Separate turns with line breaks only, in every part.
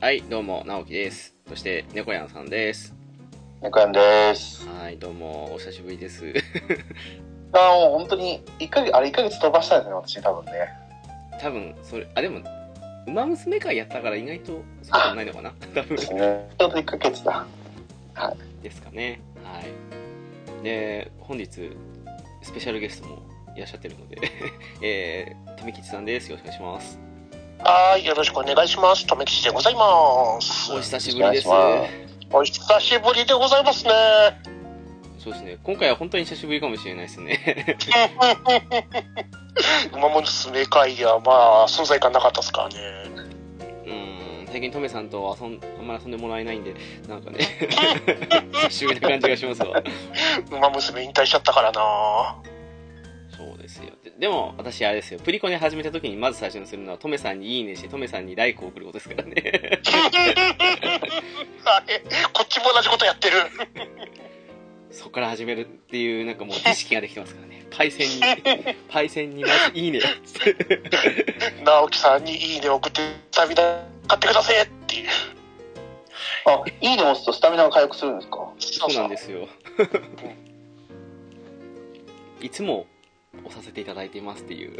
はい、どうも、直樹です。そして、猫やんさんです。
猫やんです。
はい、どうも、お久しぶりです。
ああ、もう本当に、一ヶ月、あれ一ヶ月飛ばしたんですね、私多分ね。
多分、それ、あ、でも、ウマ娘会やったから意外と、そうでもないのか な多分、
ですね。ちょうど一ヶ月だ。
ですかね。はい。で、本日、スペシャルゲストもいらっしゃってるので、 えー、富吉さんです。よろしくお願いします。
はい、よろしくお願いします。とめきちでございます。
お久しぶりです
お。願いし
お久しぶりでございますね。
そうですね、今回は本当に久しぶりかもしれないですね。
馬娘会や、まあ、存在感なかったですからね。
うーん、最近、トメさんと遊ん、あんまり遊んでもらえないんで、なん かね、久しぶりな感じがしますわ。
馬娘引退しちゃっ たからな。
そうですよででも私あれですよプリコネ始めた時にまず最初にするのはトメさんに「いいね」してトメさんに「ライク」を送ることですからね
あれこっちも同じことやってる。
そこから始めるっていうなんかもう意識ができてますからねパイセンにパイセンにまず「いいね」
直樹さんにいいね送って、スタビナ買ってくださいっていう。
ます。あ、いいね押すとスタミナが回復するんですか
そ。
そうなんですすよいつも押させていただいていますっていう
い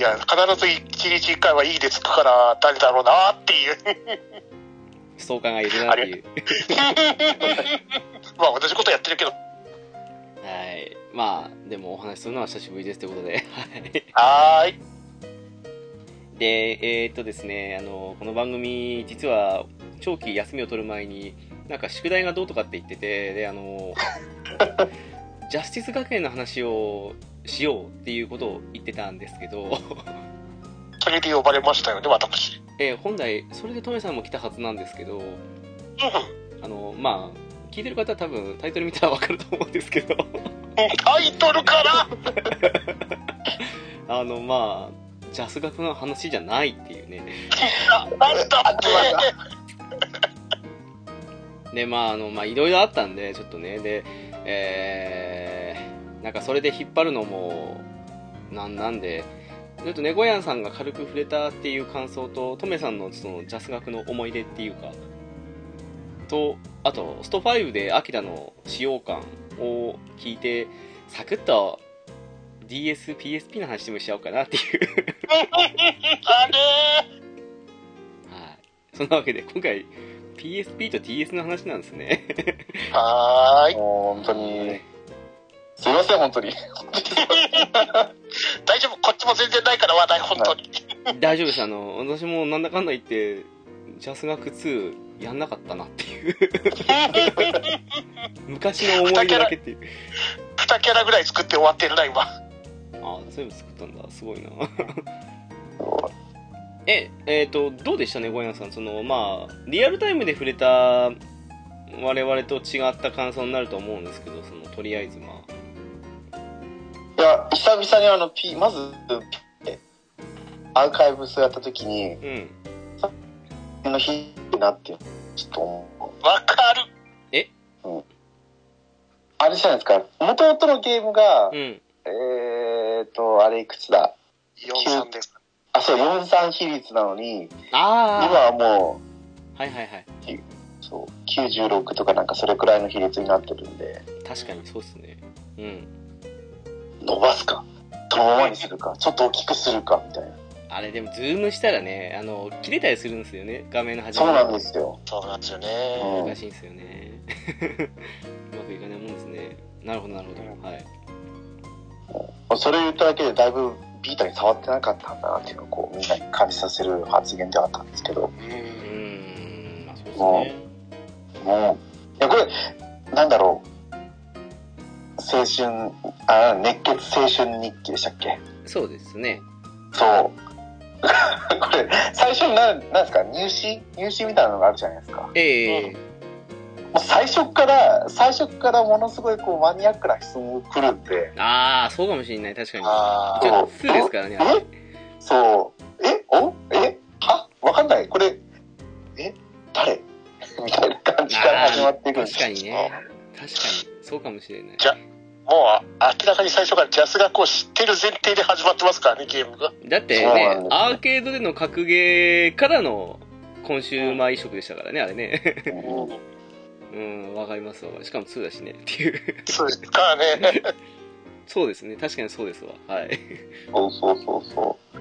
や、必ず一日一回はいいでつくから、誰だろうなっていう。
ストーカーがいるなっていう
まあ、同じことやってるけど。
はいまあでもお話しするのは久しぶりですということではい
はーい。
で、えーっとですね、あの、この番組、実は、長期休みを取る前に、なんか宿題がどうとかって言ってて、で、あの、ジャスティス学園の話をしようっていうことを言ってたんですけど、
それで呼ばれましたよね、私。
えー本来、それでトメさんも来たはずなんですけど、
うん
あの、まあ、聞いてる方は多分タイトル見たらわかると思うんですけど、
タイトルから
あの、まあ、ジャス学の話じゃないっていうね。
なんだって
でまああのまあいろいろあったんでちょっとねでえー、なんかそれで引っ張るのもなんなんでちょっと猫やんさんが軽く触れたっていう感想とトメさんのそのジャス学の思い出っていうかとあとスト5でアキラの使用感を聞いてサクッと DSPSP の話でもしちゃおうかなっていう
あれ
はいそんなわけで今回 PSP と DS の話なんですね
はーい。
もう本当に。すいません、本当に。
大丈夫、こっちも全然ないから話題、本当に。
大丈夫ですあの私もなんだかんだ言ってジャス学2やんなかったなって いう昔の思い出だけっていう
二キャラぐらい作って終わってるな、今。
ああそういうの作ったんだすごいなええー、とどうでしたねゴヤンさんそのまあリアルタイムで触れた我々と違った感想になると思うんですけどそのとりあえずまあ
いや、久々にあの、P、まず、P アーカイブスやった時に、
うん
あの日なって、ちょっと思う。
わかる。
あれじゃないですか。元々のゲームが、
うん
えーっと、あれいくつだ
4さんです。
あ、そう、43比率なのに、今
あ
はもう、
あはいはいはい
そう96とかなんかそれくらいの比率になってるんで
確かにそうっすねうん
伸ばすかそのままにするかちょっと大きくするかみたいな
あれでもズームしたらねあの切れたりするんですよね画面の端
そう
ま
なんですよ、
そうなんですよ
う
ね。
ん
難、しいんですよね うまくいかないもんですねなるほどなるほどはい
それ言っただけでだいぶビータに触ってなかったんだなっていうのをこうみんなに感じさせる発言ではあったんですけど
う。
うんーんまあそうです
あ
ね
もういやこれなんだろう青春あ熱血青春日記でしたっけ
そうですね
そう これ最初になんなんですか入試入試みたいなのがあるじゃないですかも
ええ
う最初から最初からものすごいこうマニアックな質問が来るんで
ああそうかもしれない確かに
あ
ち
あ。
ょっと2ですからねあれ
そうえおえあわかんないこれえ誰みたいな感じから始まっていくん
確
です
かにね確かにそうかもしれない
じゃもう明らかに最初からジャス学を知ってる前提で始まってますからね、ゲームが。
だって
そうなんで
ね
すよ
アーケードでの格ゲーからのコンシューマー移植でしたからねあれね
うん
うんわかりますわかるしかも2だしねっていう
そうですからね。
そうですね確かにそうですわはい
そうそうそうそう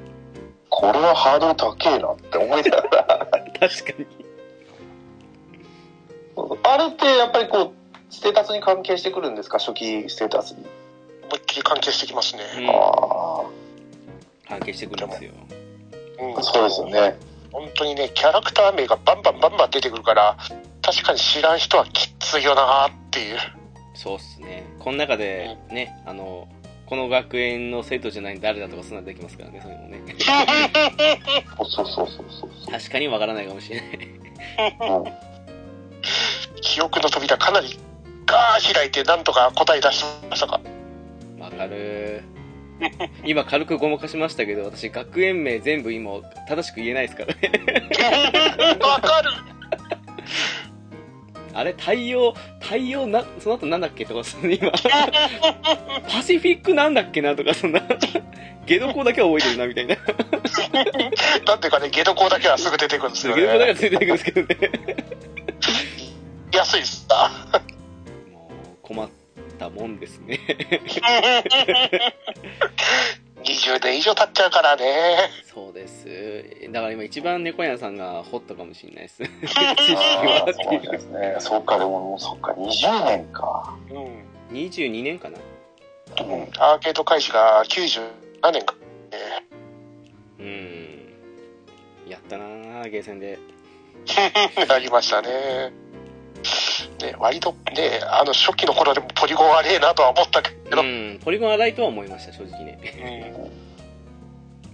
これはハードル高えなって思いながら
確 かに
あれってやっぱりこうステータスに関係してくるんですか初期ステータスに、
思いっきり関係してきますね。
うん
あ
関係してくるんですよ
う
あ
ん。
そうですよ。ね
本当にね、キャラクター名がバンバンバンバン出てくるから、確かに知らん人はきついよなーっていう。
そうっすねこの中でねあのこの学園の生徒じゃないの誰だとかそんなのできますからねそれもね
そうそうそうそうそう
確かにわからないかもしれない
そう、うん、
記憶の扉かなりガー開いて、なんとか答え出しましたか。
わかる 今軽くごまかしましたけど私学園名全部今正しく言えないですからね
わかる
あれ太陽太陽なその後なんだっけとかその 今パシフィックなんだっけなとか そんな解毒だけは覚えてるなみたいな
なんていうかね、解毒だけはすぐ出てくるんです
解
よ
毒だけ
ね。
はついてくるんですけどね
安いっすな。
もう困ったもんですね
20年以上経っちゃうからね。
そうですだから今一番猫屋さんが掘ったかもしれないです知識
あ
は
あそうなんですねそうかでももうそっか20年か
うん。
22年かな
うん
アーケード開始が97年か。
うんやったなあゲーセンで
ねなりましたね。ね、割とね、あの初期の頃でもポリゴンはねえなとは思ったけど、
うんポリゴン荒いとは思いました正直ね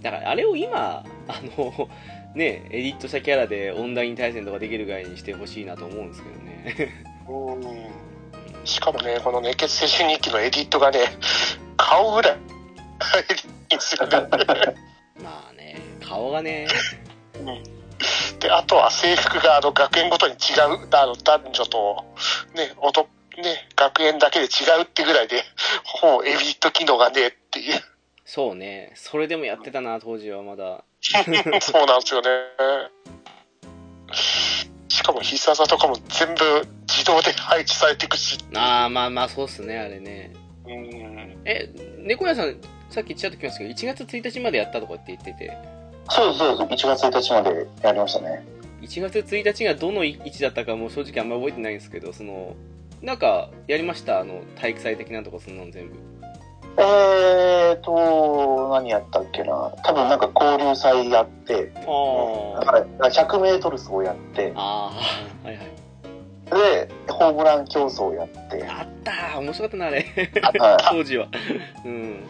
だからあれを今あのねエディットしたキャラでオンライン対戦とかできるぐらいにしてほしいなと思うんですけどね
うんしかもね、この熱血青春日記のエディットがね、顔ぐ らい、エディットする
まあね顔がね
で、あとは制服があの学園ごとに違う、あの男女と、ね、男、ね、学園だけで違うってぐらいで、ほう、エディット機能がねえっ ていう。
そうねそれでもやってたな当時はまだ
そうなんですよね。しかも必殺技とかも全部自動で配置されていくし。
ああまあまあそうっすねあれねえ猫屋さんさっきちらっと来ましたけど1月1日までやったとかって言ってて
そうですそうです1月1日までやりましたね
1月1日がどの位置だったかもう正直あんま覚えてないんですけどそのなんかやりましたあの体育祭的なとかそんなの全部
えーと何やったっけな多分なんか交流祭やってだか
あ
ら 100m 走やって
あーはいはい
でホームラン競争やって
あったー面白かったなあれ
はい
当時はうん
うん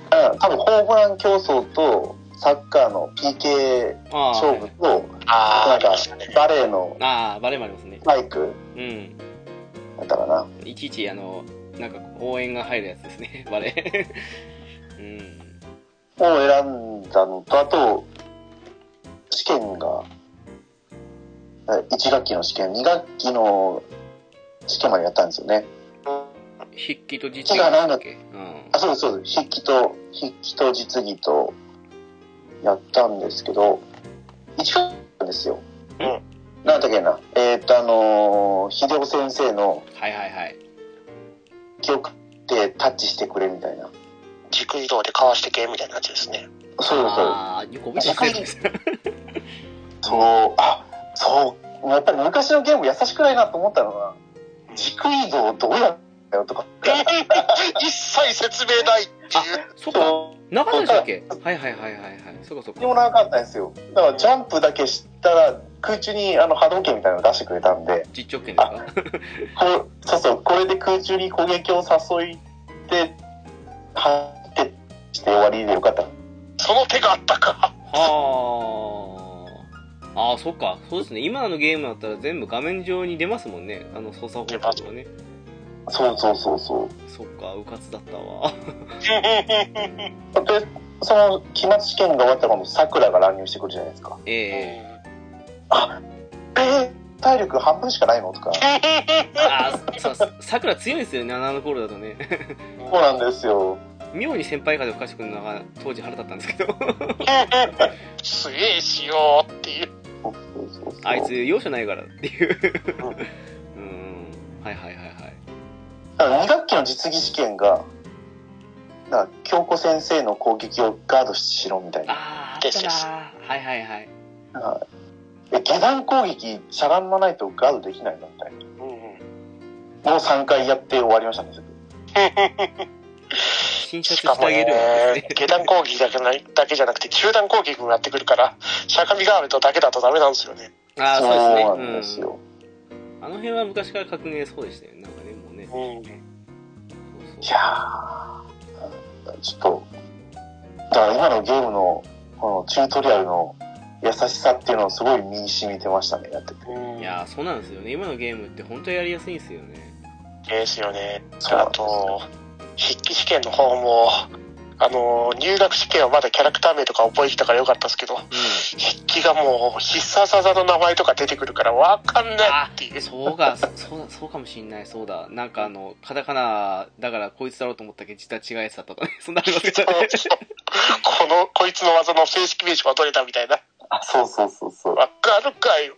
多分ホームラン競争とサッカーの PK
ああ
勝負とな
あ
んか
ね。
バレーの
ああバレもありますね
バイク
うん
だったかない
ちいちあのなんか応援が入るやつですね バレうん
を選んだのとあと試験が1学期の試験2学期の試験までやったんですよね
筆記と実技だっけうん
あそうですそうです筆記と筆記と実技とやったんですけど1学期なんですよ
うん
なんだっけな、えーっと、あのー、秀夫先生の
はいはいはい。
記憶ってタッチしてくれみたいな。
軸移動でかわしてけみたいなやつですね。
そうそう。
ああ、よく覚えてるんですよ。
そう、あ、そう。やっぱり昔のゲーム優しくないなと思ったのが、軸移動どうやったよとか。
一切説明ないっていう。
そうか、なかったでしたっけはいはいはいはいはい。そうかそう
何も
か。
なかったんですよ。だからジャンプだけしたら、空中にあの波動拳みたいなの出してくれたんで、
実直拳ですか
こうそうそう、これで空中に攻撃を誘いて、はってして終わりでよかった。
その手があっ たか。
はあ。ああ、そっか。そうですね。今のゲームだったら全部画面上に出ますもんね。あの操作方法とかね。
そうそうそうそう。
そっか、うかつだったわ。
で、その期末試験が終わったら、もさくらが乱入してくるじゃないですか。
ええ
えー、体力半分しかないのとか。そ
ああ、さ、さくら強いですよね。あの頃だとね。
うなんですよ。
妙に先輩風をかしくのが当時腹立ったんですけど。
すげえしようっていう。
そうそうそうそう
あいつ容赦ないからっていう。うん。はいはいはいはい。
だから2学期の実技試験が、だから京子先生の攻撃をガードしろみたいな。
ああ、あ
で
った
す
なー。はいはいはい。
え下段攻撃、しゃがんまないとガードできないのみたいな。もう3回やって終わりましたね。
診察
し
して
かも
あげるわけで
ね
すね、
下段攻撃だけなだけじゃなくて、中段攻撃もやってくるから、しゃがみガールドだけだとダメなんですよね。
ああ、
な
そうんで
ですす
ね。
よ。
うん。あの辺は昔から革命そうでしたよね。なんかね、もうね。そうそう
いやーちょっと、だから今のゲームの、このチュートリアルの優しさっていうのをすごい身に染みてましたね、やってて。
うん
いやーそうなんですよね。今のゲームって本当やりやすいんですよね。
ですよね。
そうなん
あ
ですよ
と、筆記試験の方も、あの、入学試験はまだキャラクター名とか覚えてたからよかったですけど、
うん。
筆記がもう必殺技の名前とか出てくるからわか んない
あ
っていう。
そうか、そそうだ、そうかもしんない。そうだ。なんかあの、カタカナだからこいつだろうと思ったけど、実は違うやつだったとかね。 そんなありますけどね。
この、こいつの技の正式名称はどれだみたいな。
あ、そうそうそうそう。
わかるかよ。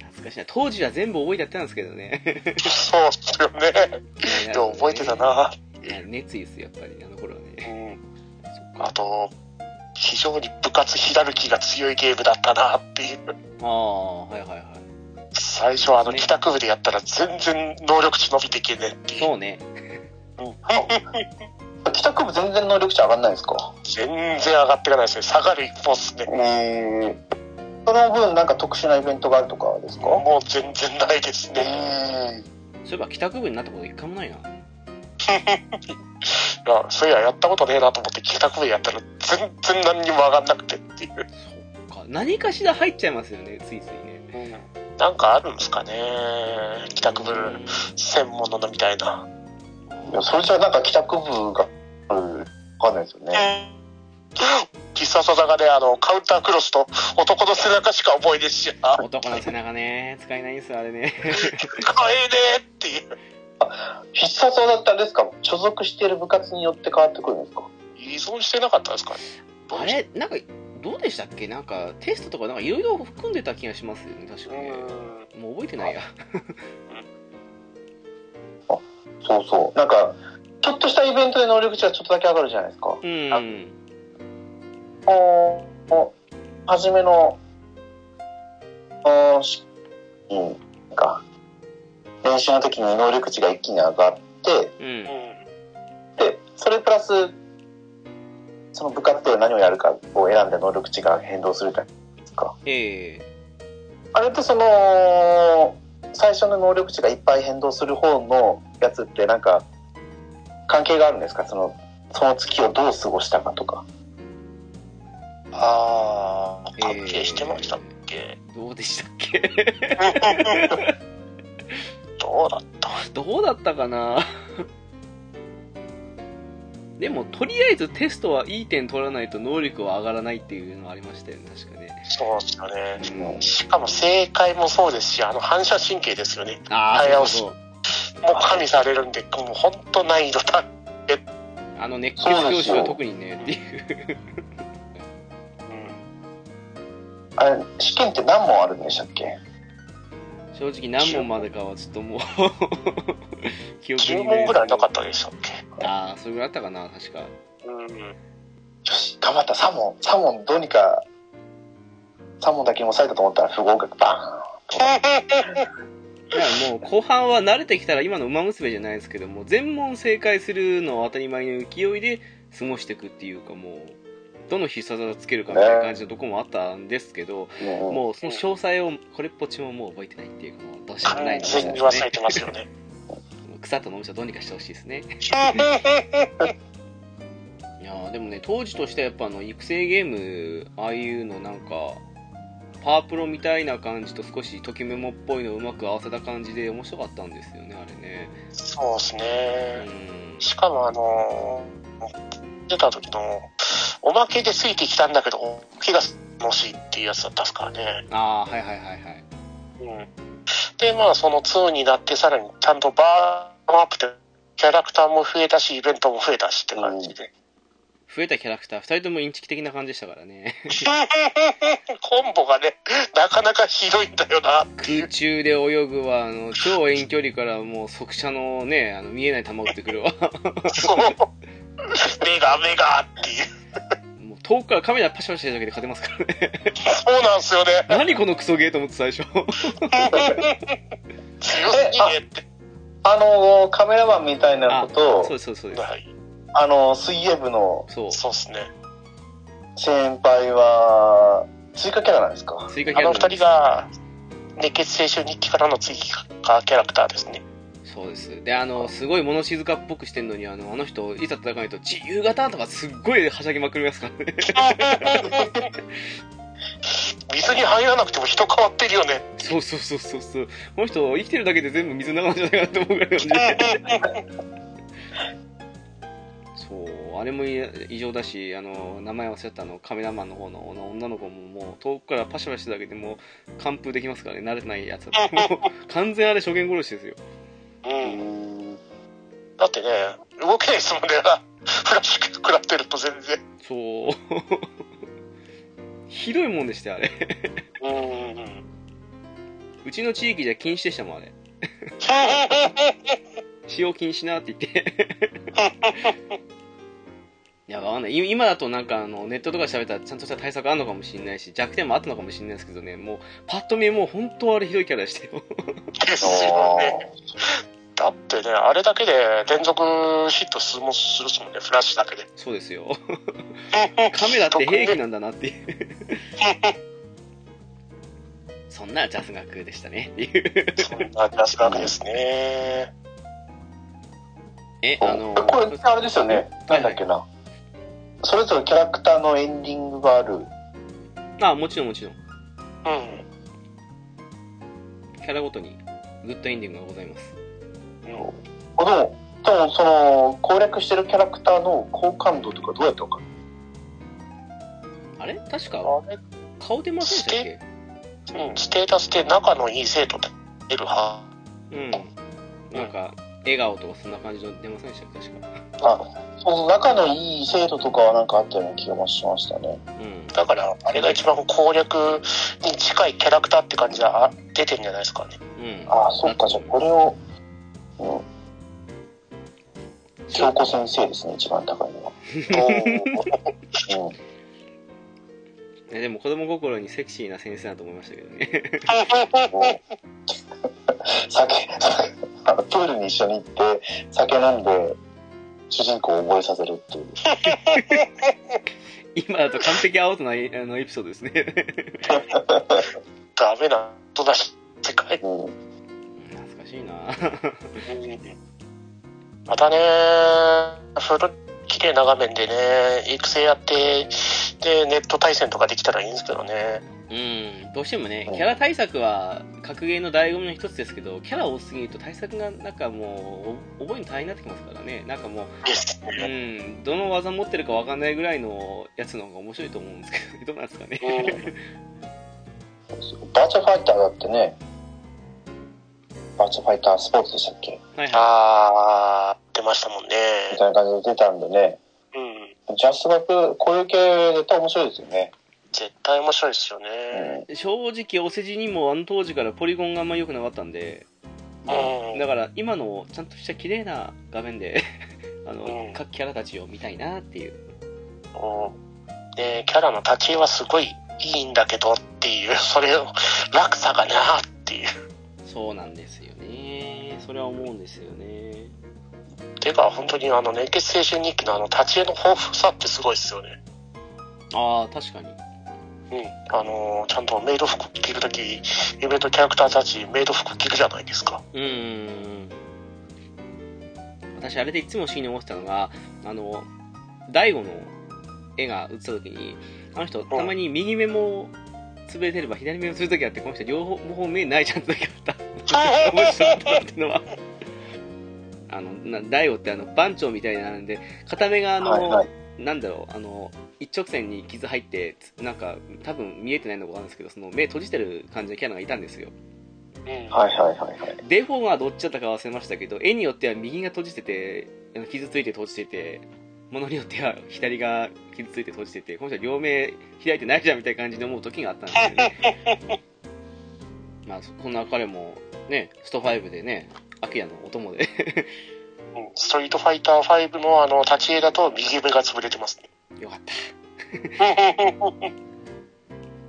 懐かしいな。当時は全部覚えてやってたんですけどね。
そうっすよね。でも覚えてたな。
いや。熱意ですよ、やっぱり。あの頃はね。そっか
あと、非常に部活ひらるきが強いゲームだったなっていう。
ああ、はいはいは
最初はあの帰宅部でやったら全然能力値伸びていけねえって
い。
いう。
そうね。
帰宅部全然能力値上がんないんですか
全然上がっていかないですね。下がる一方っすね。
えー、その分なんか特殊なイベントがあるとかですか
もう全然ないですね。
え
そういえば帰宅部になったこと一回もないな。
いやそういや、やったことねえなと思って帰宅部やったら全然何にも上がんなくてっていう。
そっか。何かしら入っちゃいますよね、ついついね。
なんかあるんですかね。帰宅部専門のみたいな。
ーいやそれじゃなんか帰宅部が、うん、わかんないですよね。
必殺技がね、あの、カウンタークロスと男の背中しか覚えねえし、あ、か
男の背中ね、使えないんですよ、あれね。
わえねえっていう。
必殺技ってあれですか所属している部活によって変わってくるんですか
依存してなかったですかね。
あれなんかどうでしたっけなんかテストとかなんかいろいろ含んでた気がしますよね確
う
かね
ん。
もう覚えてないや
そうそう。なんか、ちょっとしたイベントで能力値がちょっとだけ上がるじゃないですか。
うん
あ
おお初めの、おし、うん、か、練習の時に能力値が一気に上がって、
うん
うん。
で、それプラス、その部活で何をやるかを選んで能力値が変動するじゃないですか。
ええ
あれってその、最初の能力値がいっぱい変動する方のやつってなんか、関係があるんですかその、その月をどう過ごしたかとか。
ああ、関係してましたっけ、
どうでしたっけ
どうだった
どうだったかなでもとりあえずテストはいい点取らないと能力は上がらないっていうのはありましたよね確かね
そうっすよね。
うん
しかも正解もそうですし、あの反射神経ですよね。
ああ
早
そう
押し
そう
もう加味されるんで、もう本当難易度高い
あの熱血教師は特にねっていう
うん
あれ、試験って何問あるんでしたっけ
正直何問までかはちょっともう記憶
10
に
問ぐらいなか
っ
ったでしたっけ
ああそれぐらいあったかな確か
うん
よし、頑張った、3問、3問どうにか、3問だけ抑えたと思ったら不合格、バ
いやもう後半は慣れてきたら今の「ウマ娘」じゃないですけども全問正解するのを当たり前の勢いで過ごしていくっていうかもうどの必殺技つけるかみたいな感じのとこもあったんですけど、
ーン。も
もうその詳細をこれっぽっちももう覚えてないっていうかもうどうしようもない
完
ので
全に忘れてますよね
草と飲む人どうにかしてほしいですねいやーでもね当時としてはやっぱあの育成ゲームああいうのなんかパワープロみたいな感じと少しときメモっぽいのをうまく合わせた感じで面白かったんですよねあれね
そうです
う
ね
ん
しかもあのー出た時のおまけでついてきたんだけど気が楽しいっていうやつだったっすからね
ああはいはいはいはい
うんでまあその2になってさらにちゃんとバームアップってキャラクターも増えたしイベントも増えたしって感じで、
増えたキャラクター2人ともインチキ的な感じでしたからね
コンボがねなかなかひどいんだよなってい
空
う
中で泳ぐはあの超遠距離からもう速射のねあの見えない球打ってくるわ
そう目が目がっていう
もう遠くからカメラパシャパシャだけで勝てますからね
そうなんですよね
何このクソゲーと思って最初
強すぎねって
あの、カメラマンみたいな
あ
こ
そ
と
う
を
ですそうですそうです
はい
あの、水泳部の
そう
そうですね
先輩は、追加キャラなんですか
追加キ
あ
ャラ
の
なん
二
で
人
す
が熱血青春日記からの追加キャラクター ですね
そうですであのすごい物静かっぽくしてんのにあのあの人いざ戦わないとち夕方とかすっごいはしゃぎまくりますからね
水に入らなくても人変わってるよね
そうそうそうそうそうこの人生きてるだけで全部水の中なんじゃないかなと思うぐらいの感じでそうあれも異常だしあの名前忘れちゃったあのカメラマンの方のあの女の子ももう遠くからパシャパシャだけでもう完封できますからね慣れてないやつだともう完全あれ初見殺しですよ
うんだってね動けないですもんねフラッシュ食らってると全然
そう ひどいもんでしたよあれ
うん
うちの地域じゃ禁止でしたもんあれ使用禁止なって言って。 いや、わかんない。い今だとなんかあの、ネットとか調べたらちゃんとした対策あるのかもしれないし、弱点もあったのかもしれないですけどね、もう、パッと見もう本当あれひどいキャラでした よ。
です
あ
よねだってねあれだけで連続ヒット数もするっすもんねフラッシュだけで
そうですよ。カメラって兵器なんだなっ ていう。そんなジャス学でしたねっていう。
そんなジャスラクですね
え、
ー
あの、
これ、あれですよね。なんだっけな。それぞれキャラクターのエンディングがある。
あ、もちろんもちろん。
うん
キャラごとに、グッドエンディングがございます。
あでも、でもその、攻略してるキャラクターの好感度とかどうやってわかる
あれ確か、
あれ、
顔出ませんでしたっ
うん、ステータスで仲のいい生徒って出るは
けうん。なんか、笑顔とかそんな感じの出ませんでしたっけ確か。
その仲のいい生徒とかはなんかあったような気がしましたね。
うん。
だからあれが一番攻略に近いキャラクターって感じが出てるんじゃないですか ね
うん、
ああ、そっか、じゃあこれを、うん、京子先生ですね、一番高いのは。うん
ねでも子供心にセクシーな先生だと思いましたけどね
酒、酒あのプールに一緒に行って、酒飲んで、主人公を覚えさせるっていう。
今だと完璧アウトなあのエピソードですね
ダメな人だし世界
うん、
うん懐かしいな
またね古綺麗な画面でね育成やってでネット対戦とかできたらいいんですけどね
うんどうしてもねキャラ対策は格ゲーの醍醐味の一つですけどキャラ多すぎると対策がなんかもうお覚えるの大変になってきますからねなんかもう
です
う
ね
んどの技持ってるかわかんないぐらいのやつの方が面白いと思うんですけど、ね、どうなんですかね
バーチャファイターだってね、バーチャファイタースポーツでしたっけ
はいは
あー出ましたもんね
みたいな感じで出たんでね、
うん
ジャス学、こういう系絶対面白いですよね。
絶対面白いですよね。
正直お世辞にもあの当時からポリゴンがあんま良くなかったんで、
うん
だから今のちゃんとした綺麗な画面 であの、
うん
各キャラたちを見たいなっていう
うんでキャラの立ち絵はすごいいいんだけどっていう、 それを落差がなっていう。
そうなんですよねそれは思うんですよね
てか、本当にあの、熱血青春日記のあの、立ち絵の豊富さってすごいですよね。
ああ確かに
うん。あのーちゃんとメイド服着るとき、イベントキャラクターたちメイド服着るじゃないですか。
うーん私あれでいつも不思議に思ってたのがあの大悟の絵が映った時にあの人たまに右目も潰れてれば左目をする時あってこの人両方目ないちゃんと時あった面白かったっていうのはあのな大悟ってあの番長みたいになるんで片目があの、
はいはい
なんだろうあの一直線に傷入ってつなんか多分見えてないのかわかんないですけどその目閉じてる感じのキャラがいたんですよ
う
は
ん。
いはいはいはい。
デフォがどっちだったか忘れましたけど絵によっては右が閉じててあの傷ついて閉じててものによっては左が傷ついて閉じててこの人は両目開いてないじゃんみたいな感じで思う時があったんですよねまあそそんな彼もねスト5でねアキラのお供で
うんストリートファイター5のあの、立ち絵だと右目が潰れてますね。
よかった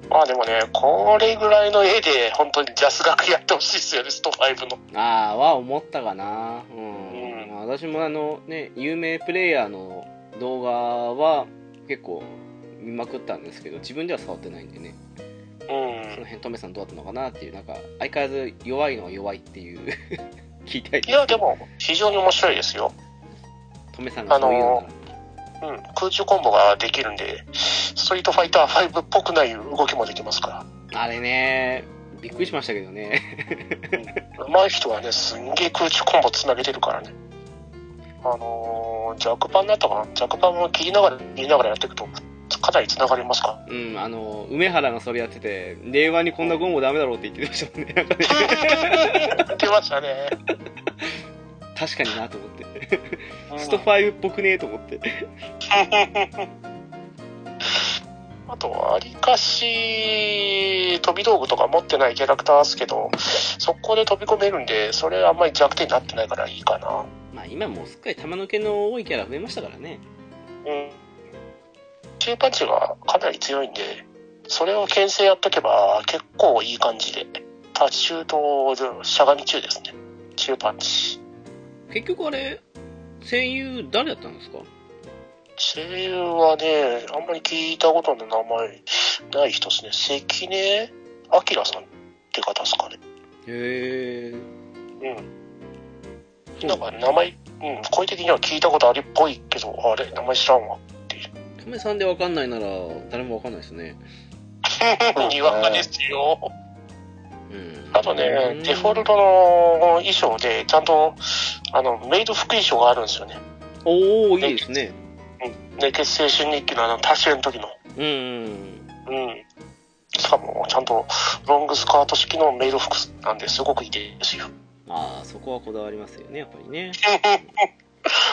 まあでもね、これぐらいの絵で本当にジャス学やってほしいですよね、スト5の。
ああは思ったかなうん、
うん
まあ私もあのね有名プレイヤーの動画は結構見まくったんですけど自分では触ってないんでねその
うん。
辺トメさんどうだったのかなっていうなんか相変わらず弱いのは弱いっていう 聞いたり
いや、でも、非常に面白いですよ。
トメさんがそういうのなら
うん。空中コンボができるんで、ストリートファイター5っぽくない動きもできますか
あれねびっくりしましたけどね
ら。上手い人はね、すんげえ空中コンボつなげてるからね。あのー、ジャクパンだったかなジャクパンを切りながら、切りながらやっていくと、かなりつながりますから。
うんあの梅原がそれやってて令和にこんなゴンもダメだろうって言ってましたもんね なんかね
出ましたね。
確かになと思って
うん
スト5っぽくねえと思って
あと、わりかし、飛び道具とか持ってないキャラクターですけど、速攻で飛び込めるんで、それあんまり弱点になってないからいいかな。
まあ今もうすっかり玉抜けの多いキャラ増えましたからね
うん。チューパンチがかなり強いんで、それを牽制やっとけば結構いい感じで、タッチシュート、しゃがみ中ですね。チューパンチ。
結局あれ声優誰だったんですか
声優はね、あんまり聞いたことの名前ない人ですね。関根明さんって方ですかね。
へえ
うん。なんか名前、うん、声的には聞いたことあるっぽいけど、あれ、名前知らんわ。
トメさんでわかんないなら誰もわかんないですね
にわかですよ。
うん
あと
う
ね
ん、
デフォルトの衣装で、ちゃんと、あの、メイド服衣装があるんですよね。
おおいいですね
で、結成春日記のあの、多種の時の。
うんうん
うん。しかも、ちゃんと、ロングスカート式のメイド服なんで、すごくいいですよ。
ああそこはこだわりますよねやっぱりね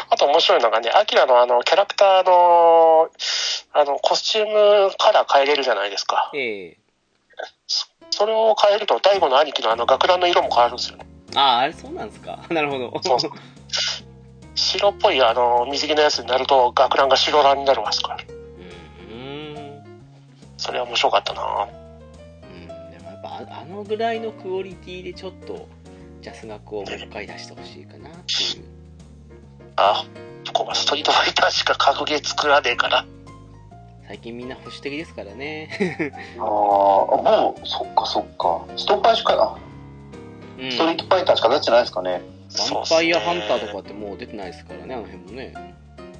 あと面白いのがね、アキラのあの、キャラクターの、あの、コスチュームカラー変えれるじゃないですか。
ええ
それを変えると、大悟の兄貴のあの楽団の色も変わるんですよね。
あああれそうなんですか なるほど
そうそう白っぽいあの水着のやつになると、楽団が白団になるわすから。
うんうん
それは面白かったな
うんでもやっぱああのぐらいのクオリティでちょっとジャス学をもう一回出してほしいかなっていう
あ、ここはストリートファイターしか格ゲー作らねえから。
最近みんな保守的ですからね
ああ、もう、そっかそっか。ストッパーしか、
うん
ストリートファイターしか出してないですかね。
ヴァンパイアハンターとかってもう出てないですからねあの辺もね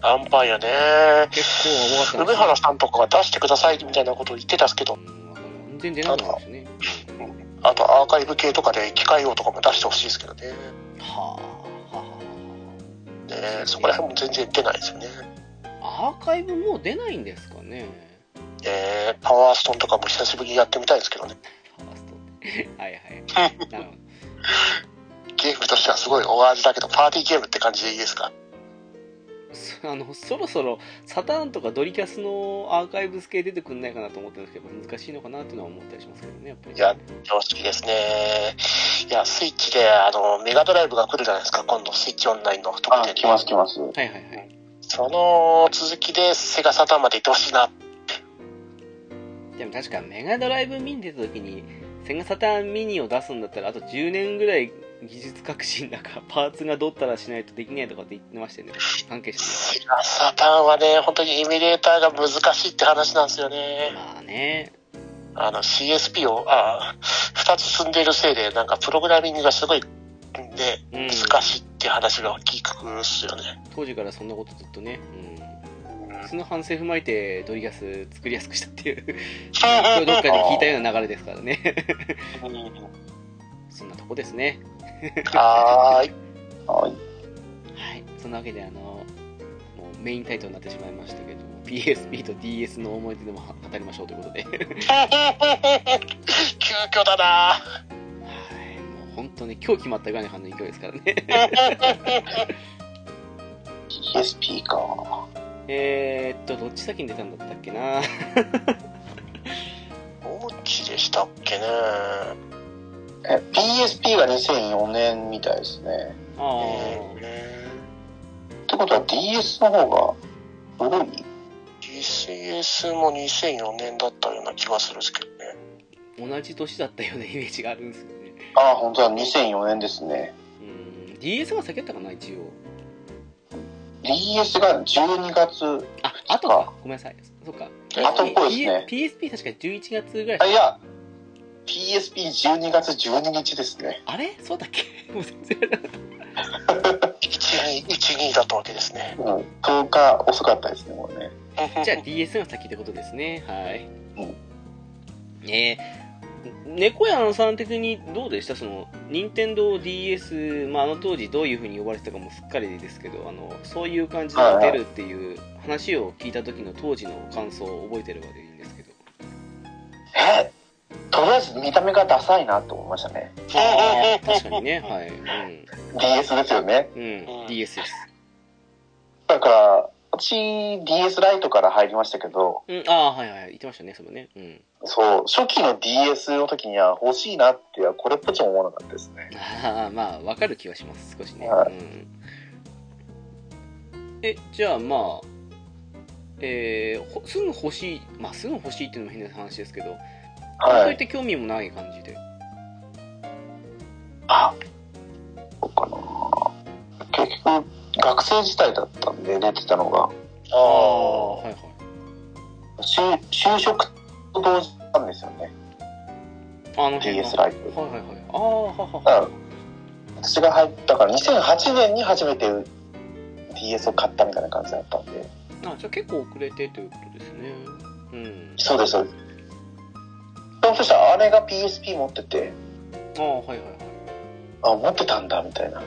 か。アンパイアね。
結構多かったんで
梅
すよ
原さんとかが出してくださいみたいなこと言ってたっすけど、
うんわかる全然出なかったですね
あとアーカイブ系とかで機械用とかも出してほしいですけどね。
はあはあはあ
ねそこら辺も全然出ないですよね。
アーカイブもう出ないんですかね
えー、パワーストーンとかも久しぶりにやってみたいですけどね。
ファーストって。 はいはい。なるほど。
ゲームとしてはすごい大味だけど、パーティーゲームって感じでいいですか
そ あのそろそろサターンとかドリキャスのアーカイブス系出てくんないかなと思ってるんですけど難しいのかなっていうのは思ったりしますけどねやっぱり
いや常識ですね。いや、スイッチで、あの、メガドライブが来るじゃないですか、今度、スイッチオンラインの特
あ
典、で
来ます来ます。
はいはいはい
その続きで、セガサターンまで行ってほしいな。
でも確かメガドライブミニ出た時にセガサターンミニを出すんだったらあと10年ぐらい技術革新なんかパーツがどったらしないとできないとかって言ってましたよね関係者
セガサターンはね、本当にエミュレーターが難しいって話なんですよね
で。まあね
あの、CSP を、あ二つ積んでいるせいで、なんかプログラミングがすごい、ね、
うん
難しいって話が聞くっすよね。
当時からそんなことずっとね、うん、その反省踏まえてドリガス作りやすくしたっていう これどっかで聞いたような流れですからねそんなとこですね
はーい。
はい。
はい、そんなわけであのもうメインタイトルになってしまいましたけども PSP と DS の思い出でも語りましょうということではい
急遽だな
もう本当ね今日決まったぐらいの感じの勢いですからね
PSP か。
えーっとどっち先に出たんだったっけな
おうちでしたっけね
え、PSP が2004年みたいですね。
あー
うん
ってことは DS の方が古い
TCS も2004年だったような気がするんですけどね。
同じ年だったようなイメージがあるんですよね
ああ、本当だ、2004年ですね。
うん DS が先だったかな一応
DS が12月、
ああとかごめんなさいそっか
後っぽいですね
P- PSP 確か11月ぐらい
あいや、PSP12 月12日ですね。
あれそうだっけもう全然
12、12だったわけですね。
うん、10日遅かったですね、もうね。
じゃあ DS が先ってことですね。はい。
うん
えー、猫やんさん的にどうでしたその、任天堂 d s まあ、あの当時どういう風に呼ばれてたかもすっかりですけど、あの、そういう感じで出るっていう話を聞いた時の当時の感想を覚えてるわけでいいんですけど。
えとりあえず見た目がダサいなと思いましたね。
あー確かにね、はい。
DS ですよね。
うん。う、
うんん
DS です。
だから、私、DS ライトから入りましたけど、
うん、ああー、はいはい。言ってましたね、それね。うん。
そう、初期の DS の時には欲しいなって、これっぽっちも思わなかったですね。
ああ まあわかる気はします少しね、
は
うん、えじゃあまあえーほすぐ欲しいまあすぐ欲しいっていうのも変な話ですけど、そう
はい
っ。て興味もない感じで
あ、そうかな。結局、学生時代だったんで、出てたのが。
あ
は
あ
いはい
就就職と同時なんですよね。
あの
DS
は
ライ
い
ト。
はいはいああはは
だか
は
ら、私が入ったから、2008年に初めて DS を買ったみたいな感じだったんで。
あじゃあ結構遅れてということですねうん
そうです、そうです。でもそしたら、あれが PSP 持ってて、
ああはいはいはい
あ、持ってたんだ、みたいな。
うん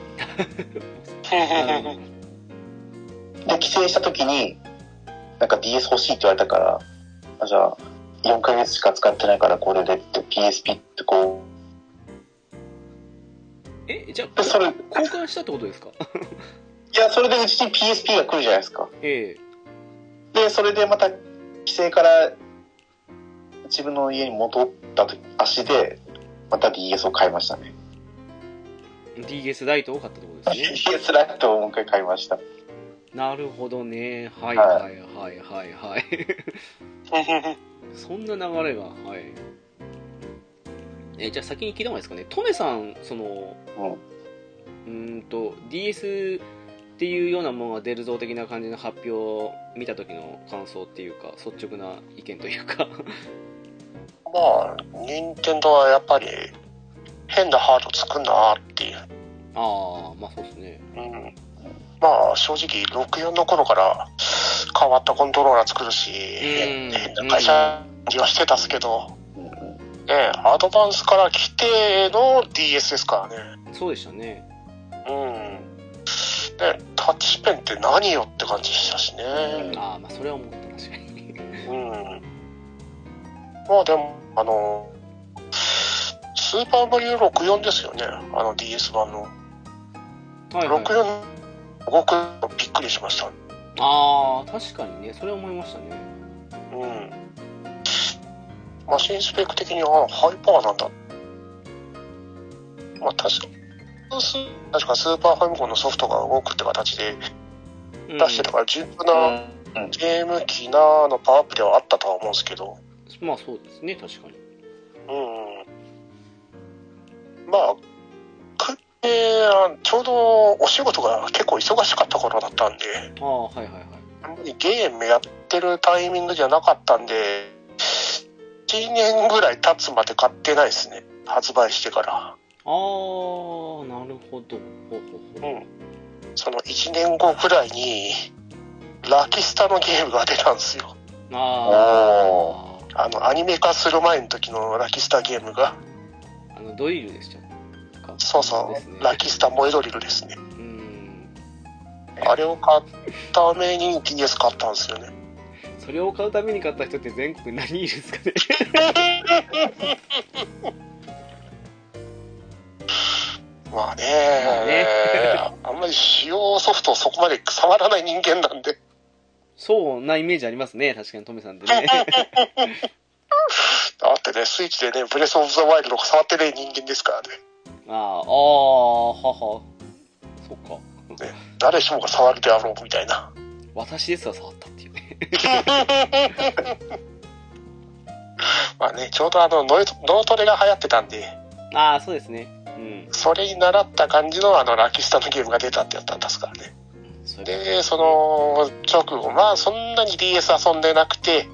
で、帰省した時に、なんか DS 欲しいって言われたから、あじゃあ、4ヶ月しか使ってないからこれでって PSP ってこ
えじゃ
う、
あ
で、それ、い
交換したってことですか
や、それでうちに PSP が来るじゃないですか。
ええ
で、それでまた帰省から自分の家に戻った時足で、また DS を買いましたね。
DS ライト多かったってことですね
DS ライトをもう一回買いました。
なるほどね。はい
は
はいはいはいはい。そんな流れが、はい。え、じゃあ先に聞いた方がいいですかね。トメさん、その、
うん。
うーんと、DS っていうようなものが出るぞ的な感じの発表を見た時の感想っていうか、率直な意見というか。
まあ、任天堂はやっぱり変なハード作んなーっていう。
ああ、まあそうですね。
うん、まあ、正直、64の頃から変わったコントローラー作るし、
ん
変な会社にはしてたっすけど、
うんうん
ね、アドバンスから来ての DS ですからね。
そうでしたね。
うん。ね、タッチペンって何よって感じでしたしね。
ああ、まあそれは思った、確かに。
うん。まあでも、あの、スーパーマリオ64ですよね。あの DS 版の。
はいはい。
64動くのびっくりしました。
ああ確かにねそれは思いましたね
うん。マシンスペック的にはハイパワーなんだ。まあ確か、ス確かスーパーファミコンのソフトが動くって形で
出
出してたから、十分なゲーム機なのパワーアップではあったとは思うんですけど、
うん、まあそうですね確かに
うん。まあ、くえーちょうどお仕事が結構忙しかった頃だったんで、
ああはいはいはい
あんまりゲームやってるタイミングじゃなかったんで、1年ぐらい経つまで買ってないですね。発売してから。
ああなるほどほうほうほう
うん。その1年後ぐらいに、ラキスタのゲームが出たんですよ。
ああ
あの、アニメ化する前の時のラキスタゲームが。
あのドイルでしたか
そうそ
ですね
う。ラキスタモエドリルですね。
うん
あれを買ったために DS 買ったんですよね。
それを買うために買った人って全国何いるんですかね
まあね
まあね
あんまり主要ソフトをそこまで触らない人間なんで。
そうなイメージありますね確かにトメさんってね
だってね、スイッチでね、ブレスオブザワイルドが触ってない人間ですからね。
ああああははそっか
誰しもが触るであろうみたいな。
私ですら触ったっていうね
まあね、ちょうどあの、ノイ脳トレが流行ってたんで、
ああそうですねうん
それに習った感じのあの、ラキスタのゲームが出たってやったんですからね。
それ
で、その直後、まあそんなに DS 遊んでなくて、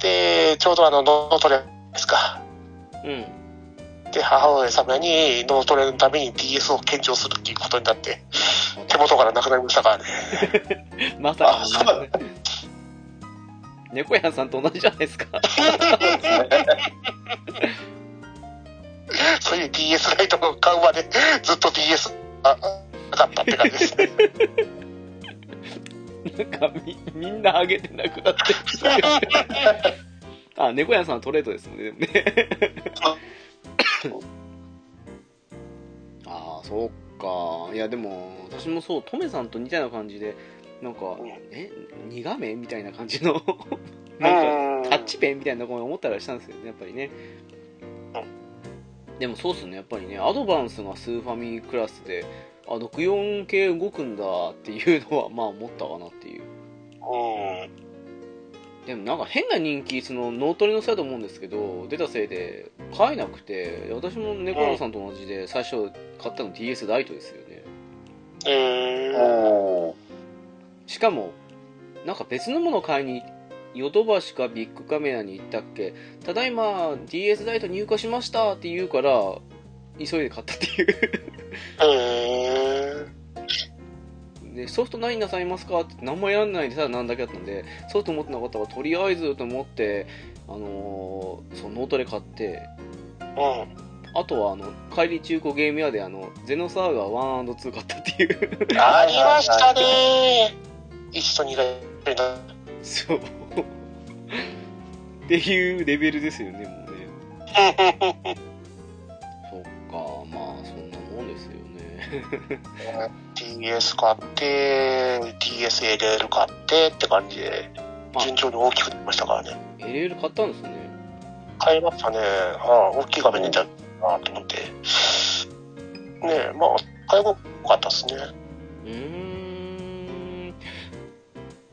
で、ちょうどあの、脳トレですか。
うん
で、母親様に脳トレのために DS を献上するっていうことになって、手元からなくなりましたからね。
まさか
あ
の
そう
猫やんさんと同じじゃないですか
そういう DS ライトを買うまでずっと DS がなかったって感じですね。
なんかみみんなあげてなくなってきたあ猫やんさんはトレードですもんねでもね ああそっかいやでも私もそうトメさんと似たような感じでなんか
うん
え2画面みたいな感じの
う
なんか
ん
タッチペンみたいなとこ思ったりはしたんですよねやっぱりねでもそうっすねやっぱりねアドバンスがスーファミクラスであ64系動くんだっていうのはまあ思ったかなっていう
うん
でもなんか変な人気その脳トレのせいだと思うんですけど出たせいで買えなくて私も猫野さんと同じで最初買ったの DS ライトですよね
えー
おー
しかもなんか別のものを買いにヨドバシかビッグカメラに行ったっけただいま DS ライト入荷しましたって言うから急いで買ったっていう
え
でソフト何なさいますかって何もやらないでただなんだけだったんでソフト持ってなかったからとりあえずと思ってあのー、その脳トレ買って
ーうん
あとはあの帰り中古ゲーム屋であのゼノサーガー 1&2 買ったっていう
ありましたね1と2が
そうっていうレベルですよねもうねそっかまあそんなもんですよね
DS 買って DSLL 買ってって感じで順調に大きくなりましたからね
LL 買ったんですね
買いましたねああ大きい画面に出たなと思ってねえまあ買い物良かったですね
うーん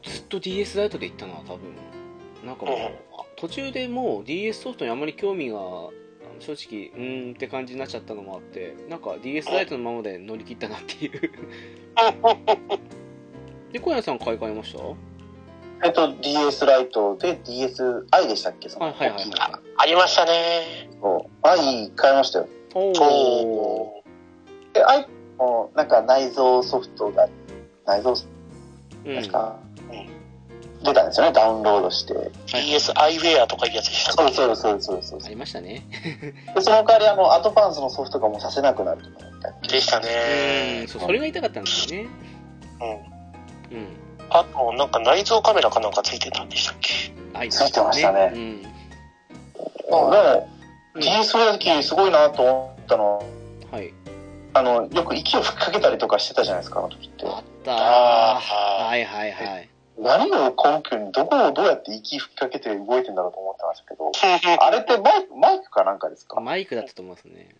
ずっと DS ライトで行ったな多分なんかもう、
うん
あ途中でもう DS ソフトにあまり興味が正直うーんって感じになっちゃったのもあってなんか DS ライトのままで乗り切ったなっていうで小谷さん買い替えました
えっと、DS ライトで DSi でしたっけその
はいはいはい
大きな
はい
ありましたね
そう i 買いましたよ。
おー
お
で、i もなんか内蔵ソフトが、内蔵ソフ
うんは
トで
い
すか、出たんですよね、ダウンロードして。
DS アイウェアとかいうやつでした
そうそうそうそうそう
あ。りましたね
で、その代わりあの、アドバンスのソフトがもうさせなくなるとか思ったっけ
でした
う
ね
んそうそれが痛かったんですよね
うん
うん
あとなんか内蔵カメラかなんかついてたんでしたっ け
あい
ついてましたね
うん
まあでも、
うん
DS ライトすごいなと思ったのは、
はい
あの、よく息を吹きかけたりとかしてたじゃないですか、あの時って。
あったー
あー
はいはいはい
何を根拠に、どこをどうやって息吹きかけて動いてんだろうと思ってましたけど、あれってマイク、マイクかなんかですかね
マイクだったと思いますね、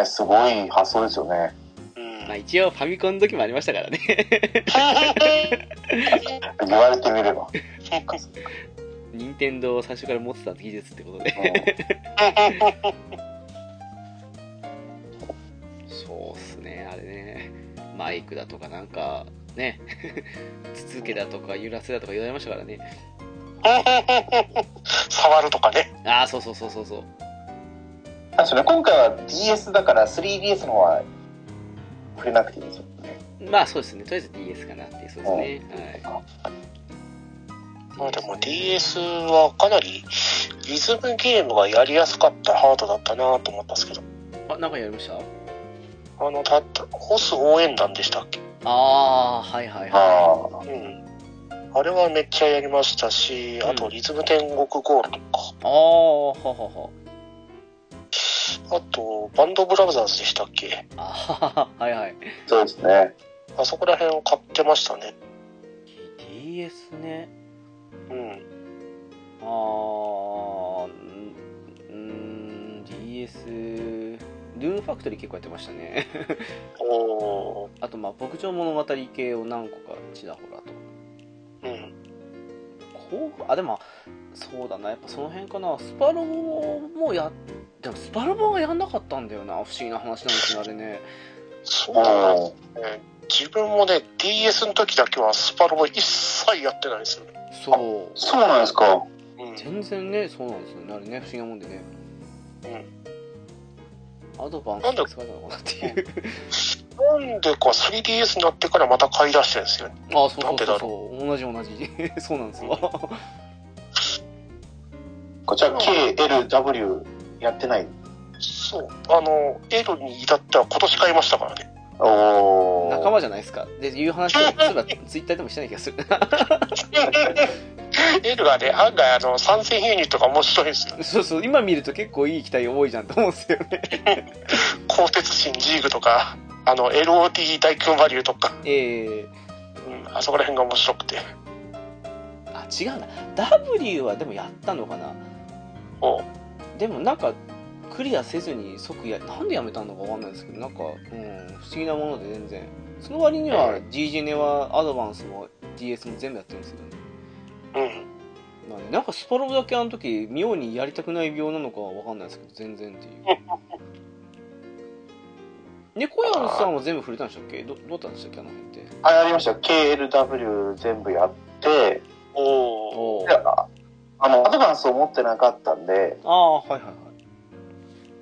え、すごい発想ですよね。
うん
まあ、一応ファミコンの時もありましたからね
言われてみれ ば。
任天堂を最初から持ってた技術ってことでそうっすねあれねマイクだとかなんかね つつけだとか揺らせだとか言われましたからね
触るとかね。
ああそうそうそうそうそう
うんなんでしょうね、今回は DS だから 3DS の方は触れなくていいんですよね。
まあそうですねとりあえず DS かなっていうそうですね、
ま
はい
あでも DS はかなりリズムゲームがやりやすかったハードだったなと思ったんですけど。
あなんかやりました
あの、たった、ホス応援団でしたっけ
ああーはいはいは
ああ、
うん。あれはめっちゃやりましたし、あ
う
と
ん
リズム天国ゴールとか、
いああははは
あとバンドブラザーズでしたっけ
ああはいはい
そうですね。
あそこら辺を買ってましたね。
DS ね
うん。
ああうんうん DS ルーンファクトリー結構やってましたね
おー。
あとまあ牧場物語系を何個かちらほらと
うん。
こうあでもそうだなやっぱその辺かなスパロボもやでもスパロボはやんなかったんだよな不思議な話なんですよねあれね
そう
うん
だな。ね自分もね、DS の時だけはスパロボ一切やってないんですよね。
そう
そうなんですか。
うん。
全然ねそうなんですよねあれね不思議なもんでねアドバンスで使えたのかなって いう
なんでか 3DS になってからまた買い出してるんですよね。
あそう
な
そ
ん
う
で
そ
だ
うそう同じ同じ そうなんですよ
こちら KLW やってない。
そう。あの、L に至っては今年買いましたからね。
おお。
仲間じゃないですかでいう話をそういえばツイッターでもしてない気がする
L がね、案外あの、参戦ユニットが面白いんですよ。
そうそう今見ると結構いい機体多いじゃんと思うんですよね
鋼鉄神ジーグとか、あの、LOT 大君バリューとか、
えー、
うん、あそこら辺が面白くて。
あ違うな W はでもやったのかな
おう
でもなんかクリアせずに即やなんでやめたのかわかんないですけどなんか、うん、不思議なもので全然その割には
え
G ジェネはアドバンスも DS も全部やってるんですけどね,、
うん。
まあねなんかスパロボだけあの時妙にやりたくない病なのかわかんないですけど全然 っていう猫やんさんは全部触れたんでしたっけどどうだったんでしたっけあの辺って
あ、やりました。KLW 全部やって、
おう
お
でああの、アドバンスを持ってなかったんで、
ああはいはいはい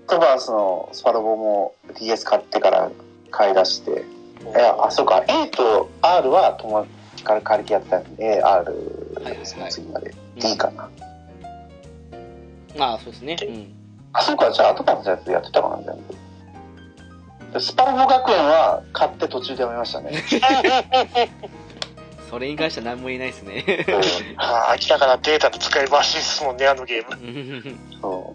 アドバンスのスパロボも DS 買ってから買い出して、いや、あ、そうか、A と R は友達から借りてやってたんで、R ですね、次まで。D かな。
ああそうですね、うん、
あ、そうか、じゃあ、アドバンスのやつやってたかな、全部。でスパロボ学園は買って途中でやめました ね。
それに関しては何も言えないです ね
うん
まあ、明らかなデータの使い回しですもんね、あのゲーム。
そ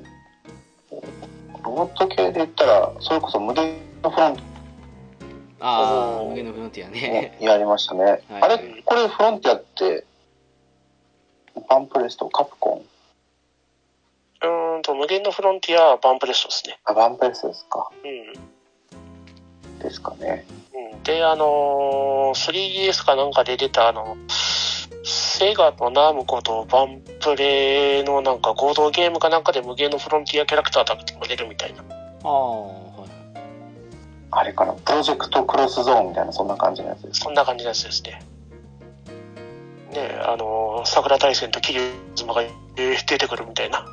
う。ロボット系で言ったら、それこそ無限のフロント
ああ
おー
無限のフロンティアね。
もやりましたね
はい
あれ、これフロンティアって、バンプレスト、カプコン
うーんと、無限のフロンティアはバンプレストですね。
あ、バンプレストですか。
うん。
ですかね。
うんで、あのー 3DS かなんかで出た、あの、セガとナムコとバンプレのなんか合同ゲームかなんかで無限のフロンティアキャラクターだけが出るみたいな。
ああはい
あれかな、プロジェクトクロスゾーンみたいな、そんな感じのやつですか。
そんな感じのやつですね。ねえあのー桜大戦と桐生妻がえー出てくるみたいな。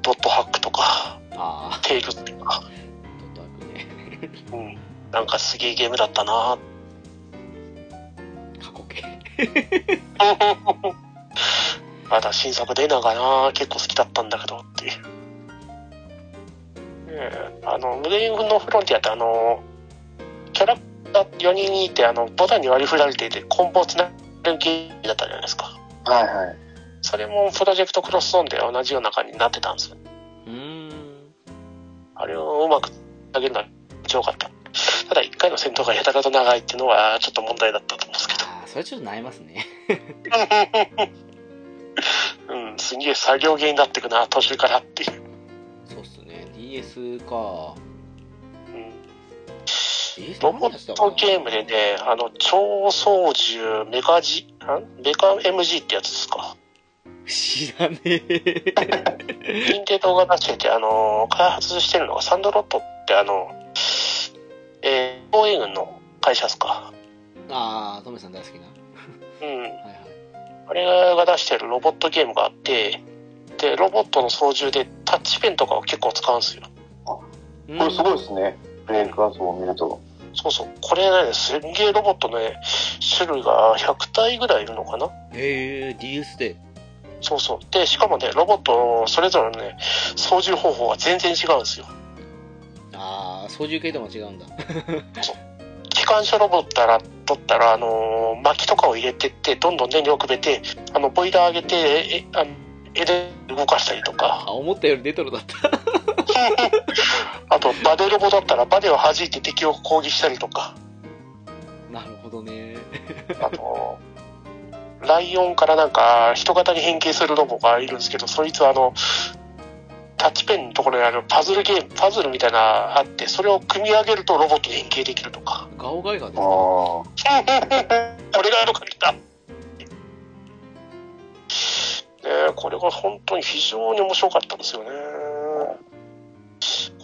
ドットハックとか、
ああ
テイルズと
ち
か。
ょっと悪くね
うん。なんかすげえゲームだったなぁ
過去形
まだ新作出ながな結構好きだったんだけどっていう。ねえあの、無限のフロンティアってあの、キャラクター4人いて、あの、ボタンに割り振られていて、コンボをつなげるゲームだったじゃないですか。
はいはい。
それもプロジェクトクロスゾーンで同じような感じになってたんですよ。
うーん
あれをうまく上げるのは強かった。ただ、一回の戦闘がやたらと長いっていうのは、ちょっと問題だったと思うんですけど。
あーそれちょっと悩みますね
うん、すげえ作業芸になってくな、途中からっていう。
そうっすね DS か
うん、
DS
ロボットゲームでね、あの、超操縦メカジ、んメカ MG ってやつですか。
知らねえ
ピンで動画出してて、あの、開発してるのがサンドロットって、あの、えー、防衛軍の会社ですか。
ああトメさん大好きな
うん。
はいはい
あれが出してるロボットゲームがあって、で、ロボットの操縦でタッチペンとかを結構使うんですよ。
うん
これすごいですね。ブレイクアウトを見ると。
そうそう。これね、すんげえロボットね、種類が100体ぐらいいるのかな
えー、DS で
そうそう。で、しかもね、ロボット、それぞれのね、操縦方法が全然違うんですよ。
ああ操縦系とも違うんだ
機関車ロボットだら、取ったら、あのー薪とかを入れてって、どんどん燃料をくべて、あの、ボイラー上げて、え、あの、絵で動かしたりとか、
あ思ったよりレトロだった
あと、バデロボだったら、バデを弾いて敵を攻撃したりとか、
なるほどね
あと、ライオンからなんか、人型に変形するロボがいるんですけど、そいつはあの、タッチペンのところにあるパズルゲーム、パズルみたいなあって、それを組み上げるとロボットに変形できるとか。
ガオガイガーですか
ああ。
これがよかった。ねえこれが本当に非常に面白かったんですよね。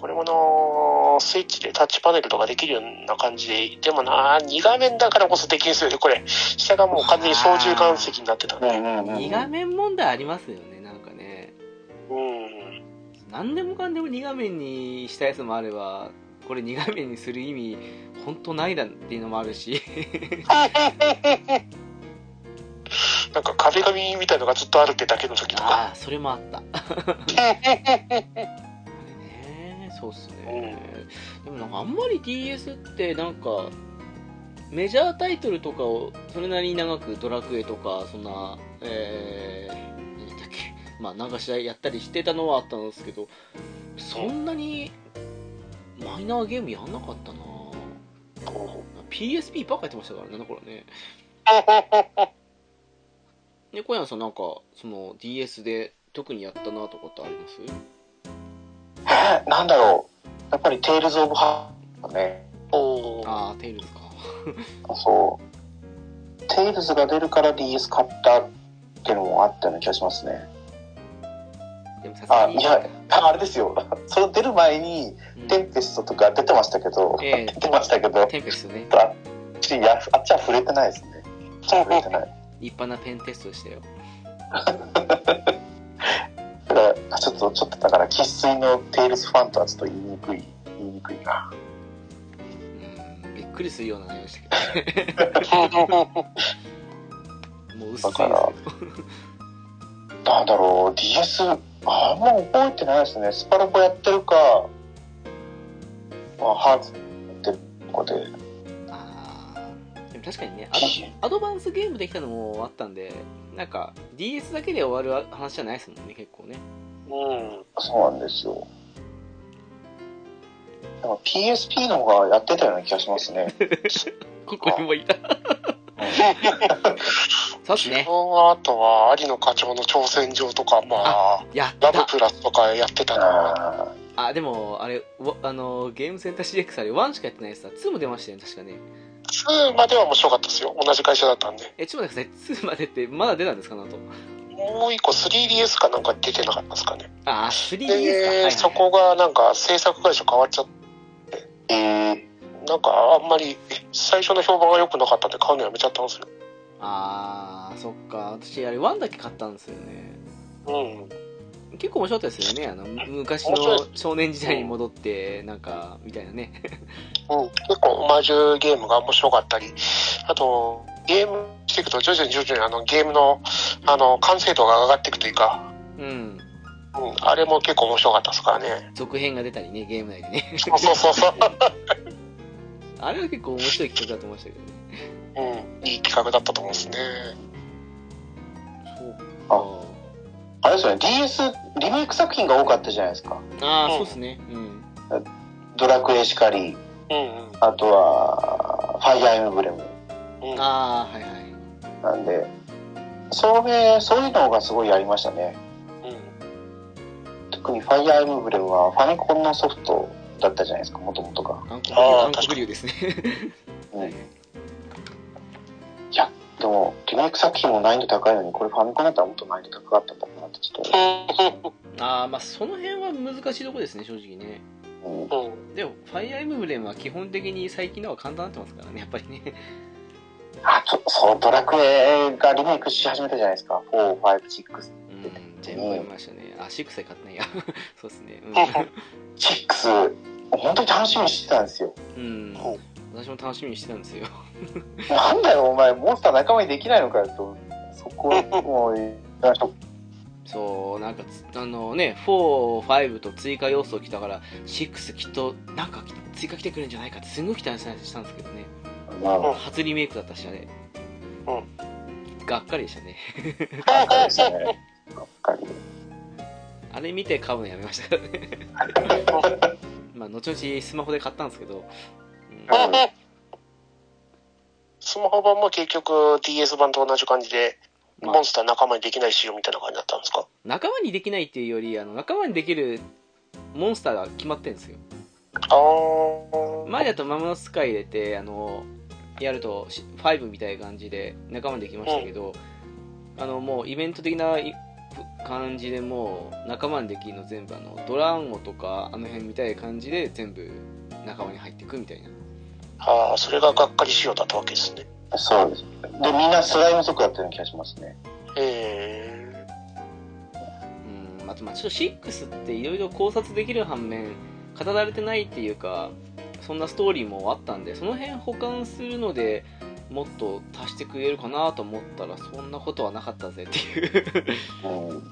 これもなスイッチでタッチパネルとかできるような感じで、でもな2画面だからこそできるんですよね、これ。下がもう完全に操縦岩石になってた
う
ね。
んうんうん。
2画面問題ありますよねなんかね
うん。
何でもかんでも2画面にしたやつもあればこれ2画面にする意味本当ないだっていうのもあるし
なんか壁紙みたいのがずっとあるってだけの時とか。
ああそれもあったあれねそうっすね、でもなんかあんまり DS ってなんかメジャータイトルとかをそれなりに長く「ドラクエ」とかそんなえー、何だっけまあなんか試合やったりしてたのはあったんですけどそんなにマイナーゲームやんなかったな PSP ばっかやってましたからねあの頃ね で小山さんなんかその DS で特にやったなとかってあります
えーなんだろう。やっぱりテイルズ・オブ・ハートね。
おー
ああテイルズか
そう。テイルズが出るから DS 買ったっていうのもあったような気がしますね。
でもさすが
あ、
に
いや、ああれですよ。 その出る前に、
うん
テンペストとか出てましたけど、
ええ
出てましたけど、
テンペストね
あっちやあっちは触れてないですね。触れてない。
立派なペンテストでしたよ
ただちょっと、ちょっとだから、生粋のテイルズファンとはちょっと言いにくい、言いにくいな。
うんびっくりするような内容でしたけど もう薄いですけ
だか
ど
なんだろう、DS、あんま覚えてないですね。スパロボやってるか、まあ、ハーツってこで、
あーでも確かにねア
キ
ドアドバンスゲームできたのもあったんでなんか DS だけで終わる話じゃないですもんね結構ね
うん。
そうなんですよ。なんか PSP の方がやってたような気がしますね。
ここにもいた そうっす
自
ね
分はあとは、有野課長の挑戦状とか、まあ
やっ
ラブ
た
プラスとかやってたな。
あ
あでもあれわあのゲームセンター CX あれ1しかやってないやつだ2も出ましたよね確かね
2までは面白かったですよ。同じ会社だったんで。
えちょっと待ってください2までってまだ出たんですかなんと
もう一個 3DS かなんか出てなかったですかね。
ああ 3DS か、はいはい
で、
はい
そこがなんか制作会社変わっちゃっ
ーえ
て、なんかあんまり最初の評判が良くなかったんで買うのやめちゃったんですよ。
あーそっか私あれ1だけ買ったんですよね
うん。
結構面白かったですよねあの昔
面白い
の少年時代に戻ってなんかみたいなね
うん、結構マージュゲームが面白かったり、あと、ゲームしていくと徐々に徐々にあのゲームのあの完成度が上がっていくというか、
うん
うん、あれも結構面白かったですからね。
続編が出たりねゲーム内でね
そうそうそうそう。
あれは結構面白い企画だと思いましたけどね
うん、いい企画だったと思うんですね。
そうか
ーあれですよね、DS リメイク作品が多かったじゃないですか。
ああーそうですねうん
うん。ドラクエしかり、
うん
あとは、ファイアーエムブレム。
うんうん。
ああ、はいはい。
なんで、そういう、そういうのがすごいやりましたね。
うん
特にファイアーエムブレムはファミコンのソフトだったじゃないですか、もともとが。
韓国
あ
流
ー
韓国流ですね。
う
は
ん。
い
いや、でも、リメイク作品も難易度高いのに、これファミコンだったらもっと難易度高かったんだろうなって、ちょっ
ああ、まあその辺は難しいとこですね、正直ね。
と。うん
うんうん
でも、ファイアーエムブレムは基本的に最近の方が簡単になってますからね、やっぱりね。
あ、ちょそう、ドラクエがリメイクし始めたじゃないですか。4、5、6。
うん、 全部やりましたね。あ、6で買ってないや。 そうです ね。
6、本当に楽しみにしてたんですよ。
うん。うん、私も楽しみにしてたんですよ。
なんだよ、お前、モンスター仲間にできないのかよと。そこは、もう、あの人
そう、なんかつ、あのね、4、5と追加要素来たから、6きっと、なんか追加来てくれるんじゃないかって、すんごい期待したんですけどね。
まあ
うん
初リメイクだったしね。がっかりでしたね。
ばっかりでしたね。ばっかり。
あれ見て買うのやめましたからね。まあ、後々スマホで買ったんですけど、うん
あ
スマホ版も結局 DS 版と同じ感じで、
まあ
モンスター仲間にできない仕様みたいな感じだったんですか
仲間にできないっていうより、あの仲間にできるモンスターが決まってるんですよ。
あー
前だとマムのスカイ入れてあのやるとし5みたいな感じで仲間できましたけど、あのもうイベント的ない感じでもう仲間にできるの全部あのドランゴとかあの辺みたいな感じで全部仲間に入っていくみたいな
あー、それががっかり仕様だったわけですね。
そうです。で、みんなスライム族だったような気がしますね。
え
うんあとまあちょっと6っていろいろ考察できる反面語られてないっていうかそんなストーリーもあったんでその辺補完するのでもっと足してくれるかなと思ったらそんなことはなかったぜっていう
うん。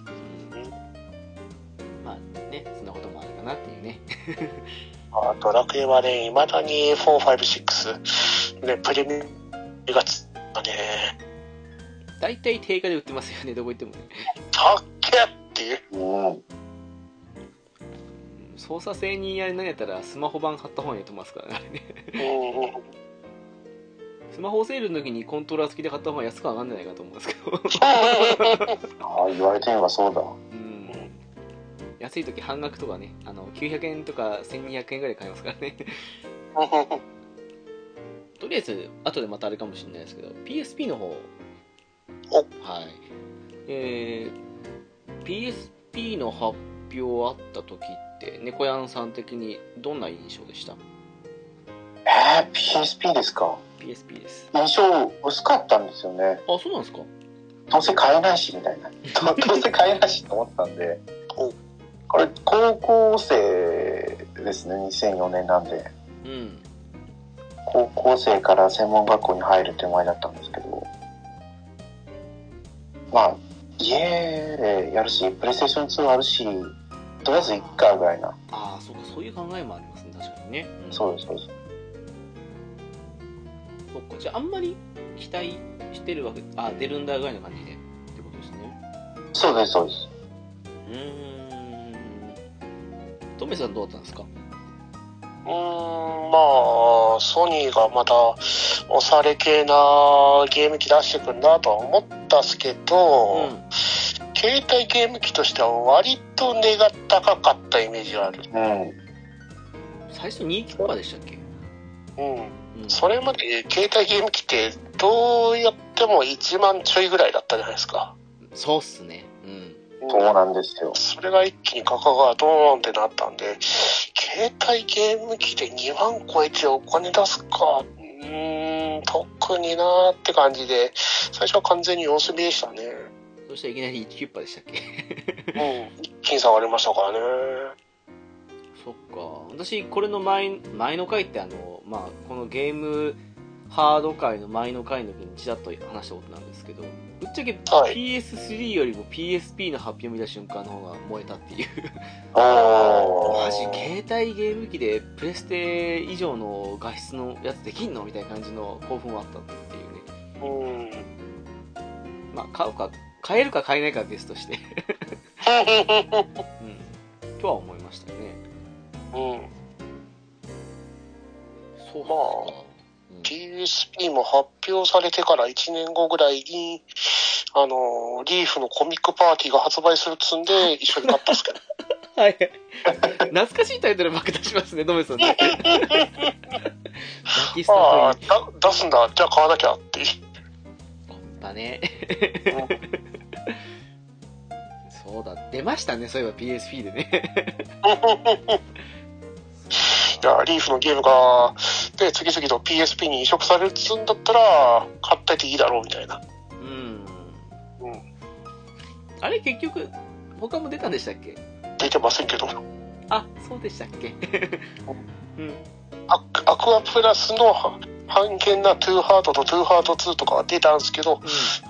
まあね、そんなこともあるかなっていうね。
ー、あドラクエはね、未だに4、5、6、ね、プレミアがつね、
大体定価で売ってますよね、どこ行ってもね。
たっけっていう。
うん。
うん操作性にやれなんやったらスマホ版買った方がいいと思いますからね、あれね。
うんうん
スマホセールの時にコントローラー付きで買った方が安くは上がんじゃないかと思うんですけど。
ああ、言われてみればそうだ。
うん。安い時半額とかね、あの、900円とか1200円ぐらい買えますからね。 とりあえず、後でまたあれかもしれないですけど、PSP の方。
お
はい。えー、PSP の発表あった時って、猫やんさん的にどんな印象でした
えー、PSP ですか
?PSP です。
印象薄かったんですよね。
あ、そうなんですか
どうせ買えないし、みたい な。どどうせ買えないしと思ってたんで
お。
これ、高校生ですね。2004年なんで。
うん。
高校生から専門学校に入る手前だったんですけど、まあ、家でやるし、プレイステーション2あるし、とりあえず1回ぐらいな。
ああ、そうか、そういう考えもありますね、確かにね。ん
そうです、そうです。
そっか、じゃああんまり期待してるわけ、あ、出るんだぐらいの感じで。ってことですね。
そうです、そうです。
うーん。トメさんどうだったんですか
うーんまあ、ソニーがまた、おしゃれ系なゲーム機出してくるなとは思ったっすけど、
う
携帯ゲーム機としては割と値が高かったイメージがある。
うん。
ん。最初2キューバーでしたっけ
うん。
うん。
それまで携帯ゲーム機って、どうやっても1万ちょいぐらいだったじゃないですか。
そうっすね。うん。
そうなんですよ。
それが一気に価格がドーンってなったんで、携帯ゲーム機で2万超えてお金出すか、うーん、特になーって感じで、最初は完全に様子見でしたね。
そしたらいきなり1キューバーでしたっけ
うん、一気に下がりましたからね。
そっか。私、これの前、前の回ってあの、まあ、このゲーム、ハード界の前の回の時にちらっと話したことなんですけど、ぶっちゃけ
はい
PS3 よりも PSP の発表見た瞬間の方が燃えたっていう。
おー。
マジ携帯ゲーム機でプレステ以上の画質のやつできんのみたいな感じの興奮はあったっていうね
うん。
まあ買うか買えるか買えないかは別として うんとは思いましたね
うん。
そうなんですか
PSP も発表されてから1年後ぐらいに、あの、リーフのコミックパーティーが発売するっつ んで、一緒に買ったっすけど。
うんはい。 懐かしいタイトルばっか出しますね、ドメさん ね。泣きスタ
ああ
ート
ー、だ出すんだ、じゃあ買わなきゃって。
だね。そうだ、出ましたね、そういえば PSP でね。
いや、リーフのゲームが、で、次々と PSP に移植されるっつんだったら、買ってていいだろうみたいな。
うん。
うん。
あれ、結局、他も出たんでしたっけ
出てませんけど。
あ、そうでしたっけうん。
アクアクアプラスの半減なトゥーハートとトゥーハート2とかは出たんですけど、
うん。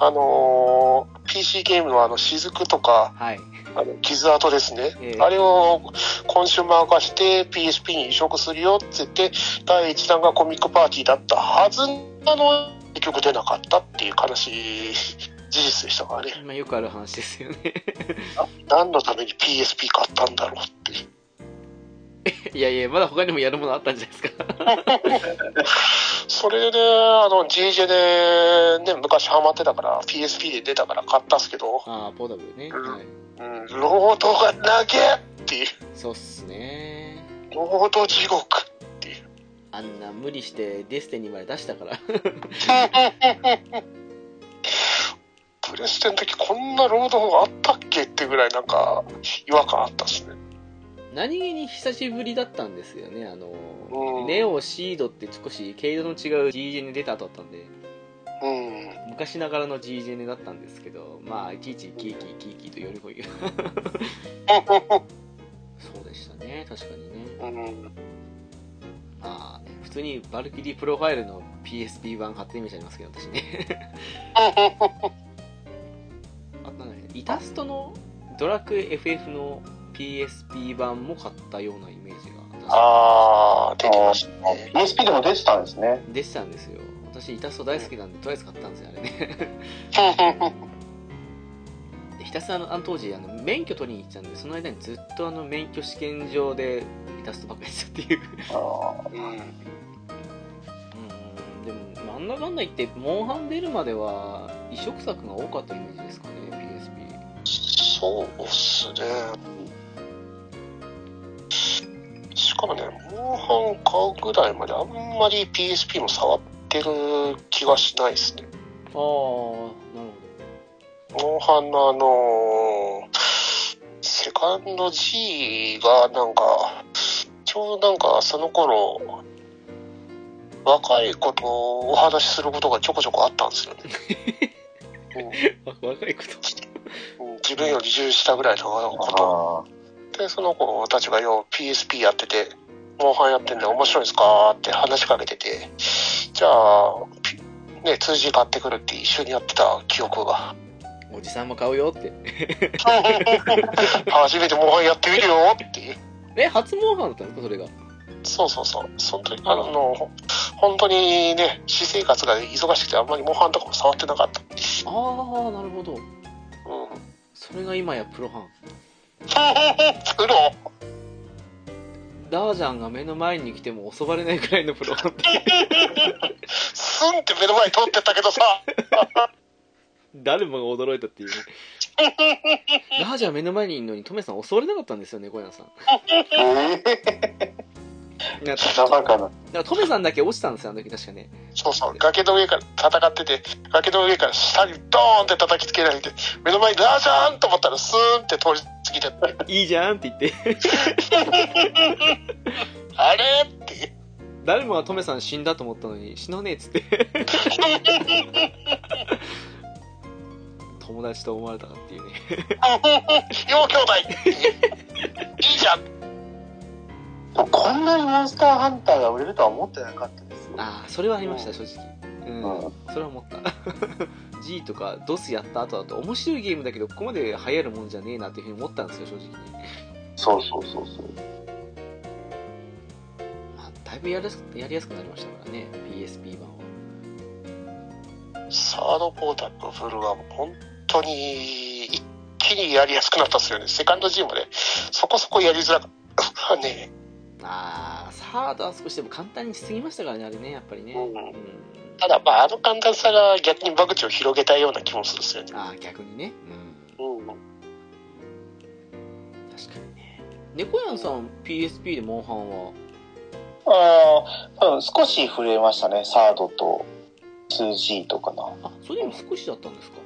あのー PC ゲームのあの、雫とか、
はい。
あの、傷跡ですね。
ええ
あれをコンシューマー化して PSP に移植するよって言って、第1弾がコミックパーティーだったはずなのに、結局出なかったっていう悲しい事実でしたからね。
まあ、よくある話ですよね。
何のために PSP 買ったんだろうっていう。
いやいや、まだ他にもやるものあったんじゃないですか。
それで、あの、GJ で、ね、昔ハマってたから、PSP で出たから買ったっすけど、
ああ、ポータブルね。はい。
うん、ロードが長えっていう。
そうっすね。
ロード地獄。
あんな無理してディスティニーまで出したから。
プレステの時こんなロードがあったっけってぐらいなんか違和感あったっすね。
何気に久しぶりだったんですよね。あの、
うん
ネオシードって少し毛色の違う GJ に出た後だったんで、
うん。
昔ながらの GJ だったんですけど、まあ、いちいちキーキーキーキーとよりこい。 そうでしたね、確かにね。
うん。
まあ、普通にバルキリープロファイルの PSP 版買ってみちゃいますけど、私ね。あとなんだっけイタストのドラクエ FF の PSP 版も買ったようなイメージが
あー、出てましたね。
PSP でも出てたんですね。
私でしたんですよ私イタスト大好きなんでとりあえず買ったんですよあれね でひたすらあのあの当時あの免許取りに行ってたんでその間にずっとあの免許試験場でイタストばっかりしてたっていう
あー
うん。
うんでもなんだかんだ言ってモンハン出るまでは移植作が多かったイメージですかね PSP
そうっすね。しかもね、モンハン買うぐらいまであんまり PSP も触ってる気がしないっすね。
ああなるほ
モンハンのあのーセカンド G がなんか、ちょうどなんかその頃、若い子とお話しすることがちょこちょこあったんですよね。
ど若いこと
うんうん自分より10したぐらいの
あ
ことで、その子たちがよう PSP やってて、モンハンやってんで面白いですかって話しかけてて、じゃあ、ピね、通じ買ってくるって一緒にやってた記憶が。
おじさんも買うよって
初めてモンハンやってみるよっていう。
え初モンハンだったんですかそれが
そうそうそう。その時、あの、ほ本当にね、私生活が忙しくてあんまりモンハンとかも触ってなかった。
ああなるほど
うん。
それが今やプロハン
プロ
ダージャンが目の前に来ても襲われないくらいのプロハンって
スンって目の前通ってったけどさ。
誰もが驚いたっていうねダージャン目の前にいるのにトメさん襲われなかったんですよね小山さん
ーええ
だか
ー、なかな。
らトメさんだけ落ちたんですよあの時確かね
そうそう。崖の上から戦ってて、崖の上から下にドーンって叩きつけられて、目の前にラジャーンと思ったらスンって通り過ぎてって、
いいじゃんって言って
あれっていう。
誰もがトメさん死んだと思ったのに死なねえっつって友達と思われたかっていうね
よう兄弟っていういいじゃん
こんなにモンスターハンターが売れるとは思ってなかったですよ。
ああそれはありました正直うん、
う
それは思った G とか DOS やった後だと面白いゲームだけどここまで流行るもんじゃねえなっていうふうに思ったんですよ正直に、
そうそうそうそう。
まあ、だいぶやりやすくやりやすくなりましたからね PSP 版は
サードポータブルは本当に一気にやりやすくなったっすよね。セカンド G もね、そこそこやりづらかった。ね
あーサードは少しでも簡単にしすぎましたからねあれねやっぱりね、
うん
うん
ただ、まあ、あの簡単さが逆に間口を広げたような気もするんですよね。
あー逆にね、
うん。
うん、確かにね猫やんさん PSP でモンハンは
ああ、多分少し触れましたね。サードと 2G とかな。はい
あそれでも少しだったんですか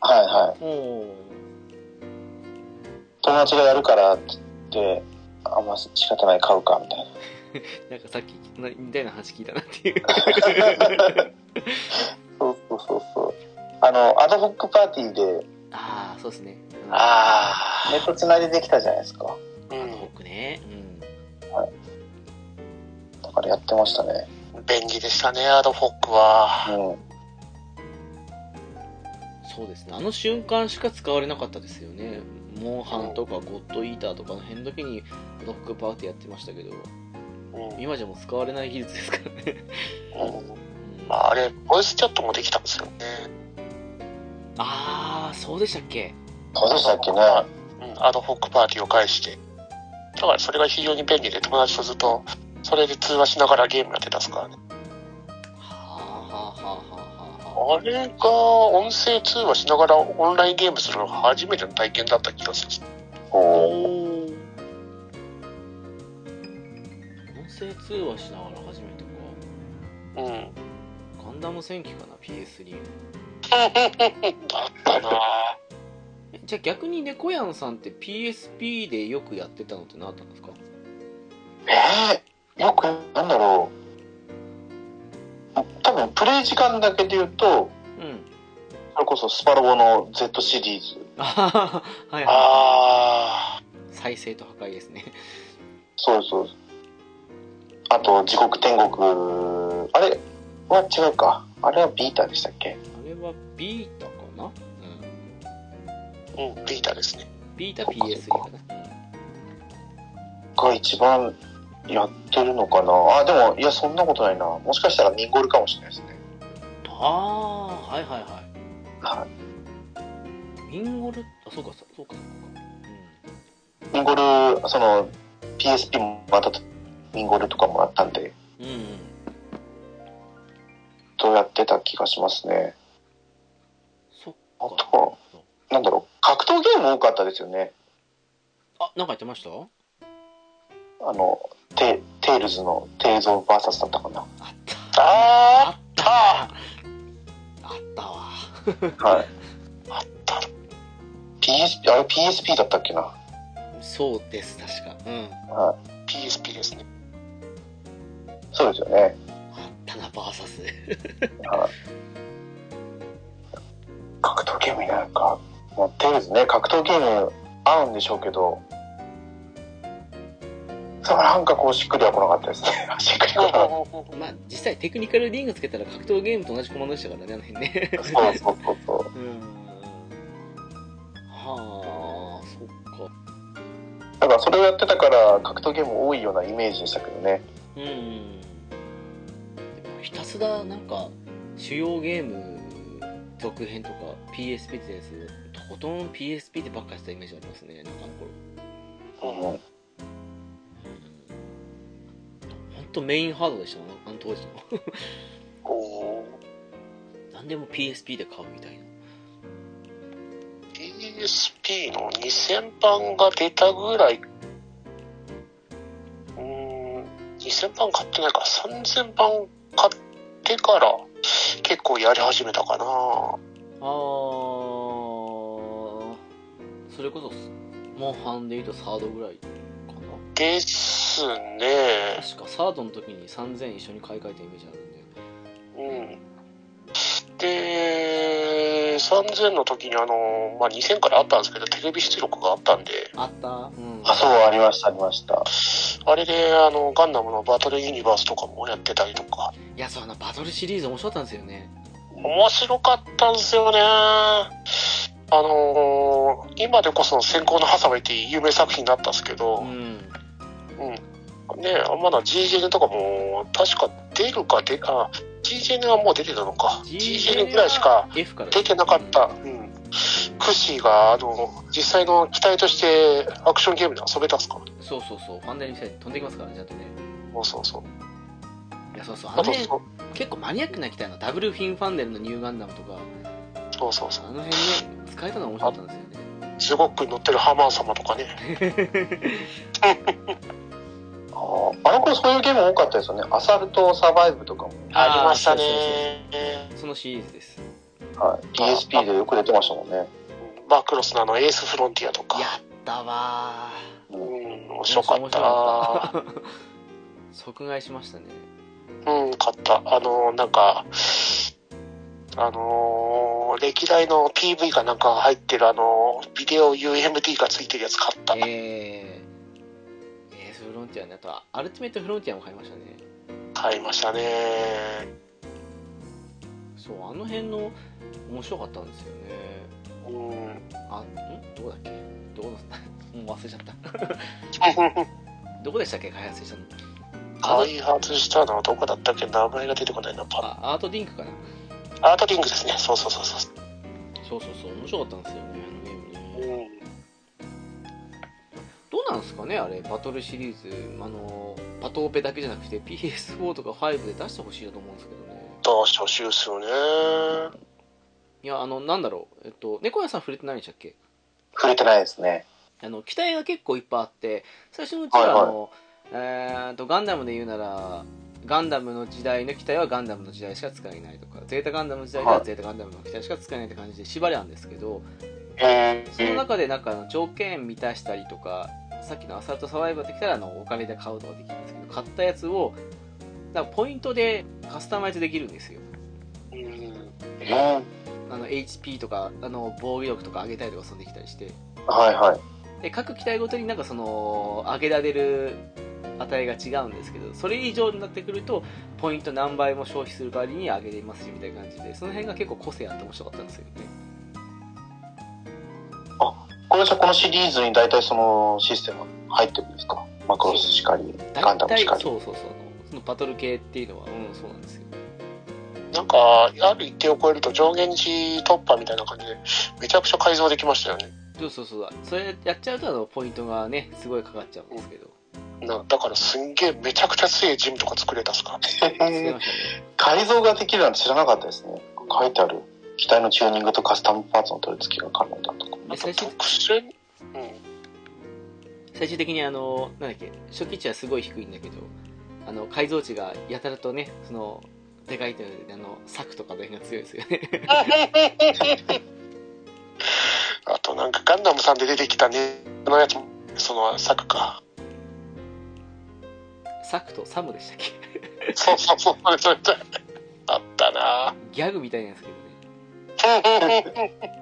はい。
おお
友達がやるからって言って、あんま仕方ない買うかみたいな。
なんかさっきなみたいな話聞いたなっていう
そうそうそうそう。あの、アドホックパーティーで
ああそうですねうん
あ
ネットつないでできたじゃないですか。
あ、
あのホックねうん
だからやってましたね。
うん。便利でしたね、アドホックは。
うん。
そうですねあの瞬間しか使われなかったですよねモンハンとかゴッドイーターとかの辺だけにアドホックパーティーやってましたけど
うん。
今じゃもう使われない技術ですからね、
うん
うん
まあ、あれ、ボイスチャットもできたんですよね。
ああそうでしたっけ
そうでしたっけね。
うん。アドホックパーティーを介して。だから、それが非常に便利で、友達とずっと、それで通話しながらゲームやってたっすからね。
はあはあはあはあは
あれが、音声通話しながらオンラインゲームするの初めての体験だった気がする。
あ
おー
おー音声通話しながら初めてか
うん。
ガンダム戦記かな PS3
だったなぁ
えじゃあ逆に猫やんさんって PSP でよくやってたのって何だったんですか
えー、よく、なんだろう。多分、プレイ時間だけで言うと、
うん
それこそスパロボの Z シリーズ。
あはははいは
あ
い再生と破壊ですね
そうそう。あと、地獄天国。あれは違うか。あれはビータでしたっけ
あれはビータかなうん
ーうんビータですね
ビータ PS3 かなうん
が一番やってるのかな。あ、でも、いや、そんなことないな。もしかしたらミンゴルかもしれないですね。
ああはいはいは
はい
ミンゴルあそうかそうそうかそうかう
い。ミンゴル、その、PSP もまた、ミンゴルとかもらったんで、
んうんうん
どうやってた気がしますね。
そっ
あ
か
と、なんだろう、格闘ゲーム多かったですよね。
あなんかやってました
あの、テテイルズのテイルズ・オブ・バーサスだったかな。
あった
あー
あったあったわ
はい。
あった
PSP、あれ PSP だったっけな。
そうです確かうん
はい
PSP ですね
そうですよね。
あったなバーサス
格闘ゲームになるか。まあ、テイルズね、格闘ゲーム合うんでしょうけど、そうなんかこうしっくりは来なかったですね。 しっくり来なかっ
まあ実際テクニカルリングつけたら格闘ゲームと同じコマンドでしたからねあの辺ね
た。そうそうそうそう。
うんはあそっか
だからそれをやってたから格闘ゲーム多いようなイメージでしたけどね。
うんうんでもひたすらなんか主要ゲーム続編とか PSP ってやつとことん PSP でばっかやってたイメージありますねなんかあの頃
うん。
本当メインハードでしたもんあの当時の
おー
何でも PSP で買うみたいな
PSP の2000版が出たぐらいうーん2000版買ってないから3000版買ってから結構やり始めたかなぁ
あーそれこそモンハンでいうとサードぐらいかな
ですね
確かサードの時に3000一緒に買い替えたイメージあるんで
うんで、3000の時にあの、まあ、2000からあったんですけど、テレビ出力があったんで、
あったうん
あ、そう、ありました、ありました。
あれで、あの、ガンダムのバトルユニバースとかもやってたりとか、
いやそうあのバトルシリーズ面白かったんですよね
面白かったんですよね。あのー今でこそ先行のハサウェイって有名作品だったんですけ
う
ど、
ん
うん。ねまだ GGN とかも、確か出るかで、あ、GGN はもう出てたのか。GGN ぐらいしか
F から
出てなかった、
うん
うん、クッシーが、あの、実際の機体としてアクションゲームで遊べたんすか
そうそうそう、ファンデリン飛んできますからね、ちゃんとね。
そうそうそう。
いや、そうそう、あ
あ
の
と、
ね、
そう
結構マニアックな機体のダブルフィンファンデルのニューガンダムとか、
そうそう
あ
そう。
の辺ね、使えたのは面白かったんですよね。
中国区に乗ってるハマーン様とかね。
あーあの頃そういうゲーム多かったですよね。アサルトサバイブとかも、
ありましたね
そうそうそうそのシリーズです。
はい、PSP でよく出てましたもんね。
うんマクロスのあのエースフロンティアとか。
やったわー。
うん、面白かった
面
な
白かった即買いしましたね。
うん、買った。あの、なんか、あのー歴代の PV かなんかが入ってるあの、ビデオ UMD がついてるやつ買った。
えー、エースフロンティアね、あとはアルティメットフロンティアも買いましたね。
買いましたね。
そう、あの辺の面白かったんですよね。
うん。
あ、んどこだっけどこの、 もう忘れちゃった。どこでしたっけ開発したのアート
開発したのはどこだったっけ名前が出てこないな。パッ
あアートディンクかな
アートリングですね。そうそうそうそう。
そうそうそう面白かったんですよねあのゲームね
うん
どうなんですかねあれバトルシリーズあのバトオペだけじゃなくて PS4 とか5で出してほしいなと思うんですけどね
どうしてほしいですよね。
いやあのなんだろうえっと猫屋さん触れてないんでしたっけ
触れてないですね。
あの機体が結構いっぱいあって最初のうちは
はいはい
あの、えー、とガンダムで言うならガンダムの時代の機体はガンダムの時代しか使えないとかゼータガンダムの時代ではゼータガンダムの機体しか使えないって感じで縛りあるんですけど、
え
その中でなんかあの条件満たしたりとか、さっきのアサルトサバイバーできたらあのお金で買うとかできるんですけど、買ったやつをなんかポイントでカスタマイズできるんですよ。
うん。
えー
あの HP とかあの防御力とか上げたりとかそんできたりして、
はいはい。
で各機体ごとになんかその上げられる値が違うんですけど、それ以上になってくるとポイント何倍も消費する代わりに上げれますよみたいな感じで、その辺が結構個性あって面白かったんですよね。
これじゃこのシリーズに大体そのシステム入ってるんですかマクロスしかり、ガ
大
ンダム
体
しかり。
そうそうそうそのバトル系っていうのは、うん、そうなんですよ。
なんか、ある一定を超えると上限値突破みたいな感じで、めちゃくちゃ改造できましたよね。
そうそうそうだそれやっちゃうとあのポイントがねすごいかかっちゃうんですけど
なだからすんげえめちゃくちゃ強いジムとか作れたっすからね。
作り
えー
ましたね
改造ができるなんて知らなかったですね。書いてある。機体のチューニングとカスタムパーツの取り付けが可能だと
で
か。
あと
最終
特殊に、うん、
最終的にあのなんだっけ初期値はすごい低いんだけどあの改造値がやたらとねそのでかいというのであの柵とかの辺が強いですよね
あとなんかガンダムさんで出てきたねのやつもその作か
柵とサムでしたっけ
そうそうそうそれそれそれあったな
ギャグみたいなんですけどね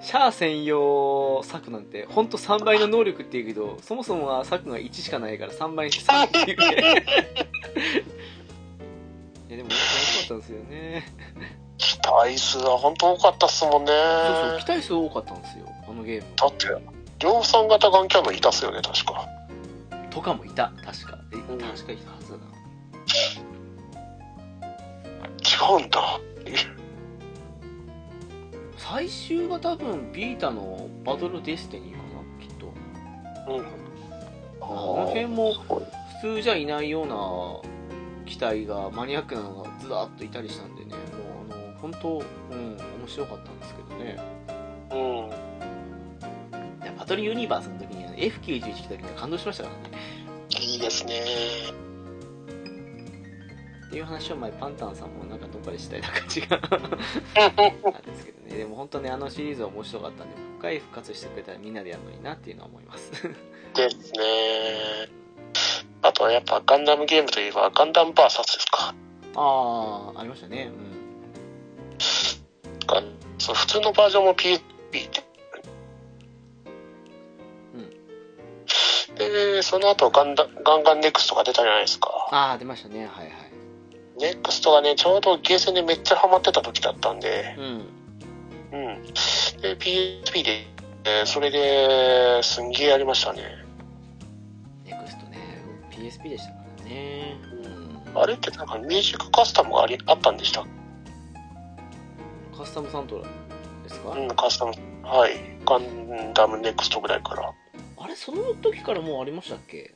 ぁ
シャア専用柵なんて本当3倍の能力っていうけどそもそもは柵が1しかないから3倍にして3っていうい やでも面白かったんですよね
期待数は本当多かったっすもんね
そうそう期待数多かったんですよあのゲーム
だって量産型ガンキャノンいたっすよね確か
とかもいた確かえ
ん
確かいたはずだな
違うんだ
最終が多分ビータのバトルデスティニーかなきっと
うん
あ
あの辺も
すごい。
普通じゃいないような機体がマニアックなのがずらっといたりしたんでねもうあの本当うん面白かったんですけどね
うん
いやバトルユニバースの時にあの F91 来た時には感動しましたからね
いいですね
っていう話を前パンタンさんもなんかどっかでしたような感じがなんですけどねでも本当ねあのシリーズは面白かったんでもう一回復活してくれたらみんなでやるのになっていうのは思います
ですねあとはやっぱガンダムゲームといえばガンダムバーサスですか
ああありましたねうん
がそう普通のバージョンも PSP って。で、その後ガンダ、ガンガンネクストが出たじゃないですか。
ああ出ましたねはいはい
ネクストがね、ちょうどゲーセンでめっちゃハマってた時だったんで、
うん
うん。で、PSP で、えーそれで、すんげえやりましたね。
ネクストね PSP でしたからねうん
あれってなんかミュージックカスタムがありあったんでした
カスタムサントラですか、
うん、カスタム。はい。ガンダムネクストぐらいから。
あれ、その時からもうありましたっけ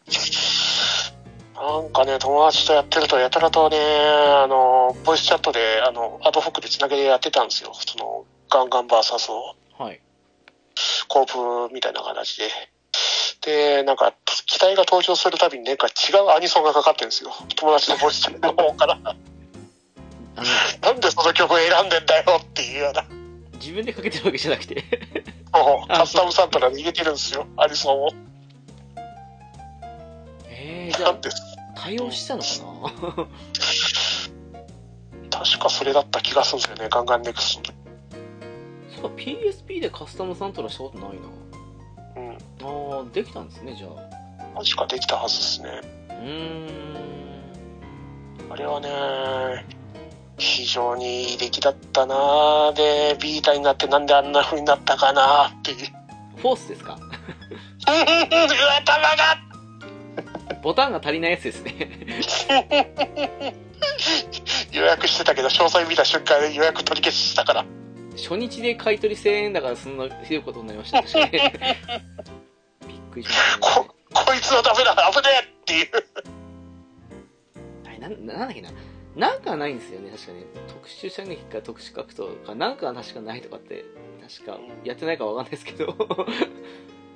なんかね、友達とやってると、やたらとね、あの、ボイスチャットで、あの、アドホックでつなげてやってたんですよ。その、ガンガンバーサスを、
はい。
コープみたいな形で。で、なんか、機体が登場するたびに、なんか違うアニソンがかかってるんですよ。友達のボイスチャットの方か
あ
ら。
の、
なんでその曲選んでんだよっていうような。
自分でかけてるわけじゃなくて。
もう
あ
カスタムサンプラーで入れてるんですよ、アニソンを。
えー、じゃ
なん
あ、
で、
対応したのかな
確かそれだった気がするんですよね、ガンガンネクスト
そうか、PSP でカスタムサントラしたことないな。
の。うん。
ああ、できたんですね、じゃあ。
確かできたはずですね。
うー
あれはね、非常にいい出来だったなぁ。で、ビータになってなんであんな風になったかなぁっていう。
ん。フォースですか
うんうんうん頭が
ボタンが足りないやつですね。
予約してたけど、詳細見た瞬間で予約取り消ししたから。
初日で買い取り1000円だからそんなひどいことになり ましたね。びっくりしました、ね
こ、こいつはダメだ、危ねえっていう。
あれ。なんなんだっけな。なんかはないんですよね、確かね。特殊射撃か特殊格闘か、なんかは確かないとかって、確かやってないかわかんないですけど。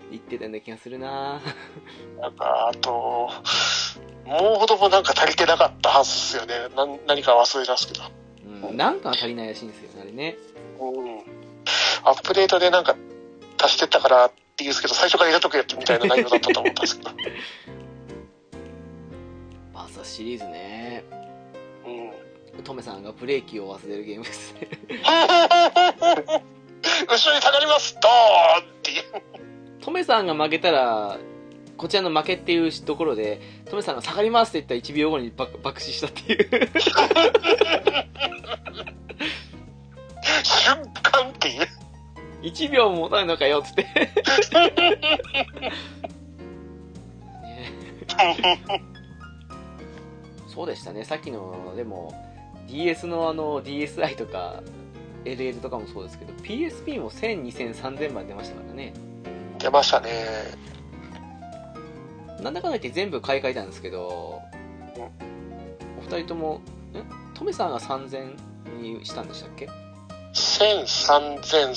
言ってたような気がするな
なんか、あと、もうほどもなんか足りてなかったはずですよね。なん何か忘れ出すけど。
うん、なんかは足りないらしいんですよね、あれね。
うん。アップデートでなんか足してったからって言うんですけど、最初から入れとくよみたいな内容だったと思ったんですけど。
バーサスシリーズね。
うん。
トメさんがブレーキを忘れるゲームですね。
後ろに下がりますドーンっていう。
トメさんが負けたら、こちらの負けっていうところで、トメさんが下がりますって言ったら1秒後に爆爆死したっていう。
瞬間っていう。
1秒も持たないのかよっつって。ねそうでしたね、さっきの、でも、DS のあの、DSi とか、LL とかもそうですけど、PSP も1000、2000、3000まで出ましたからね。
出ましたね。
なんだかんだ言って全部買い替えたんですけど、お二人とも、んトメさんが3000にしたんでしたっけ
1000、3000、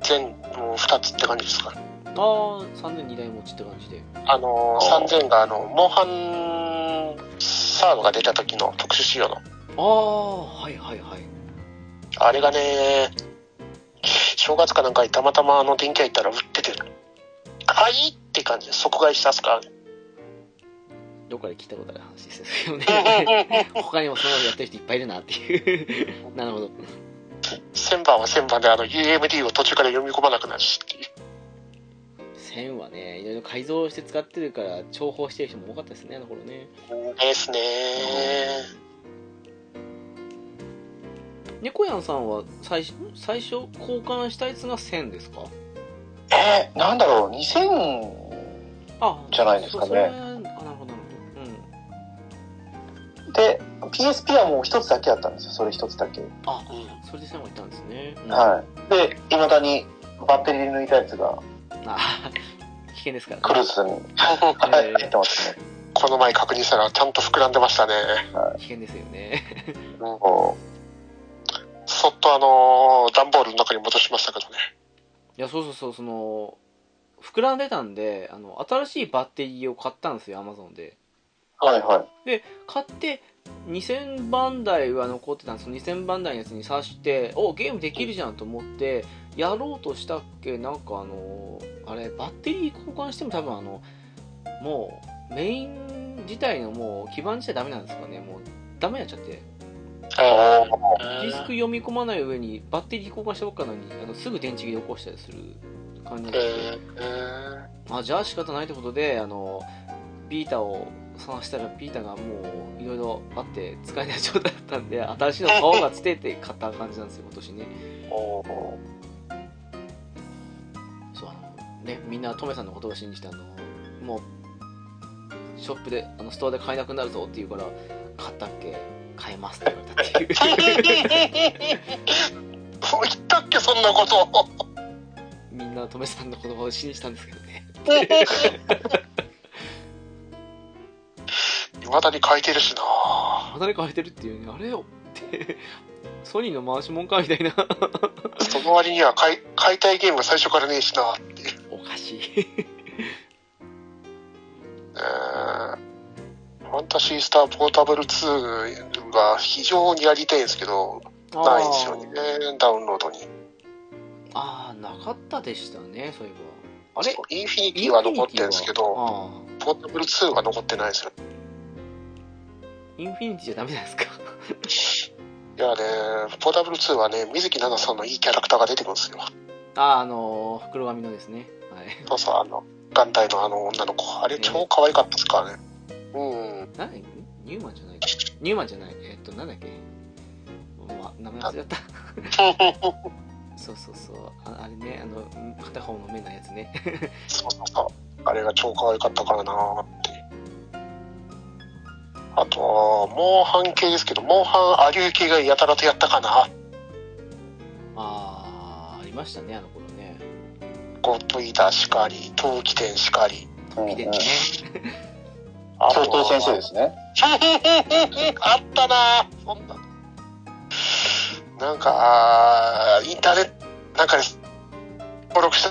3000の2つって感じですか。
ああ、3002台持ちって感じで。
あのー、3000があの、モンハンサードが出た時の特殊仕様の。
ああ、はいはいはい。
あれがね、正月かなんかにたまたまあの電気屋行ったら売ってて、はいって感じで即買いしたっす からね。
どっかで聞いたことある話ですけどね。
1000
他にもそのことやってる人いっぱいいるなっていう。 なるほど。
番は1000番であの UMD を途中から読み込まなくなるしっていう。
1000はね、いろいろ改造して使ってるから、重宝してる人も多かったですね、あの頃ね。
ですね
猫やんさんは最初、最初交換したやつが1000ですか
えー、なんだろう、2000
あ
じゃないですか
そ
ね
それはあ、なるほど、なるほど。うん。
で、PSP はもう一つだけだったんですよ、それ一つだけ。
あ、それで最後行ったんですね。うん
はい。で、いまだにバッテリー抜いたやつが
あ 危険ですから、ね。
クルーズに
えー
入ってますね。
この前確認したらちゃんと膨らんでましたね。
危険ですよね。
こ
そっとあのー、段ボールの中に戻しましたけどね。
いや、そうそうそう、その、膨らんでたんで、あの、新しいバッテリーを買ったんですよ、アマゾンで。
うはいは
買って、2000番台は残ってたんです2000番台のやつに挿して、おゲームできるじゃんと思って、やろうとしたっけ、なんかあの、あれ、バッテリー交換しても多分あの、もう、メイン自体のもう、基板自体ダメなんですかね、もう、ダメになっちゃって。
あ
ディスク読み込まない上にバッテリー交換したばっかなのにあのすぐ電池切れ起こしたりする感じなんで、
えーえ
あじゃあ仕方ないってことであのビータを探したらビータがもういろいろあって使えない状態だったんで新しいの買おうがつてって買った感じなんですよ今年ね
い。おー
そうあのねみんなトメさんの言葉を信じてあのもうショップであのストアで買えなくなるぞって言うから買ったっけ買えますって言われたっていう
ーそう言ったっけそんなこと。
はトメさんの言葉を信じたんですけどね。
いまだに書いてるしな
まだね変えてるっていうね、あれよって、ソニーの回しもんかみたいな。
その割には買い買いたいゲームが最初からねえしなっていう。
おかし い。
えーファンタシースターポータブル2が非常にやりたいんですけど、ないんですよね、ダウンロードに。
あーあー、なかったでしたね、そういえば。あれ
そうインフィニティは残ってるんですけど、
あー
ポータブル2は残ってないんですよ。
インフィニティじゃダメなんですか。
いやね、ポータブル2はね、水木奈々さんのいいキャラクターが出てくるんですよ。
あーあのー、黒髪のですね。はい。
そうそう、あの、眼帯のあの女の子。あれ超可愛かったですからね。うん。
なんだっけニューマンじゃないニューマンじゃない。えっと、なんだっけま、名前忘 れちゃった。そうそうそう。ああれね、あの、片方の目のやつね。
そうそうそう。あれが超可愛かったからなーって。あとは、モンハン系ですけど、モンハンアリュー系がやたらとやったかな。
ああ、ありましたね、あの頃ね。
ゴッドイーターしかり、陶器店しかり。
うんうん
見てね。
あと
相
は
当先生ですね。
あったなぁそんなのなんか、あーインターネット、なんかです登録し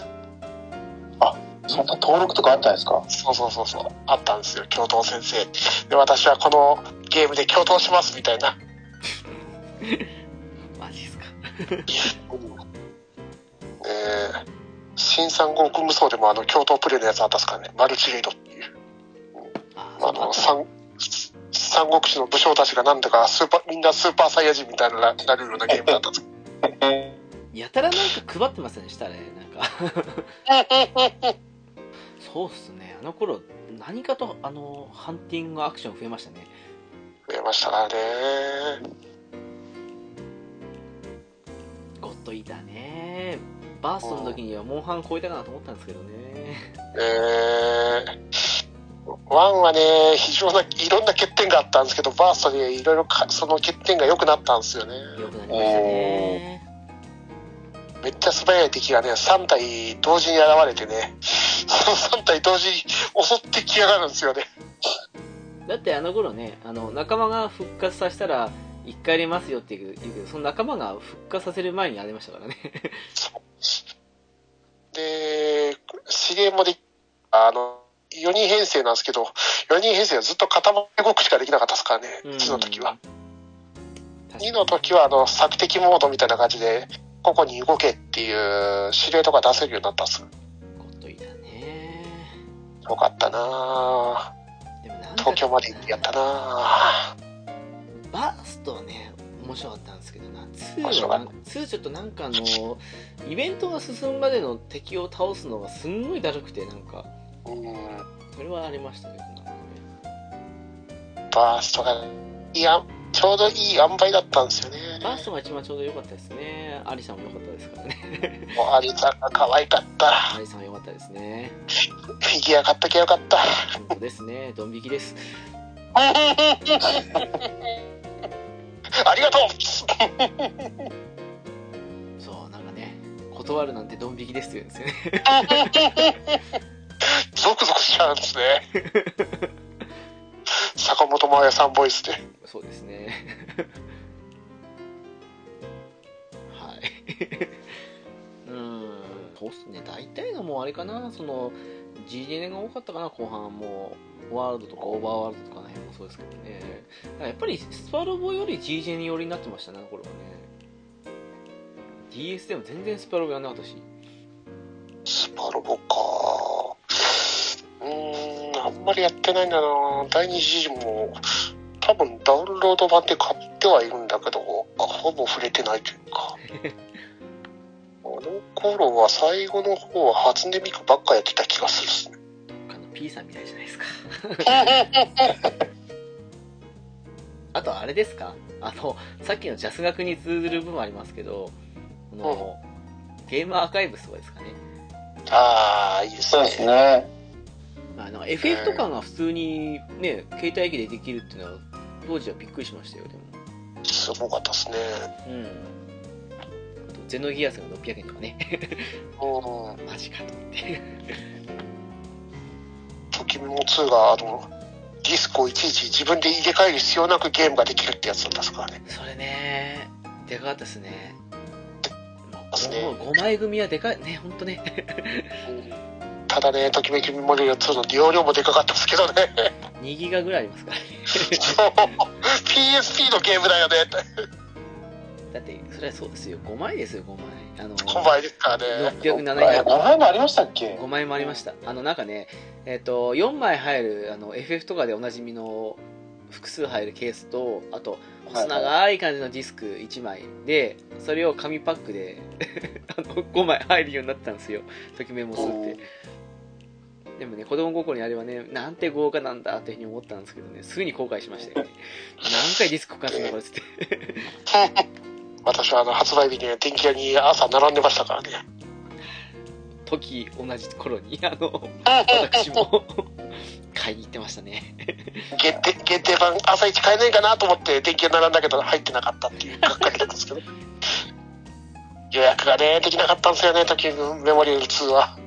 た、
そんな登録とかあったんですか
そうそうそうそう、あったんですよ、教頭先生。で、私はこのゲームで教頭しますみたいな。
マジっすか。
えー、新三国無双でもあの共闘プレイのやつあったっすからね、マルチリードっていう。
あー
あの、三、三国志の武将たちがなんだかスーパー、みんなスーパーサイヤ人みたいななるようなゲームだったんですけど
やたらなんか配ってませんでしたねなんか そうっすねあの頃何かとあのハンティングアクション増えましたね
増えましたからね。
ゴッドイーターねバーストの時にはモンハン超えたかなと思ったんですけどね
えーワンはね、非常ないろんな欠点があったんですけど、バーストでいろいろかその欠点が良くなったんですよね。
よくなりましたね
めっちゃ素早い敵がね、3体同時に現れてね、その3体同時に襲ってきやがるんですよね。
だってあの頃ねあの仲間が復活させたら一回入れますよって言う言うけどその仲間が復活させる前にやりましたからね
で、指令もでき、あの、4人編成なんですけど、4人編成はずっと固まって動くしかできなかったですからね、
うん
1の時は。
確かに
2の時はあの索敵モードみたいな感じでここに動けっていう指令とか出せるようになったんです
ゴッドイーターね
よかったなぁ
でもなんか
東京まで行ってやったなぁ
バーストはね面白かったんですけどな
面
2
白
は
か
な
っ
2ちょっとなんかあのイベントが進むまでの敵を倒すのがすんごいだるくてなんか
うん
それはありましたけどなんかね
バーストがいやちょうどいい塩梅だったんですよね
バーストが一番ちょうど良かったですねアリさんも良かったですから ね
もうアリさんが可愛かった
アリさんは良かったですね
フィギュア買っときゃよかった
本当ですねドン引きです
ありがとう
そうなんかね断るなんてドン引きですって言うんですよね
ゾクゾクしちゃうんですね坂本真綾さんボイスで
そうですね はいうーんそうっすね大体がもうあれかなその GDN が多かったかな後半もうワールドとかオーバーワールドとかあの辺もそうですけどねだからやっぱりスパロボより GDN 寄りになってましたねこれはね DS でも全然スパロボやんなかったし
スパロボかうーんあんまりやってないんだな第二次も多分ダウンロード版で買ってはいるんだけどほぼ触れてないというか あの頃は最後の方は初音ミクばっかやってた気がするっすね
あの P さんみたいじゃないですか あとあれですかあのさっきのジャス学に通ずる部分ありますけどあの、ゲームアーカイブスとかですかね
ああいいです
そう
ね
ですね。
あの FF とかが普通にね携帯機でできるっていうのは当時はびっくりしましたよでも
すごかったですね
うんあとゼノギアスが600円とかね
うん。
マジかと思って
ときも2が、あの、ディスコをいちいち自分で入れ替える必要なくゲームができるってやつだったっすからね。
それねでかかったっすね
すね
5, 枚組はでかいね本当ね
ただね、ときめきメモリアル2の容量もでかかったっすけどね。
2ギガぐらいありますからね
そう PSP のゲームだよね。
だってそれはそうですよ5枚ですよ5枚あの
5倍ですからね。
600
あ
7
れ、
0
5枚もありましたっけ
5枚もありましたあのなんかねえっ、と4枚入るあの FF とかでおなじみの複数入るケースとあと細長い感じのディスク1枚でそれを紙パックで あの5枚入るようになったんですよときめもすってでもね子供心にあればねなんて豪華なんだっていうふうに思ったんですけどねすぐに後悔しましたよね何回ディスク交換するのこれっつって
私はあの発売日にね電気屋に朝並んでましたからね。
時同じ頃に あの私も買いに行ってましたね
限定限定版朝一買えないかなと思って電気屋並んだけど入ってなかったっていうがっかりだったんですけど予約がねできなかったんですよね時メモリアル2は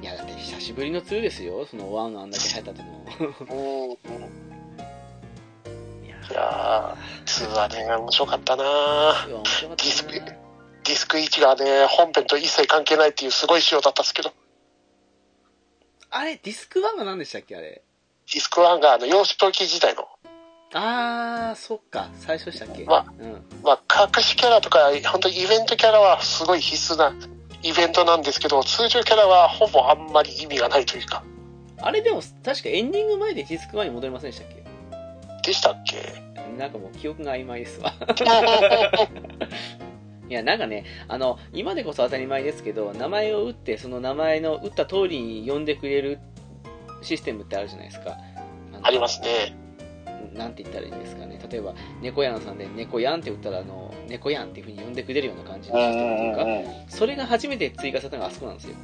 い
やだって久しぶりの2ですよその1あんだけ流行ったとの
うんい
いや
やー2はね面白かったな
ーうわ面白かっ
ディスプレイ
たな
ディスク1がね本編と一切関係ないっていうすごい仕様だったんですけど
あれディスク1は何でしたっけあれ
ディスク1があの洋紙プロ機時代の
あーそっか最初でしたっけ、
ま
うん、
まあ隠しキャラとか本当にイベントキャラはすごい必須なイベントなんですけど通常キャラはほぼあんまり意味がないというか
あれでも確かエンディング前でディスク1に戻りませんでしたっけ
でしたっけ
なんかもう記憶が曖昧ですわいやなんかねあの今でこそ当たり前ですけど名前を打ってその名前の打った通りに呼んでくれるシステムってあるじゃないですかの
ありますね。
なんて言ったらいいんですかね例えば猫やんさんで「猫やん」って言ったらあの「猫やん」っていうふうに呼んでくれるような感じのシステムというか
う
それが初めて追加されたのがあそこなんですよ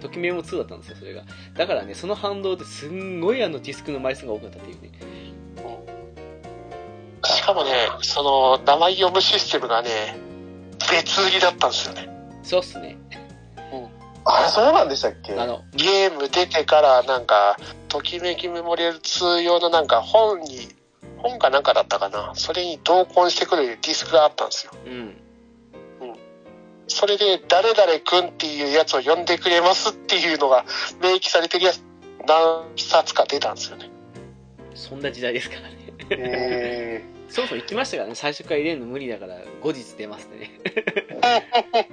ときめも2だったんですよそれがだからねその反動ですんごいあのディスクの枚数が多かったっていうね
しかもね、その名前読むシステムがね、別売りだったんですよね。
そうっすね
あれ、そうなんでしたっけ
あの
ゲーム出てからなんか、ときめきメモリアル2用のなんか本に、本かなんかだったかな。それに同梱してくるディスクがあったんですよ。
うん
それで、誰々くんっていうやつを呼んでくれますっていうのが明記されてるやつ、何冊か出たんですよね。
そんな時代ですからね
え
そもそも行きましたからね最初から入れるの無理だから後日出ますってね
で、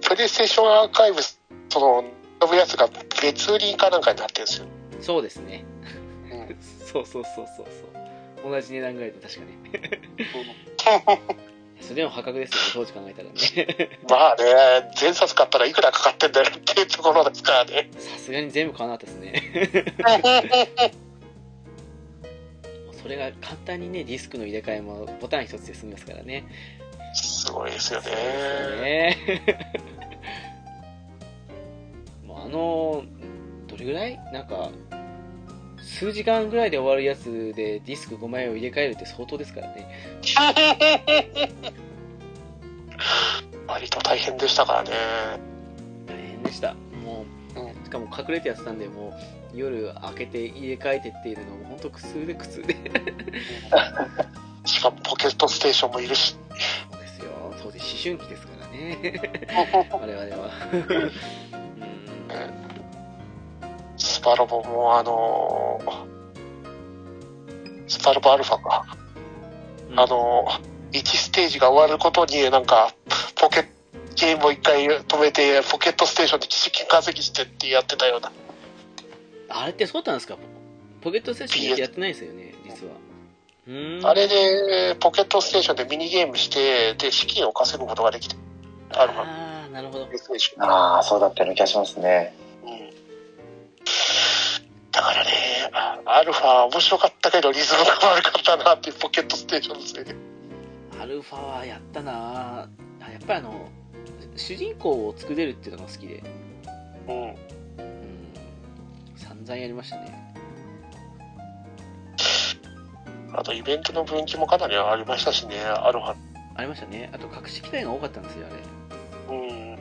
プレイステーションアーカイブス、その、呼ぶやつが別売りかなんかになってるんですよ。
そうですね
うん
そうそうそうそうそう同じ値段ぐらいで確かねそれでも破格ですよね当時考えたらね
まあね、前冊買ったらいくらかかってんだよっていうところですからね。
さすがに全部買わなかったですねそれが簡単にねディスクの入れ替えもボタン一つで済みますからね
すごいですよ
そうですよ
ね。
ねもうあのどれぐらいなんか数時間ぐらいで終わるやつでディスク5枚を入れ替えるって相当ですからね
割と大変でしたからね。
大変でしたも
う
うしかも隠れてやってたんでもう夜開けて入れ替えてっていうのも本当苦痛で苦痛で
しかもポケットステーションもいるし。
そうですよ当時思春期ですからね我々はうん
スパロボもあのースパロボアルファか。
うん
あのー、1ステージが終わることになんか、ポケゲームを一回止めて、ポケットステーションで資金稼ぎしてってやってたような。
あれってそうだったんですかポケットセッションやってないんですよね実はうーん
あれで、ポケットステーションでミニゲームして、で、資金を稼ぐことができて、あるから、
あーなるほど
プレイステーション
ああ、そうだったような気がしますね。
うんだからね、あアルファは面白かったけど、リズムが悪かったなっていうポケットステーションですね。
アルファはやったなあやっぱりあの主人公を作れるっていうのが好きで
うん。
うん散々やりましたね
あと、イベントの分岐もかなりありましたしね、アルファ
ありましたねあと隠し機体が多かったんですよあれ
うん。
うん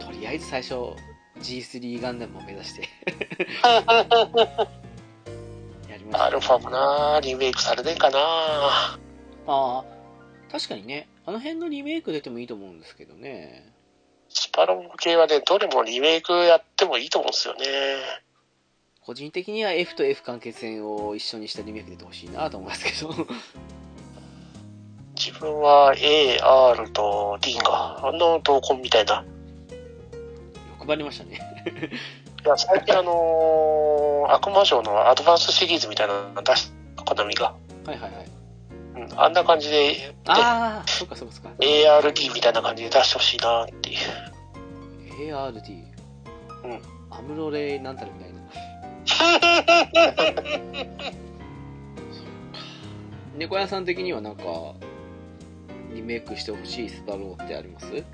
とりあえず最初 G3 ガンダムを目指して やりました、
アルファもな、リメイクされねえかな。
あー確かにねあの辺のリメイク出てもいいと思うんですけどね
スパロボ系はね、どれもリメイクやってもいいと思うんですよね。
個人的には F と F 完結編を一緒にしたリメイク出てほしいなと思いますけど
自分は AR と D か。あの同梱みたいな。
欲張りましたね
いや、最近あのー悪魔城のアドバンスシリーズみたいなの出した、かなみが。
はいはいはい
うん、あんな感じで、ね、
ああそっかそっかそっか
ARD みたいな感じで出してほしいなっていう。
ARD
うん
アムロレイなんたらみたいな 猫屋さん的にはなんかリメイクしてほしいスパローってあります
え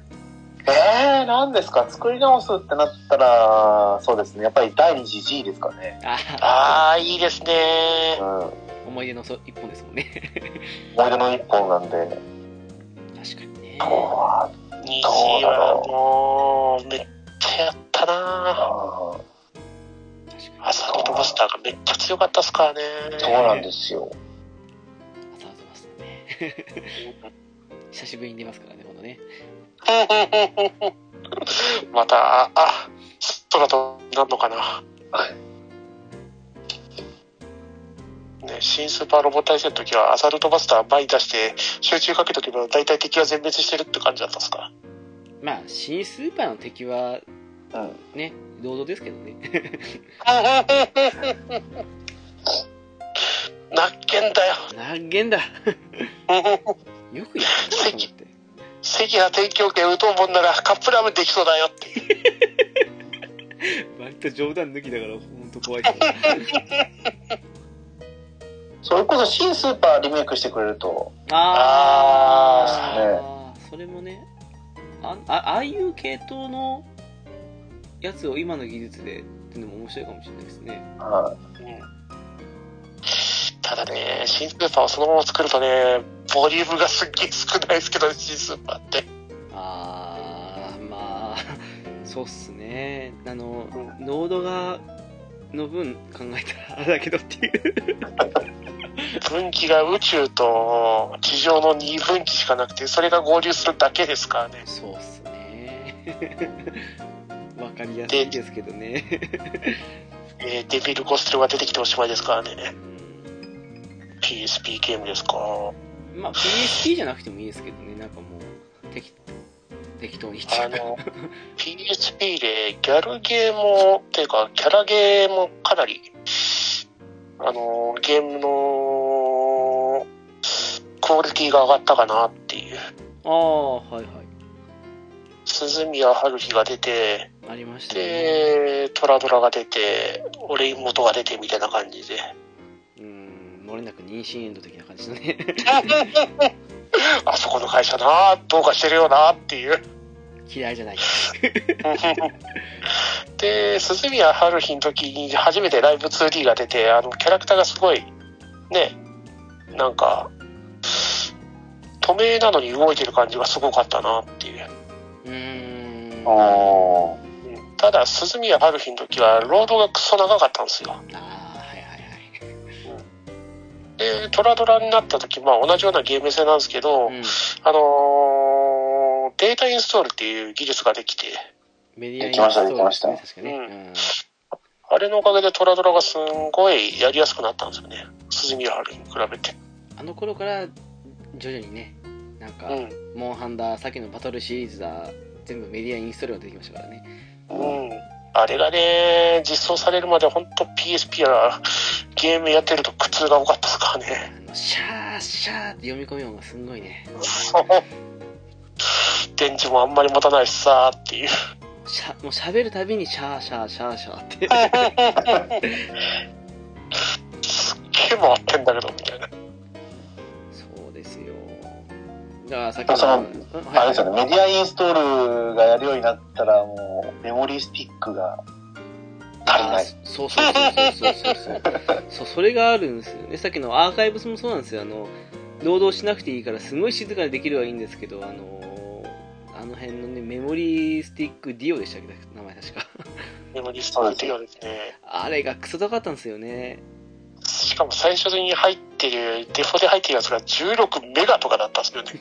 ー、何ですか作り直すってなったら、そうですね。やっぱり第二次 G ですかね。
あ
ああ、いいです
うん。
ね。
思
思い出のそ一本ですもんね
い出の一本なんで。
確かにね
あ
虹はもう、めっちゃやったな。
あ
確かに
アサゴとバスターがめっちゃ強かったっすからね。
そうなんですよ。
朝々ますね久しぶりに出ますからねこのね
また、あ、あ、空となんのかな。ね、新スーパーロボ対戦の時はアサルトバスター前に出して集中かけとけば大体敵は全滅してるって感じだったっすか
まあ新スーパーの敵は
うん。
ね堂々ですけどね
ら。なっけんだよ。
何件だよくやったなと思って
関が天気を受けうとんぼんならカップラーメンできそうだよって。
割と冗談抜きだから本当怖 いですね
それこそ新スーパーリメイクしてくれると、
ああ、それもねああああいう系統のやつを今の技術でっていうのも面白いかもしれないですね
はい
ただね、新スーパーをそのまま作るとね、ボリュームがすっげえ少ないですけど、新スーパーって。
ああまあそうっすねあの濃度がの分考えたらあれだけどっていう
分岐が宇宙と地上の2分岐しかなくて、それが合流するだけですからね。
そうっすね わかりやすいですけどね
えーデビル・ゴステルが出てきておしまいですからね。
うん
PSP ゲームですか。
まあ PSP じゃなくてもいいですけどねなんかもう適適当に言っちゃ
あ
う
の、PSP でギャルゲーも、っていうか、キャラゲーもかなり、あの、ゲームの、クオリティが上がったかなっていう。
ああはいはい
鈴宮春日が出て、
ありましたね
で、トラドラが出て、俺妹が出てみたいな感じで。
うん漏れなく妊娠エンド的な感じだね
あそこの会社な、どうかしてるよなっていう。
嫌いじゃない
で、鈴宮春日の時に初めてライブ 2D が出て、あの、キャラクターがすごい、ね、なんか、透明なのに動いてる感じがすごかったなっていう。
うーん。
おー
ただ、鈴宮春日の時は、ロードがクソ長かったんですよ。
ああはいはいはい
で、トラドラになった時、まあ同じようなゲーム性なんですけど、
うん
あのーデータインストールっていう技術ができて、
メディアイン
できましたできました
確かね、
あれのおかげでトラドラがすんごいやりやすくなったんですよね。鈴宮春日に比べて。
うん、あの頃から徐々にねなんか、
うん。
モンハンださっきのバトルシリーズだ全部メディアインストールができましたからね
うん、あれがね、実装されるまで本当 PSP はゲームやってると苦痛が多かったですからね。
あのシャーシャーって読み込み音がすんごいね
そう電池もあんまり持たないしさっていう。
しゃもう喋るたびにシャーシャーシャーシャーって
すっげえ回ってんだけど、みたいな。
そうですよだからさっきの
その
うんはい
あれですよね、メディアインストールがやるようになったら、もう、メモリースティックが足りない。
そうそうそうそうそうそうそうそうそれがあるんですよねさっきのアーカイブスもそうなんですよあの労働しなくていいからすごい静かにできればいいんですけどあのーあの辺のねメモリースティックディオでしたっけ名前確か
メモリストって言われてね。
あれがクソ高かったんですよね
しかも最初に入ってる、デフォで入ってるやつが16メガとかだったんですよね。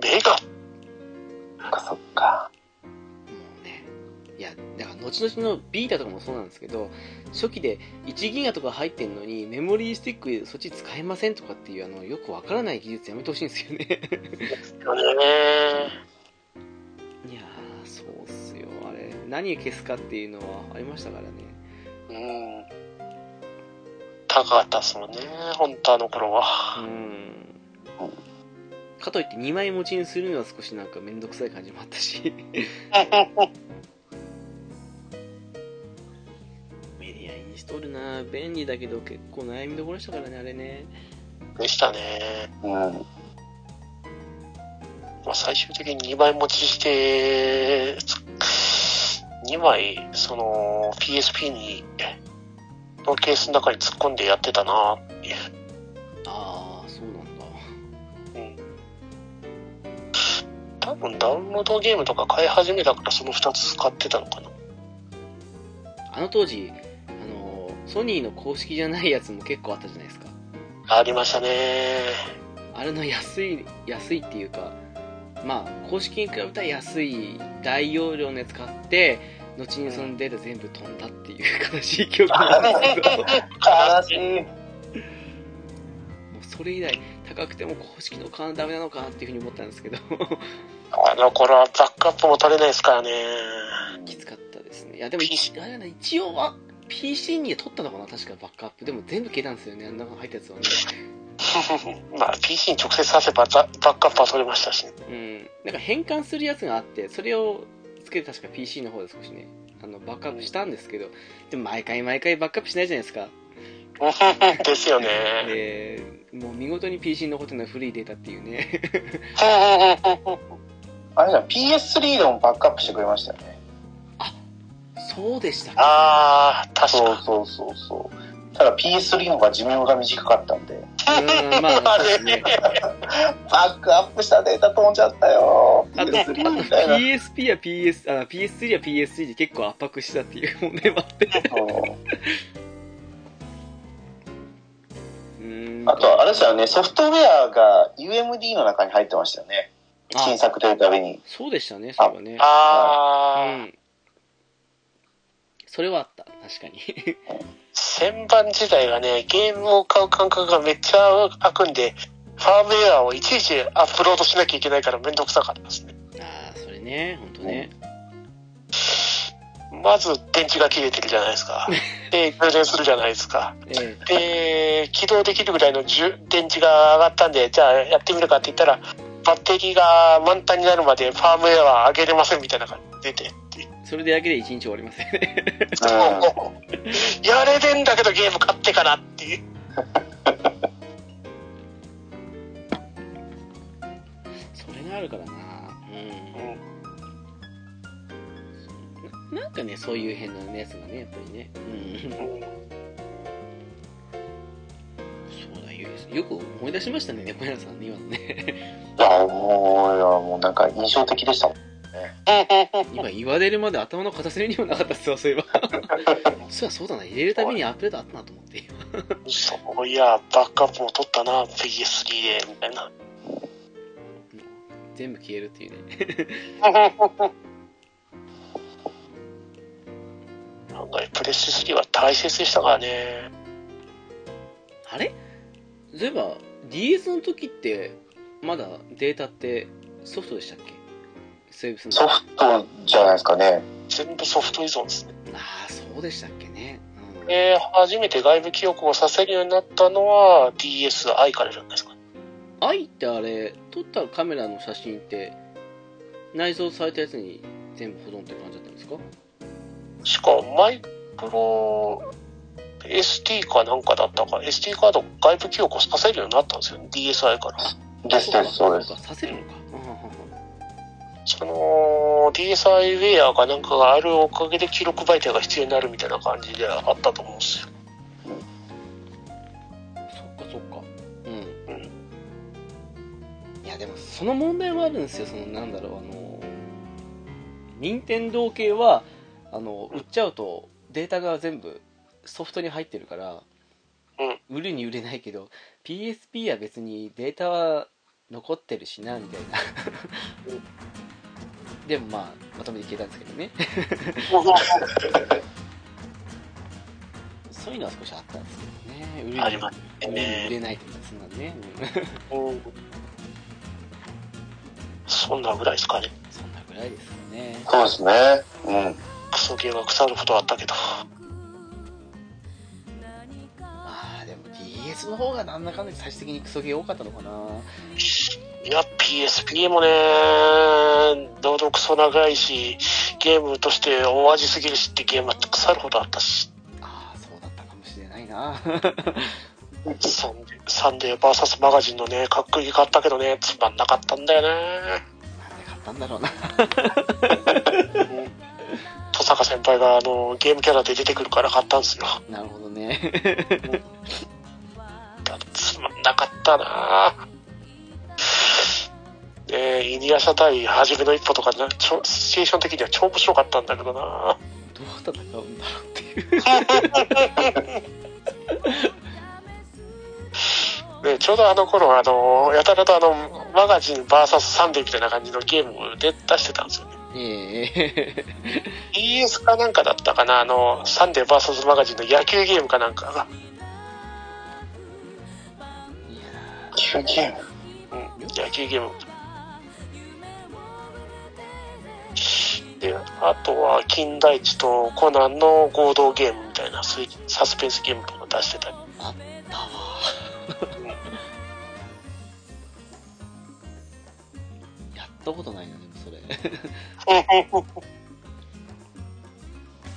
メガ
そっかそっか。
もうねいやだから後々のビータとかもそうなんですけど初期で1ギガとか入ってんのにメモリースティックそっち使えませんとかっていうあのよくわからない技術やめてほしいんですよね
よね。
いやーそうっすよあれ何消すかっていうのはありましたからね
うん。高かったっすもんね、本当あの頃は。
うんかといって2枚持ちにするのは少しなんか面倒くさい感じもあったし メディアインストールな便利だけど結構悩みどころでしたからねあれね
でしたね。
うん。
まあ、最終的に2枚持ちして、2枚、その PSP に、のケースの中に突っ込んでやってたなっていう
ああそうなんだ
多分ダウンロードゲームとか買い始めたからその2つ使ってたのかな。
あの当時あのソニーの公式じゃないやつも結構あったじゃないですか
ありましたね。
あれの安い安いっていうかまあ公式に比べたら安い大容量のやつ買って後にそのデータ全部飛んだっていう悲しい記憶なんですけ ども
悲しい。
うそれ以来高くても公式の缶ダメなのかなっていうふうに思ったんですけど
あの頃はバックアップも取れないですからね。
きつかったですねいやでも一あれだな一応は PC には取ったのかな確かバックアップでも全部消えたんですよねあの中に入ったやつはね
まあ PC に直接させばザバックアップは取れました し、
うんなんか変換するやつがあってそれをつけて確か PC の方で少しねあのバックアップしたんですけど、でも毎回毎回バックアップしないじゃないですか
ですよね。
でもう見事に PC に残ってるのは古いデータっていうね
あれじゃん、PS3 のもバックアップしてくれましたよね。
そうでしたか
ああ、確
そう
か。
そうそうそう。ただ PS3 の方が寿命が短かったんで、
うんまあ
あ
そうですね
れ
バックアップしたデータ飛んじゃったよ。
あ と
PS3 みたいな。
PSP や PS あ PS3 や PS3 で結構圧迫したっていう問題もあって
そう
うーん
あと、あれですよね、ソフトウェアが UMD の中に入ってましたよね。
あ
新作出るたびに。
そうでしたねそれはねう
ああ、
んそれはあった確かに
旋盤時代がね、ゲームを買う感覚がめっちゃ開くんで、ファームウェアをいちいちアップロードしなきゃいけないからめんどくさかったですね。
ああそれね本当ね
まず電池が切れてるじゃないですか。で、充電するじゃないですか。
え
で、起動できるぐらいの充電池が上がったんで、じゃあやってみるかって言ったら、バッテリーが満タンになるまでファームウェアは上げれませんみたいな感じで出て、
えそれでだけで一日終わりますよね
うん。
やれてんだけどゲーム買ってからっていう。
それがあるからなうんななんかねそういう変なやつがねやっぱりねうんそうだよよく思い出しましたね猫屋さんね今のね
いや、もう、いや、もうなんか印象的でしたもん。
今言われるまで頭の片隅にもなかったっすわ そういえばそうやそうだな入れるたびにアップデートあったなと思って
そういや、バックアップも取ったな、PS3 で、みたいな。
全部消えるっていうね
なんかプレステ3は大切でしたからね。
あれそういえば DS の時ってまだデータってソフトでしたっけセーブする
ソ
の
フトじゃないですかね。
全部ソフト依存ですね。
ああそうでしたっけね、うん
で、初めて外部記憶をさせるようになったのは DSi からじゃないですか。
愛ってあれ撮ったカメラの写真って内蔵されたやつに全部保存って感じだったんですか
しか、マイクロ SD かなんかだったか、SD カード外部記憶をさせるようになったんですよね、DSi から。
ですです、そうです
か。させるのか、うんうんうん
その DSi ウェアかなんかがあるおかげで記録媒体が必要になるみたいな感じであったと思うんですよ。
そっかそっかうんその問題もあるんですよそのなんだろうあの任天堂系はあの売っちゃうとデータが全部ソフトに入ってるから、売るに売れないけど PSP は別にデータは残ってるしなみたいなでもまあまとめて消えたんですけどねそういうのは少しあったんですけどね売るに
あります
売るに
ね
売れないとかそんなんね、うん
うんそんなぐらいですかね。
そんなぐらいですかね
そうですね。うん。
クソゲーは腐ることはあったけど。
まあでも DS の方がなんだかんだ最終的にクソゲー多かったのかない
や、PSP もね、どどくそ長いし、ゲームとして大味すぎるしってゲームは腐るほどあったし、
ああそうだったかもしれないな
サンデーサンデー VS マガジンのね、かっこいいかったけどね、つまんなかったんだよね。
なんで買ったんだろうな
戸坂先輩があのゲームキャラで出てくるから買ったんですよ。
なるほどね
つまんなかったなぁ。ねえ、イニアシャ対初めの一歩とかな、ちょシチュエーション的には超面白かったんだけどな
どう戦うんだろうっていう
ねえちょうどあの頃、あの、やたらとあの、マガジン VS サンデーみたいな感じのゲームで出してたんですよね。
ええ
ES かなんかだったかな、あの、サンデー VS マガジンの野球ゲームかなんかが。
いや
急に。
うん、野球ゲーム。で、あとは、金田一とコナンの合同ゲームみたいな、そういうサスペンスゲームとか出してたり。
あったわやったことないなでもそれ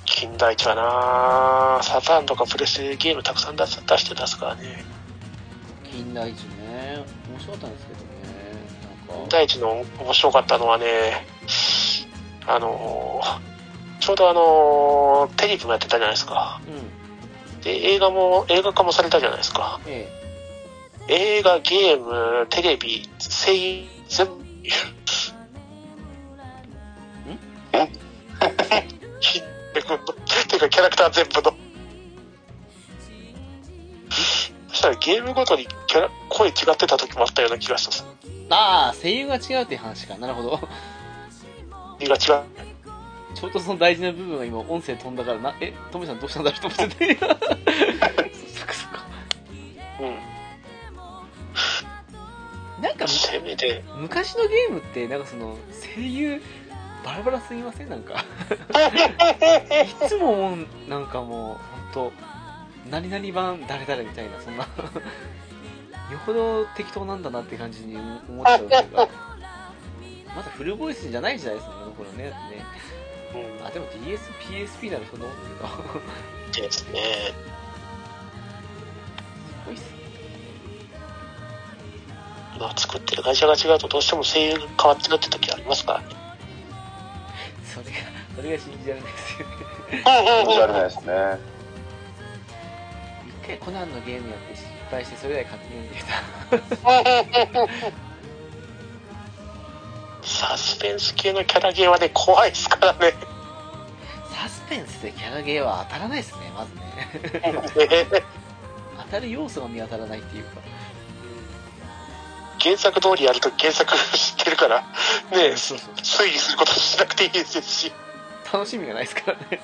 金田一はなあサターンとかプレステゲームたくさん出す出して出すからね。
金田一ね面白かったんですけどねなん
金
か
田一の面白かったのはね、あのーちょうどあのーテレビもやってたじゃないですか。
うん
で、映画も、映画化もされたじゃないですか。
え
映画、ゲーム、テレビ、声優、全部。んひってくんの ていうかキャラクター全部の。そしたらゲームごとにキャラ声違ってた時もあったような気がした。
えああ声優が違うっていう話かなるほど
気が違う。
ちょうどその大事な部分が今音声飛んだからなえトミさんどうしたんだろうと思って てそっかそっか
うん。
なんか
せめて。
昔のゲームってなんかその声優バラバラすぎませんなんかいつも思うなんかもう本当何々版誰々みたいなそんなよほど適当なんだなって感じに思っちゃうというかまだフルボイスじゃない時代ですねこの頃ねだってね
うん。
あでも DSPSP ならそんなもんだけどす
ですね。
ごいっすね
まあ作ってる会社が違うとどうしても声優が変わってるって時ありますからね。
それがそれが信じられないですよね
気持ち悪いですね。
一回コナンのゲームやって失敗してそれ以来勝手にできた
サスペンス系のキャラゲーはね、怖いですからね。
サスペンスでキャラゲーは当たらないですねまずね 当たる要素が見当たらないっていうか
原作通りやると原作知ってるから、ねえ、
そうそう
推理することしなくていいですし、
楽しみがないですから ね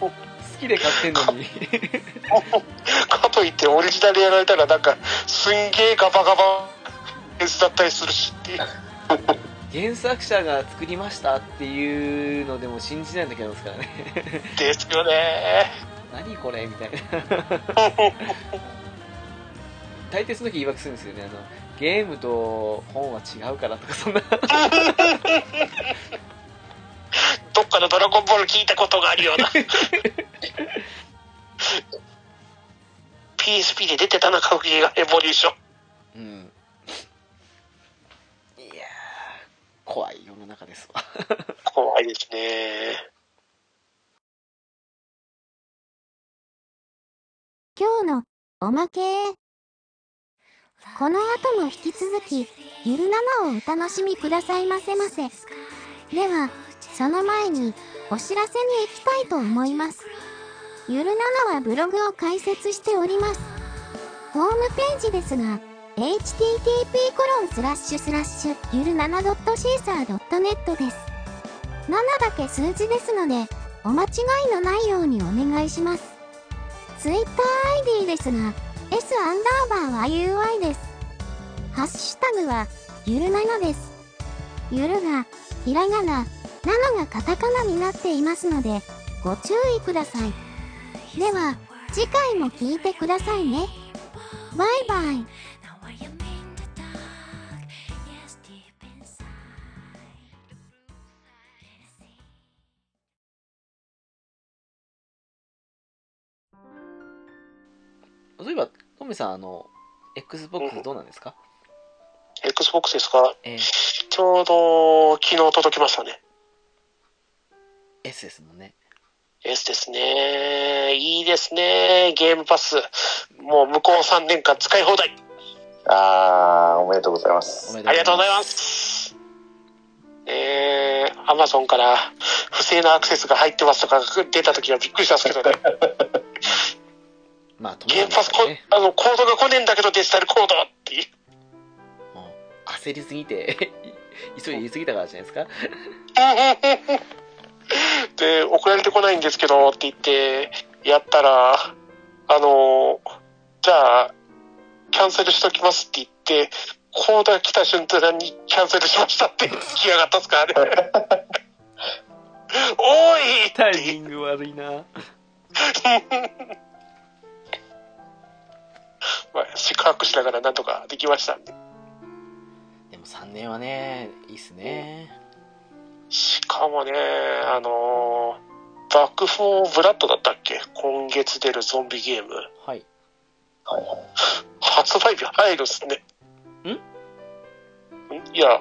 好きで買ってんのに
かといってオリジナルやられたらなんか、すんげえガバガバ、演出だったりするしっていう。
原作者が作りましたっていうのでも信じない時ありますからね
ですよね。
何これみたいな 大抵その時言い訳するんですよねあのゲームと本は違うからとかそんな
どっかのドラゴンボール聞いたことがあるような。PSP で出てたな、歌舞伎がエボリューション。
うんいやー怖い世の中ですわ
怖いですね。
今日のおまけこの後も引き続き、ゆる7をお楽しみくださいませませ。では、その前に、お知らせに行きたいと思います。ゆる7はブログを開設しております。ホームページですが、http コロンスラッシュスラッシュゆる 7.caesar.net です。7だけ数字ですので、お間違いのないようにお願いします。TwitterID ですが、S アンダーバーは UI です。ハッシュタグは、ゆる7です。ゆるが、ひらがな、7がカタカナになっていますので、ご注意ください。では、次回も聞いてくださいね。バイバイ。
Now are you mean the dark? Yes, deep inside.
そういえば、トメさん、あの、Xbox どうなんですか、
Xbox ですか
えー
ちょうど昨日届きましたね。
S ですもんね。
S ですね。いいですね。ゲームパス。もう向こう3年間使い放題。
あー、おめでとうございま
お
す。
めで。
ありがとうございますす。えー、Amazon から不正なアクセスが入ってますとか出た時はびっくりしたん ですけどね。
まあ、トメさ
ゲー
ん
ム
で
パ
す
ス
から
こ、
ね。
あの、コードが来ねえんだけどデジタルコードっていう。
もう焦りすぎて、 急いで言いすぎたからじゃないですか。
で、送られてこないんですけどって言って、やったら、あの、じゃあ、キャンセルしときますって言って、コードが来た瞬間にキャンセルしましたって来やがったっすからね。 おいって
タイミング悪いな。
まあ、四苦八苦しながらなんとかできましたんで。
でも3年はね、いいっすね。
しかもね、あのーバックフォーブラッドだったっけ今月出るゾンビゲーム。
はい。
はいはい
発売日入るっすね。んいや、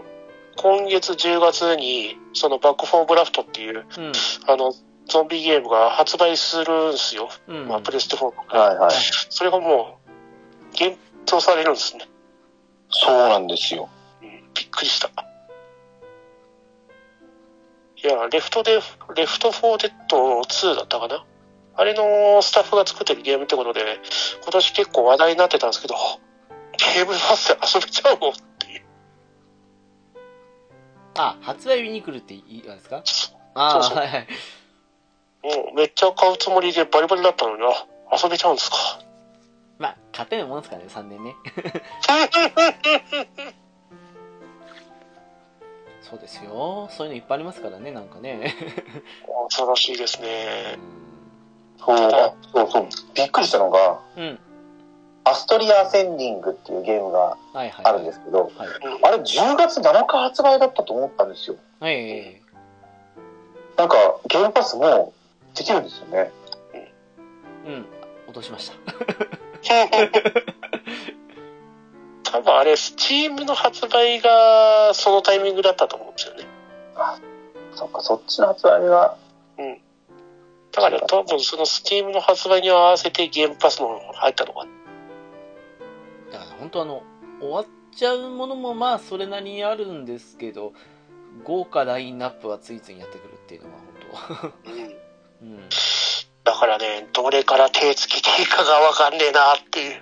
今月10月に、そのバックフォーブラフトっていう、
うん。
あの、ゾンビゲームが発売するんすよ。
うん。
まあ、プレステ4。
はいはい。
それがもう、検討されるんですね。
そうなんですよ。
うんびっくりした。いや、レフトで、レフト4デッド2だったかな。あれのスタッフが作ってるゲームってことで、今年結構話題になってたんですけど、ゲームパスで遊べちゃうのっていう。
あ、発売日に来るって言うんですか
そ
ああ、
そうそう
はいはい。
もうめっちゃ買うつもりでバリバリだったのにな。遊べちゃうんですか。
まあ、勝てないもんですからね、3年 ね。そうですよ。そういうのいっぱいありますからね、なんかね。
恐ろしいです
う
ね。
ん
そうあそうそう。びっくりしたのが、
うん。
アストリア・アセンディングっていうゲームが
はいはい。
あるんですけど、
はい。
うん
あれ10月7日発売だったと思ったんですよ。
はいはい。
なんか、ゲームパスもできるんですよね。
うん。落としました。
多分あれ、スチームの発売がそのタイミングだったと思うんですよね。
そっか、そっちの発売が。
だから多分そのスチームの発売に合わせてゲームパスの入ったのが。
だから本当あの、終わっちゃうものもまあそれなりにあるんですけど、豪華ラインナップはついついやってくるっていうのは 本当。うん。
だからね、どれから手つけていいかがわかんねえなっていう。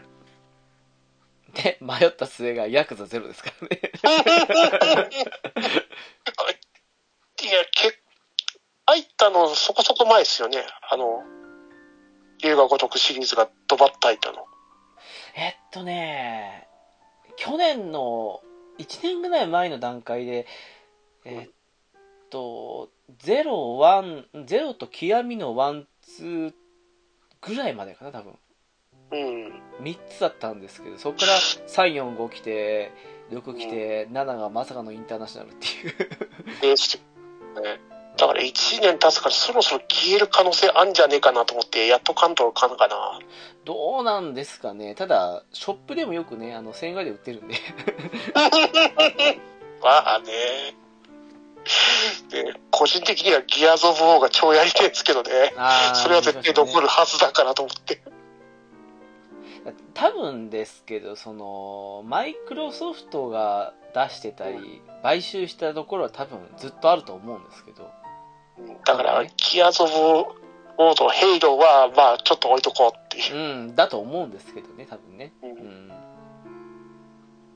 で、迷った末がヤクザゼロですからね。
いや、け、入ったのそこそこ前ですよね。あの、龍が如くシリーズがドバッと入ったの。
えっとね、去年の1年ぐらい前の段階で、えっと、ゼロ、ワン、ゼロと極みのワン、ツーぐらいまでかな、多分。
うん。
3つだったんですけど、そこから3、4、5来て、6来て、7がまさかのインターナショナルっていう。
ですね。だから1年経つからそろそろ消える可能性あんじゃねえかなと思って、やっと関東かんかな。
どうなんですかね。ただ、ショップでもよくね、あの、1000円ぐらいで売ってるんで。
まあね。で個人的にはギアゾブ王が 超やりてえんですけどね。
あー
それは絶対残るはずだからと思って。
多分ですけどそのマイクロソフトが出してたり買収したところは多分ずっとあると思うんですけど
だから、ギアゾブモード、ヘイローは、まあ、ちょっと置いとこうっていう。
うんだと思うんですけどね多分ねうん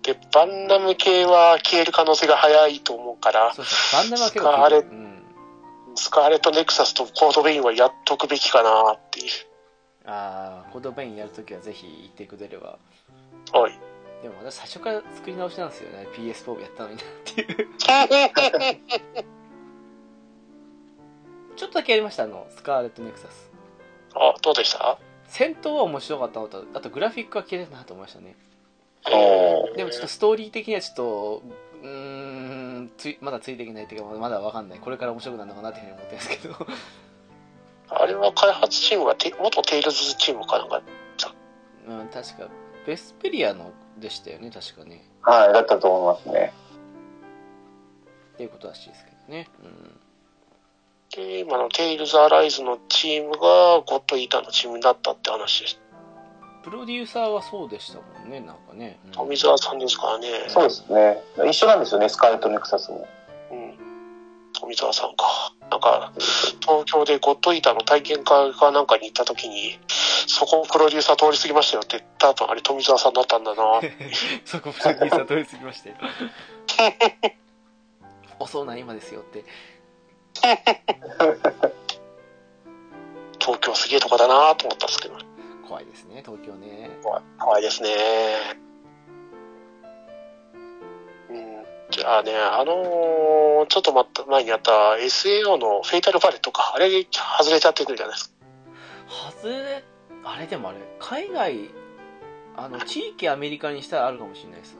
で、バンダム系は消える可能性が早いと思うから、
そうそうバンダムは結
あ
構
あれ
うん
スカーレット・ネクサスとコード・ベインはやっとくべきかなっていう。
ああコードベインやるときはぜひ行ってくれれば
はい。
でも私最初から作り直しなんですよね PS4 やったのになっていう ちょっとだけやりましたあのスカーレットネクサス
あ、どうでした
戦闘は面白かったのとあとグラフィックは綺麗だなと思いましたね
お
でもちょっとストーリー的にはちょっとうーんついまだついていけないっていうかまだわかんないこれから面白くなるのかなっていうふうに思ってるんですけど
あれは開発チームがテ、元テイルズチームかなんか。
うん確かベスペリアのでしたよね確かね
はい、だったと思いますね。
っていうことらしいですけどねうん
で、今のテイルズ・アライズのチームがゴッド・イーターのチームになったって話です。
プロデューサーはそうでしたもんねなんかね、うん
富澤さんですからね。
そうですね。一緒なんですよね、スカーレット・ネクサスも。
うん。富澤さんか。なんか、東京でゴッドイーターの体験会かなんかに行った時に、そこをプロデューサー通り過ぎましたよって言った後、あれ富澤さんだったんだな。
そこプロデューサー通り過ぎまして遅うな今ですよって
東京すげえとこだなと思ったんですけど。
怖いですね東京ね
怖い怖いですね。うん。じゃあね、あのーちょっと待った前にあった SAO のフェイタルバレットか。あれ外れちゃってるじゃないですか。
外れあれでもあれ海外あの地域アメリカにしたらあるかもしれないですよ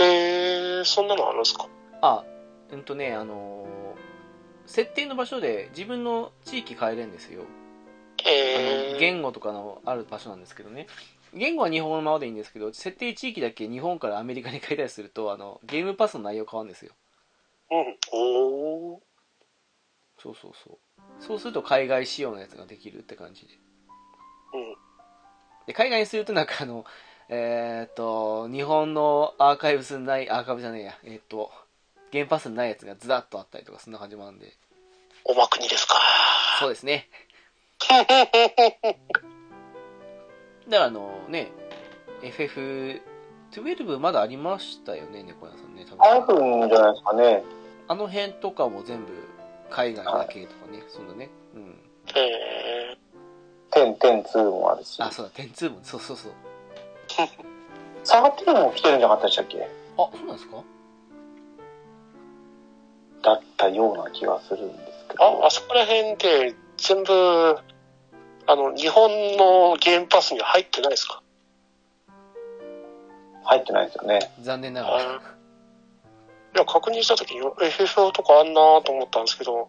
えー、そんなのあるんですか
あうんとねあのー設定の場所で自分の地域変えれるんですよあ
え
の
ー、
言語とかのある場所なんですけどね言語は日本のままでいいんですけど設定地域だけ日本からアメリカに変えたりするとあのゲームパスの内容変わるんですよ
うん。おー。
そうそうそうそうすると海外仕様のやつができるって感じで
うん
で海外にするとなんかあのえーっと日本のアーカイブスにないアーカイブじゃねえやえーっとゲームパスにないやつがずらっとあったりとかそんな感じもあるんで
おまくにですか。
そうです ねだからあのね FF12 まだありましたよね猫屋さんね多
アイ
分
んじゃないですかね。
あの辺とかも全部海外だけとかね、そんなねうん
え
10、10、2もあるし。
あそうだ点2もそうそうそう
13も来てるんじゃなかったでしたっけ
あそうなんですか
だったような気がするんですけ
ー、あ、
ど
あ。そこら辺で全部、あの、日本のゲームパスには入ってないですか
入ってないですよね。
残念ながら
いや、確認した時に FFO とかあんなと思ったんですけど、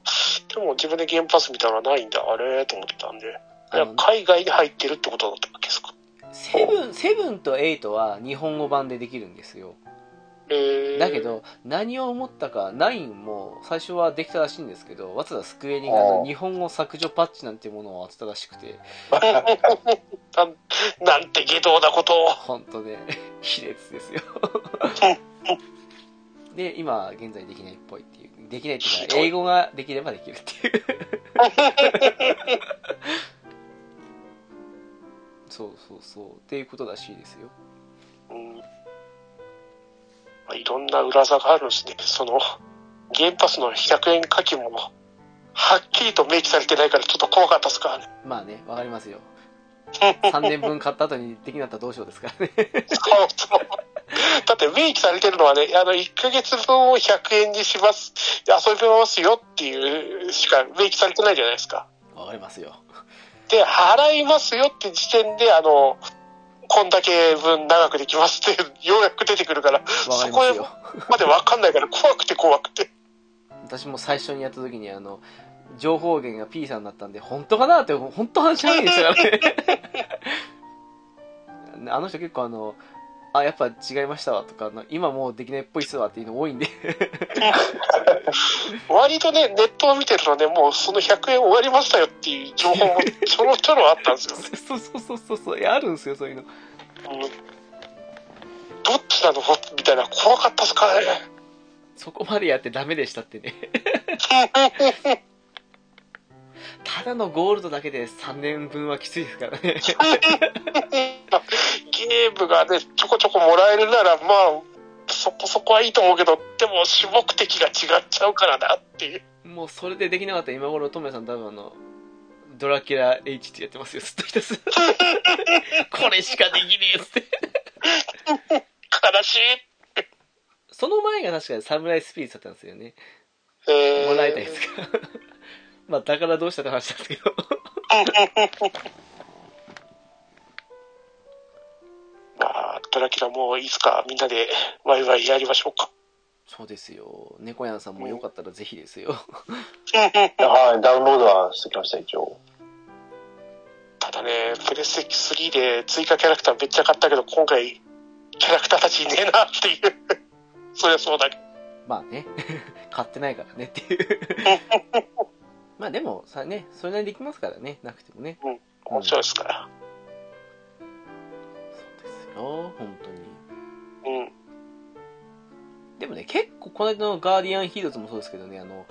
でも自分でゲームパス見たらないんだ、あれと思ってたんで。い
あ
や
の、
海外に入ってるってことだったわけですか。
セブンセブンとエイトは日本語版でできるんですよ
えー、
だけ、ど何を思ったか9も最初はできたらしいんですけどわざわざスクエニがあの
あー
日本語削除パッチなんてものを当てたらしくて
なんなんて下道なことを。
本当ね 卑劣ですよで今現在できないっぽいっていうできないっていうか英語ができればできるっていうそうそうそうっていうことらしいですよ
うんまあ、いろんな裏技があるんですね。その、ゲームパスの100円課金も、はっきりと明記されてないからちょっと怖かったですからね。
まあねわかりますよ3年分買った後にできなかったらどうしようですからね
そうそうだって明記されてるのはね、あの、1ヶ月分を100円にします、遊べますよっていうしか明記されてないじゃないですか。
わかりますよ
で、払いますよって時点で、あの、こんだけ分長くできますって、ようやく出てくるから、
わか
そ
り
こ
ますよ
までわかんないから怖くて怖くて。
私も最初にやった時にあの情報源が P さんだったんで本当かなって本当話しないでしたからね あの人結構あのあやっぱ違いましたわとかあの今もうできないっぽいっすわっていうの多いんで
割とね、ネットを見てるとね、もうその100円終わ りましたよっていう情報もちょろちょろあったんですよね。
そうそうそうそうそういやあるんですよそういうの
どっちなのみたいな怖かったっすからね。
そこまでやってダメでしたってねただのゴールドだけで3年分はきついですからね
ゲームがね、ちょこちょこもらえるなら、まあ、そこそこはいいと思うけど、でも、主目的が違っちゃうからなっていう。
もうそれでできなかったら今頃トメさん多分あのドラキュラ H ってやってますよずっとひたす らこれしかできねえっつって
悲しい。
その前が確かにサムライスピリッツだったんですよね
えー
もらいたいですかまあだからどうしたって話なんですけど
まあ、ドラキュラもいつかみんなでワイワイやりましょうか。
そうですよ猫やんさんもよかったらぜひです よ
はい、ダウンロードはしてきました、一応。
ただね、プレステ3で追加キャラクターめっちゃ買ったけど、今回、キャラクターたちいねえなっていう。そりゃそうだけど。
まあ ね買ってないからねって いうまあでもさねそれなりにできますからねなくてもね
面白いですから。
そうですよ本当に
うん。
でもね結構この間のガーディアンヒーローズもそうですけどねあの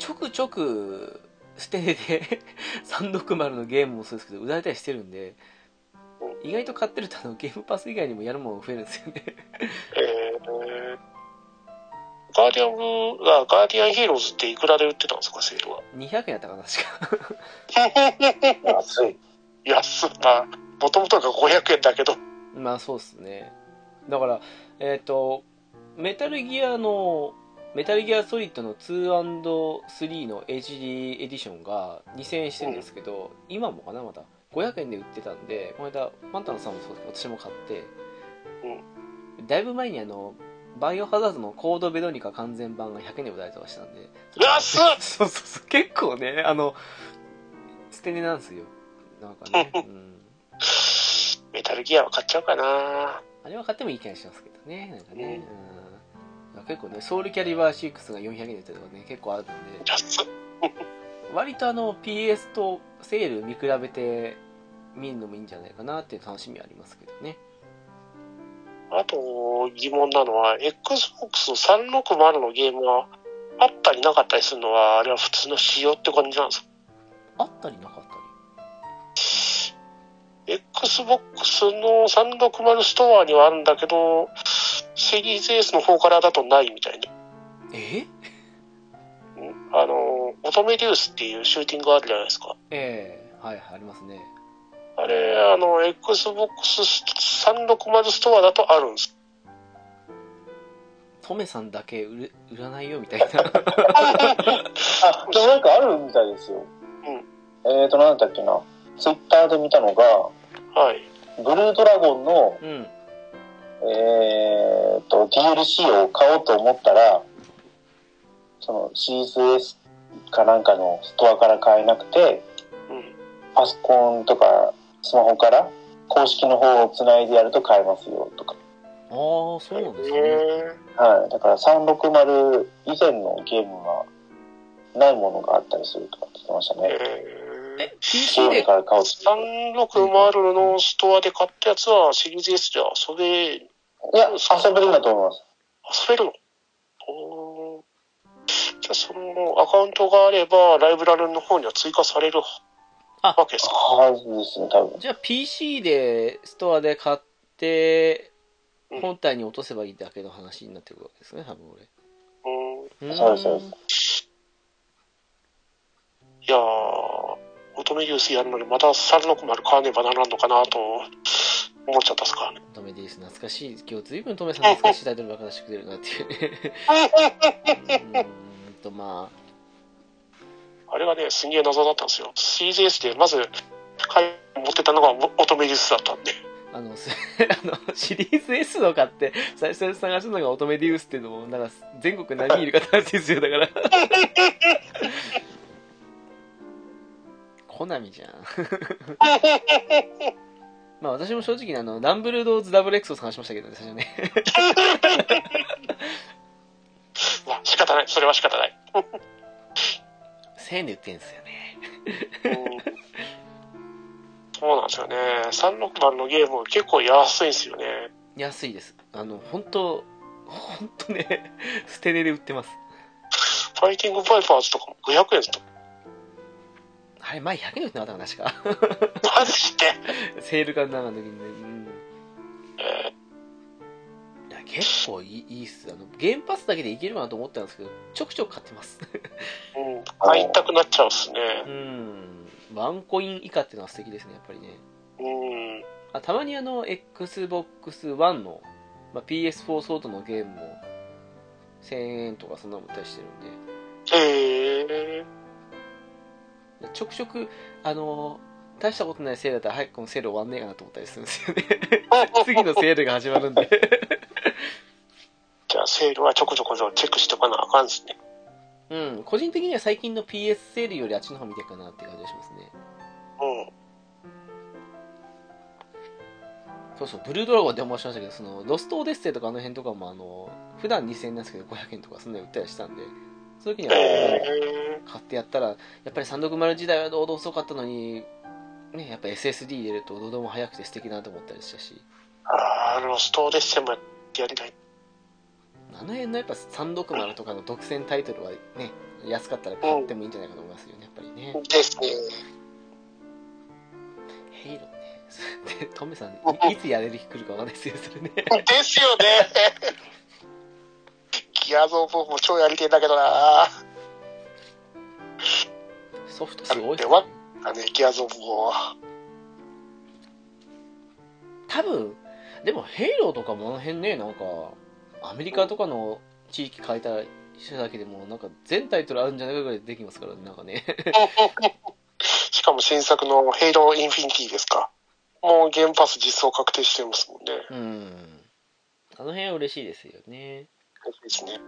ちょくちょく捨て値で 360のゲームもそうですけど売られたりしてるんで意外と買ってるとあのゲームパス以外にもやるもの増えるんですよね
えー、ガーディアンブあ、ガーディアンヒーローズっていくらで売ってたんですか、セールは。
200円やったかな確か
安い。
安っな。もともとが500円だけど。
まあそうっすねだからえっ、とメタルギアのメタルギアソリッドの 2&3 の HD エディションが2000円してるんですけど、今もかなまだ500円で売ってたんでこの間ファンタンさんもそうですけど私も買って、だいぶ前にあのバイオハザードのコードベロニカ完全版が100円で売られてましたんで
安っ
そうそうそう結構ねあの捨て値なんですよなんか ね、うん
メタルギアは買っちゃうかな。
あれは買ってもいい気がしますけどね、なんかね
ね。
うん、結構ね、ソウルキャリバー6が400円で売ってたとかね、結構あるんで、
安っ
割とあの、PS とセール見比べて見るのもいいんじゃないかなっていう楽しみはありますけどね。
あと疑問なのは、Xbox の360のゲームは、あったりなかったりするのは、あれは普通の仕様って感じなんですか
あったりなかったり。
?Xbox の360ストアにはあるんだけど、セリーズ S の方からだとないみたいな。
え
うんあの、乙女デュースっていうシューティングあるじゃないですか。
ええはい、ありますね。
あれ、あの、Xbox 360ストアだとあるんです。
トメさんだけ売る売らないよみたい な。
あ、でもなんかあるみたいですよ。えーと、なんだっけな。ツイッターで見たのが、
はい。
ブルードラゴンの、
うん。
えーと、DLC を買おうと思ったら、その、CSS かなんかのストアから買えなくて、
うん。
パソコンとかスマホから公式の方をつないでやると買えますよとか。
ああ、そうなんですね。
え
はい。だから360以前のゲームはないものがあったりするとかって言ってました
ー
ね。
えー
え、PC
ゲーム
で、
から買うと。
360のストアで買ったやつはシリーズ S じゃ遊べ、遊
いや、遊べるんだと思います。
べるのおーじゃあそのアカウントがあれば、ライブラルの方には追加される
あ
わけですか
はいですね、多分。
じゃあ PC でストアで買って
うん、
本体に落とせばいいだけの話になってくるわけですね、多分俺。
うーん。
そうですそうです
いやー、乙女ユースやるのにまた360買わねばならんのかなと思っちゃったっすからね。
トメディース懐かしい。今日ずいぶんトメさん懐かしいタイトルばっか出してくれるなっていうね。うーんと、まあ、
あれがね、すげえ謎だったんですよ。CJS でまず、買い持ってたのが乙女ユースだったんで。
あの、すあのシリーズ S の買って、最初に探したのが乙女ディウスっていうのも、なんか全国何人いるかって話ですよ、だから。コナミじゃん。まあ私も正直ねあの、ランブルドーズダブル X を探しましたけどね、最初ね。
まあ仕方ない。それは仕方ない。
1000円で売ってるんですよね。
うんそうなんですよね。36番のゲーム結構安いんですよね。
安いですあの本当本当ね 捨て値で売ってます
ファイティングバイパーズとかも500円とか。
あれ前100円の時なかったかな 確か
マジで
セールかなんかの時にね、うん
え
いや結構いいいいっすあのゲームパスだけでいけるかなと思ったんですけどちょくちょく買ってます
ーうん、買いたくなっちゃうっすね
う。ん ワンコイン以下っていうのは素敵ですねやっぱりね
うん。
あたまにあの XBOX1 の、まあ、PS4 ソートのゲームも1000円とかそんなの売ったりしてるん
ええ
でちょくちょくあの大したことないセールだったら早くこのセール終わんねえかなと思ったりするんですよね次のセールが始まるんで
じゃあセールはちょこちょこチェックしておかなあかんですね。
うん個人的には最近の PS セールよりあっちの方見てるかなって感じがしますね
うん。
そうそうブルードラゴンでも申しましたけどそのロストオデッセイとかあの辺とかもあの普段2000円なんですけど500円とかそんなに売ったりしたんでそういう時には、
え
買ってやったらやっぱり360時代はどうど遅かったのにねやっぱ SSD 入れるとどうでも早くて素敵だなと思ったりしたし
ー、あーロストオデッセイもやりたい。
あの辺のやっぱ360とかの独占タイトルはね安かったら買ってもいいんじゃないかと思いますよねやっぱりね
ですね。
ヘイローね でトメさんいいつやれる日来るかわかんないですよそれね
ですよね。ギアゾー4も超やりてえんだけどな。
ソフトすごいっす
で
ね
わあのね、ギアゾー4は。
多分でもヘイローとかもあの辺ねなんかアメリカとかの地域変えたりしただけでもなんか全タイトルあるんじゃないかぐらいできますからねなんかね
しかも新作のヘイローインフィニティですか。もうゲームパス実装確定してますもんね。
うん。あの辺は嬉しいですよね。
ですね。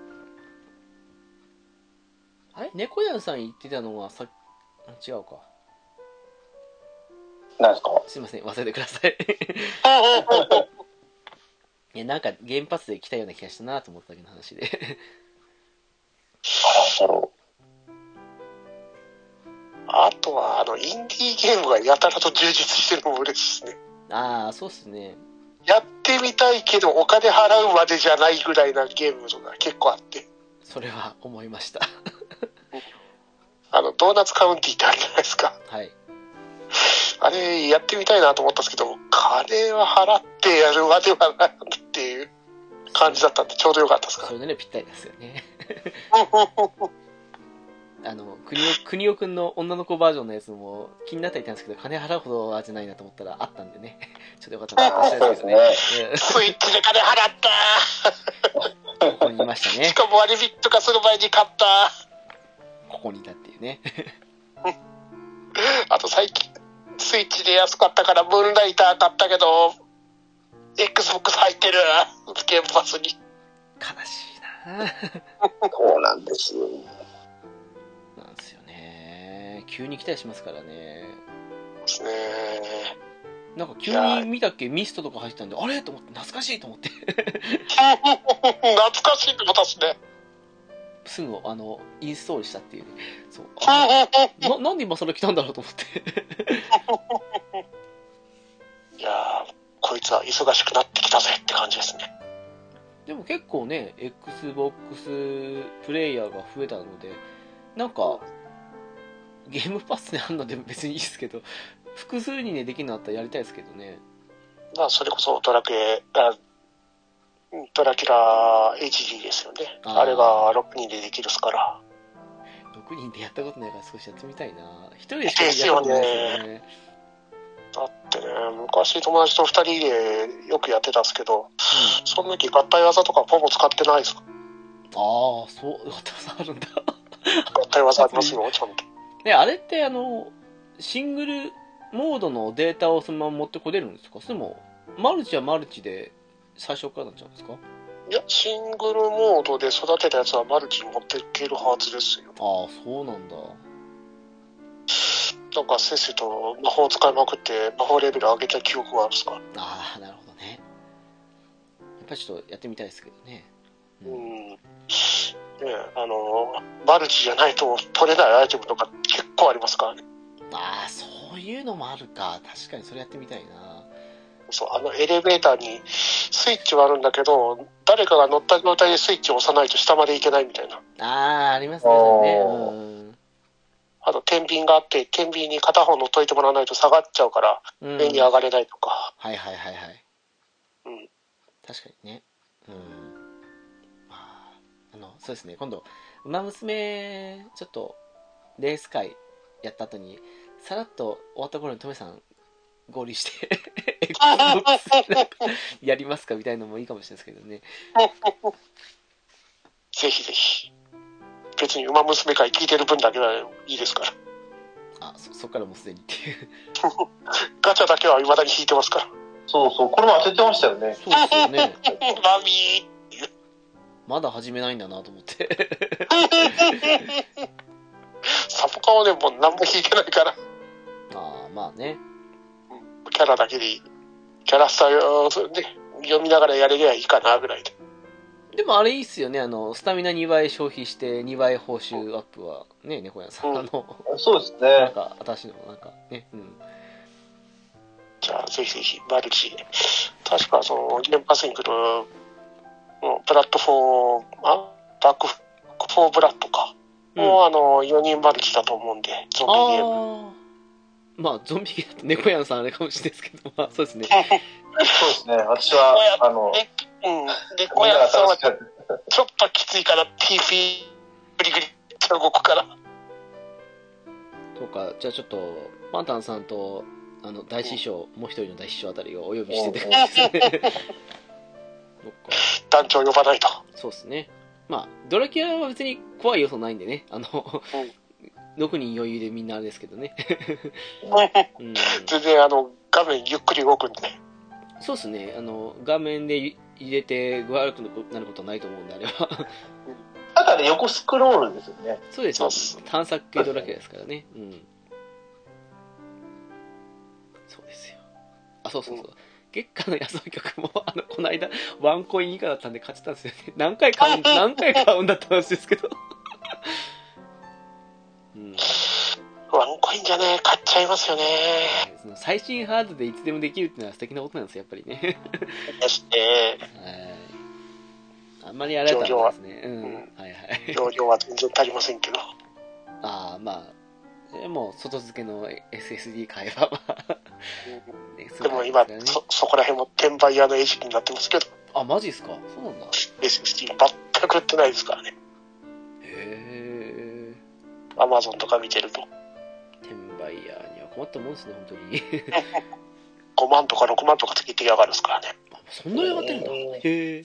あれ猫やんさん言ってたのはさっあ違うか。
なんですか
すいません、忘れてくだ さい。いや、なんか、原発で来たような気がしたなと思っただけの話で。
なんだろ
あとは、あの、インディーゲームがやたらと充実してるのも嬉しいですね。
ああ、そうっすね。
やってみたいけど、お金払うまでじゃないぐらいなゲームとか結構あって。
それは思いました。
あの、ドーナツカウンティーってあるじゃないですか。
はい。
あれ、やってみたいなと思ったんですけど、金は払ってやるまではないっていう感じだったんで、ちょうどよかったですか
そ
ら。
れならぴったりですよね。
あ
あの、国尾国尾くんの女の子バージョンのやつも気になってはいたんですけど、金払うほどはじゃないなと思ったらあったんでね。 ちょっとよかったなと思
う。
っ
そ
た
うんで
ですす
ね
け。どね。
スイッチで金払った
うんここにいましたね
し。かも割引とかする前に買った
ここにいたっていうね。
あと最近、スイッチで安かったから、ムーンライター買ったけど、Xbox 入ってるゲームパスに。
悲しいなぁ。
そうなんですよ。
なんですよね急に来たりしますからね
ですね。
なんか急
いや
に見たっけミストとか入ってたんであれと思って懐かしいと思って
懐かしいのもたすね。
すぐあのインストールしたっていうねそうあ
い
ななんで今それ来たんだろうと思って
やー、こいつは忙しくなってきたぜって感じですね。
でも結構ね XBOX プレイヤーが増えたのでなんかゲームパスであるので別にいいですけど複数にねできるのあったらやりたいですけどね
まあ、それこそドラクエ、あうんドラキュラ HD ですよね。
あー
あれが6人でできるっすから。
6人でやったことないから少しやってみたいな1人でしかやったことないですよね
だってね、昔友達と2人でよくやってたんですけど、
うん
その時合体技とかほぼ使ってないですか
ああそう渡さんあるんだ
合体技ありますよ、ちゃんと。
ね、あれってあの、シングルモードのデータをそのまま持ってこれるんですかそれとも、マルチはマルチで最初からなっちゃうんですかあ
いや、シングルモードで育てたやつはマルチに持っていけるはずですよ。
あ、そうなんだ。
なんかせっせと魔法使いまくって魔法レベル上げた記憶はあるっすか
ああ、なるほどね。やっぱりちょっとやってみたいですけどね。
う
うん
ん。ねえあの、マルチじゃないと取れないアイテムとか結構ありますからね。
ああそういうのもあるか確かにそれやってみたいな
そう、あのエレベーターにスイッチはあるんだけど、誰かが乗った状態でスイッチを押さないと下まで行けないみたいな。
ああありますねそれね
お
あと、天秤があって、天秤に片方乗っといてもらわないと下がっちゃうから、
うん、うん、
上に上がれないとか。
はいはいはいはい、
うん
確かにねうんまああのそうですね今度「ウマ娘」ちょっとレース会やった後にさらっと終わった頃にトメさん合流して Xbox なんか やりますかみたいのもいいかもしれないですけどね
ぜひぜひ。別に馬娘会聞いてる分だけならいいですから。
あそそっからもうすでにっていう
ガチャだけは未だに引いてますから。
そうそう、これも当ててましたよね。
そうですよね
マミ
まだ始めないんだなと思って
ー。サポカはね、もう何も引いてないから、
ああまあね
キャラだけでいい。キャラスターをね、読みながらやれりゃいいかなぐらいで。
でもあれいいっすよねあのスタミナ2倍消費して2倍報酬アップはね猫屋さん
うん
あの
そうです
なん
ね。
か私のなんかねうん
じゃあ、ぜひぜひ、マルチ。確か、その、ゲームパスに来る、うんプラットフォー、あバックフォーブラッドか。
うん
もう、あの、4人マルチだと思うんで、ゾンビゲーム。
ああまあゾンビゲーだと猫屋さんあれかもしれないですけど まあそうですね
そうですね。私は、あの、
で、うん。で、小
親
屋
が
さん
新
は
し、くやって
ちょっときついから、TP、グリグリって動くから。
とかじゃあちょっとパンタンさんとあの大師匠もう一人の大師匠あたりをお呼びしてて
う
そ
ん
っか
団長呼ば ないと。
そうっすねまあドラキュラは別に怖い要素ないんでねあの6人余裕でみんなあれですけどねうん
全然、あの、画面ゆっくり動くんで。
そうですねあの画面で入れて具合悪くなることはないと思うんであれは
ただね、横スクロールですよね。
そうです
そうっす
探索系ドラキュラですからねうんそうですよあそうそうそう月下の野草曲も あのこの間ワンコイン以下だったんで勝ちたんですよね何回買うん何回買うんだったんですけど うん
ワンコインじゃね買っちゃいますよね。
その最新ハードでいつでもできるっていうのは素敵なことなんですよやっぱりね
ですね。
はいあんまりあれだったらですねうん
上々は
はいはい
容量は全然足りませんけど。
ああまあでも外付けの SSD 買えばまあね
でも今、
そうなんですよ
そ
ね、
そこら辺も転売屋の餌食になってますけど、
あマジですかそうなんだへ
SSD 全く売ってないですからね。
え
Amazon とか見てると。
転売ヤーには困ったもんですね本当 に
5万とか6万とかつけてやがるですからね。
あそんなに上がってるんだ
へ
へえ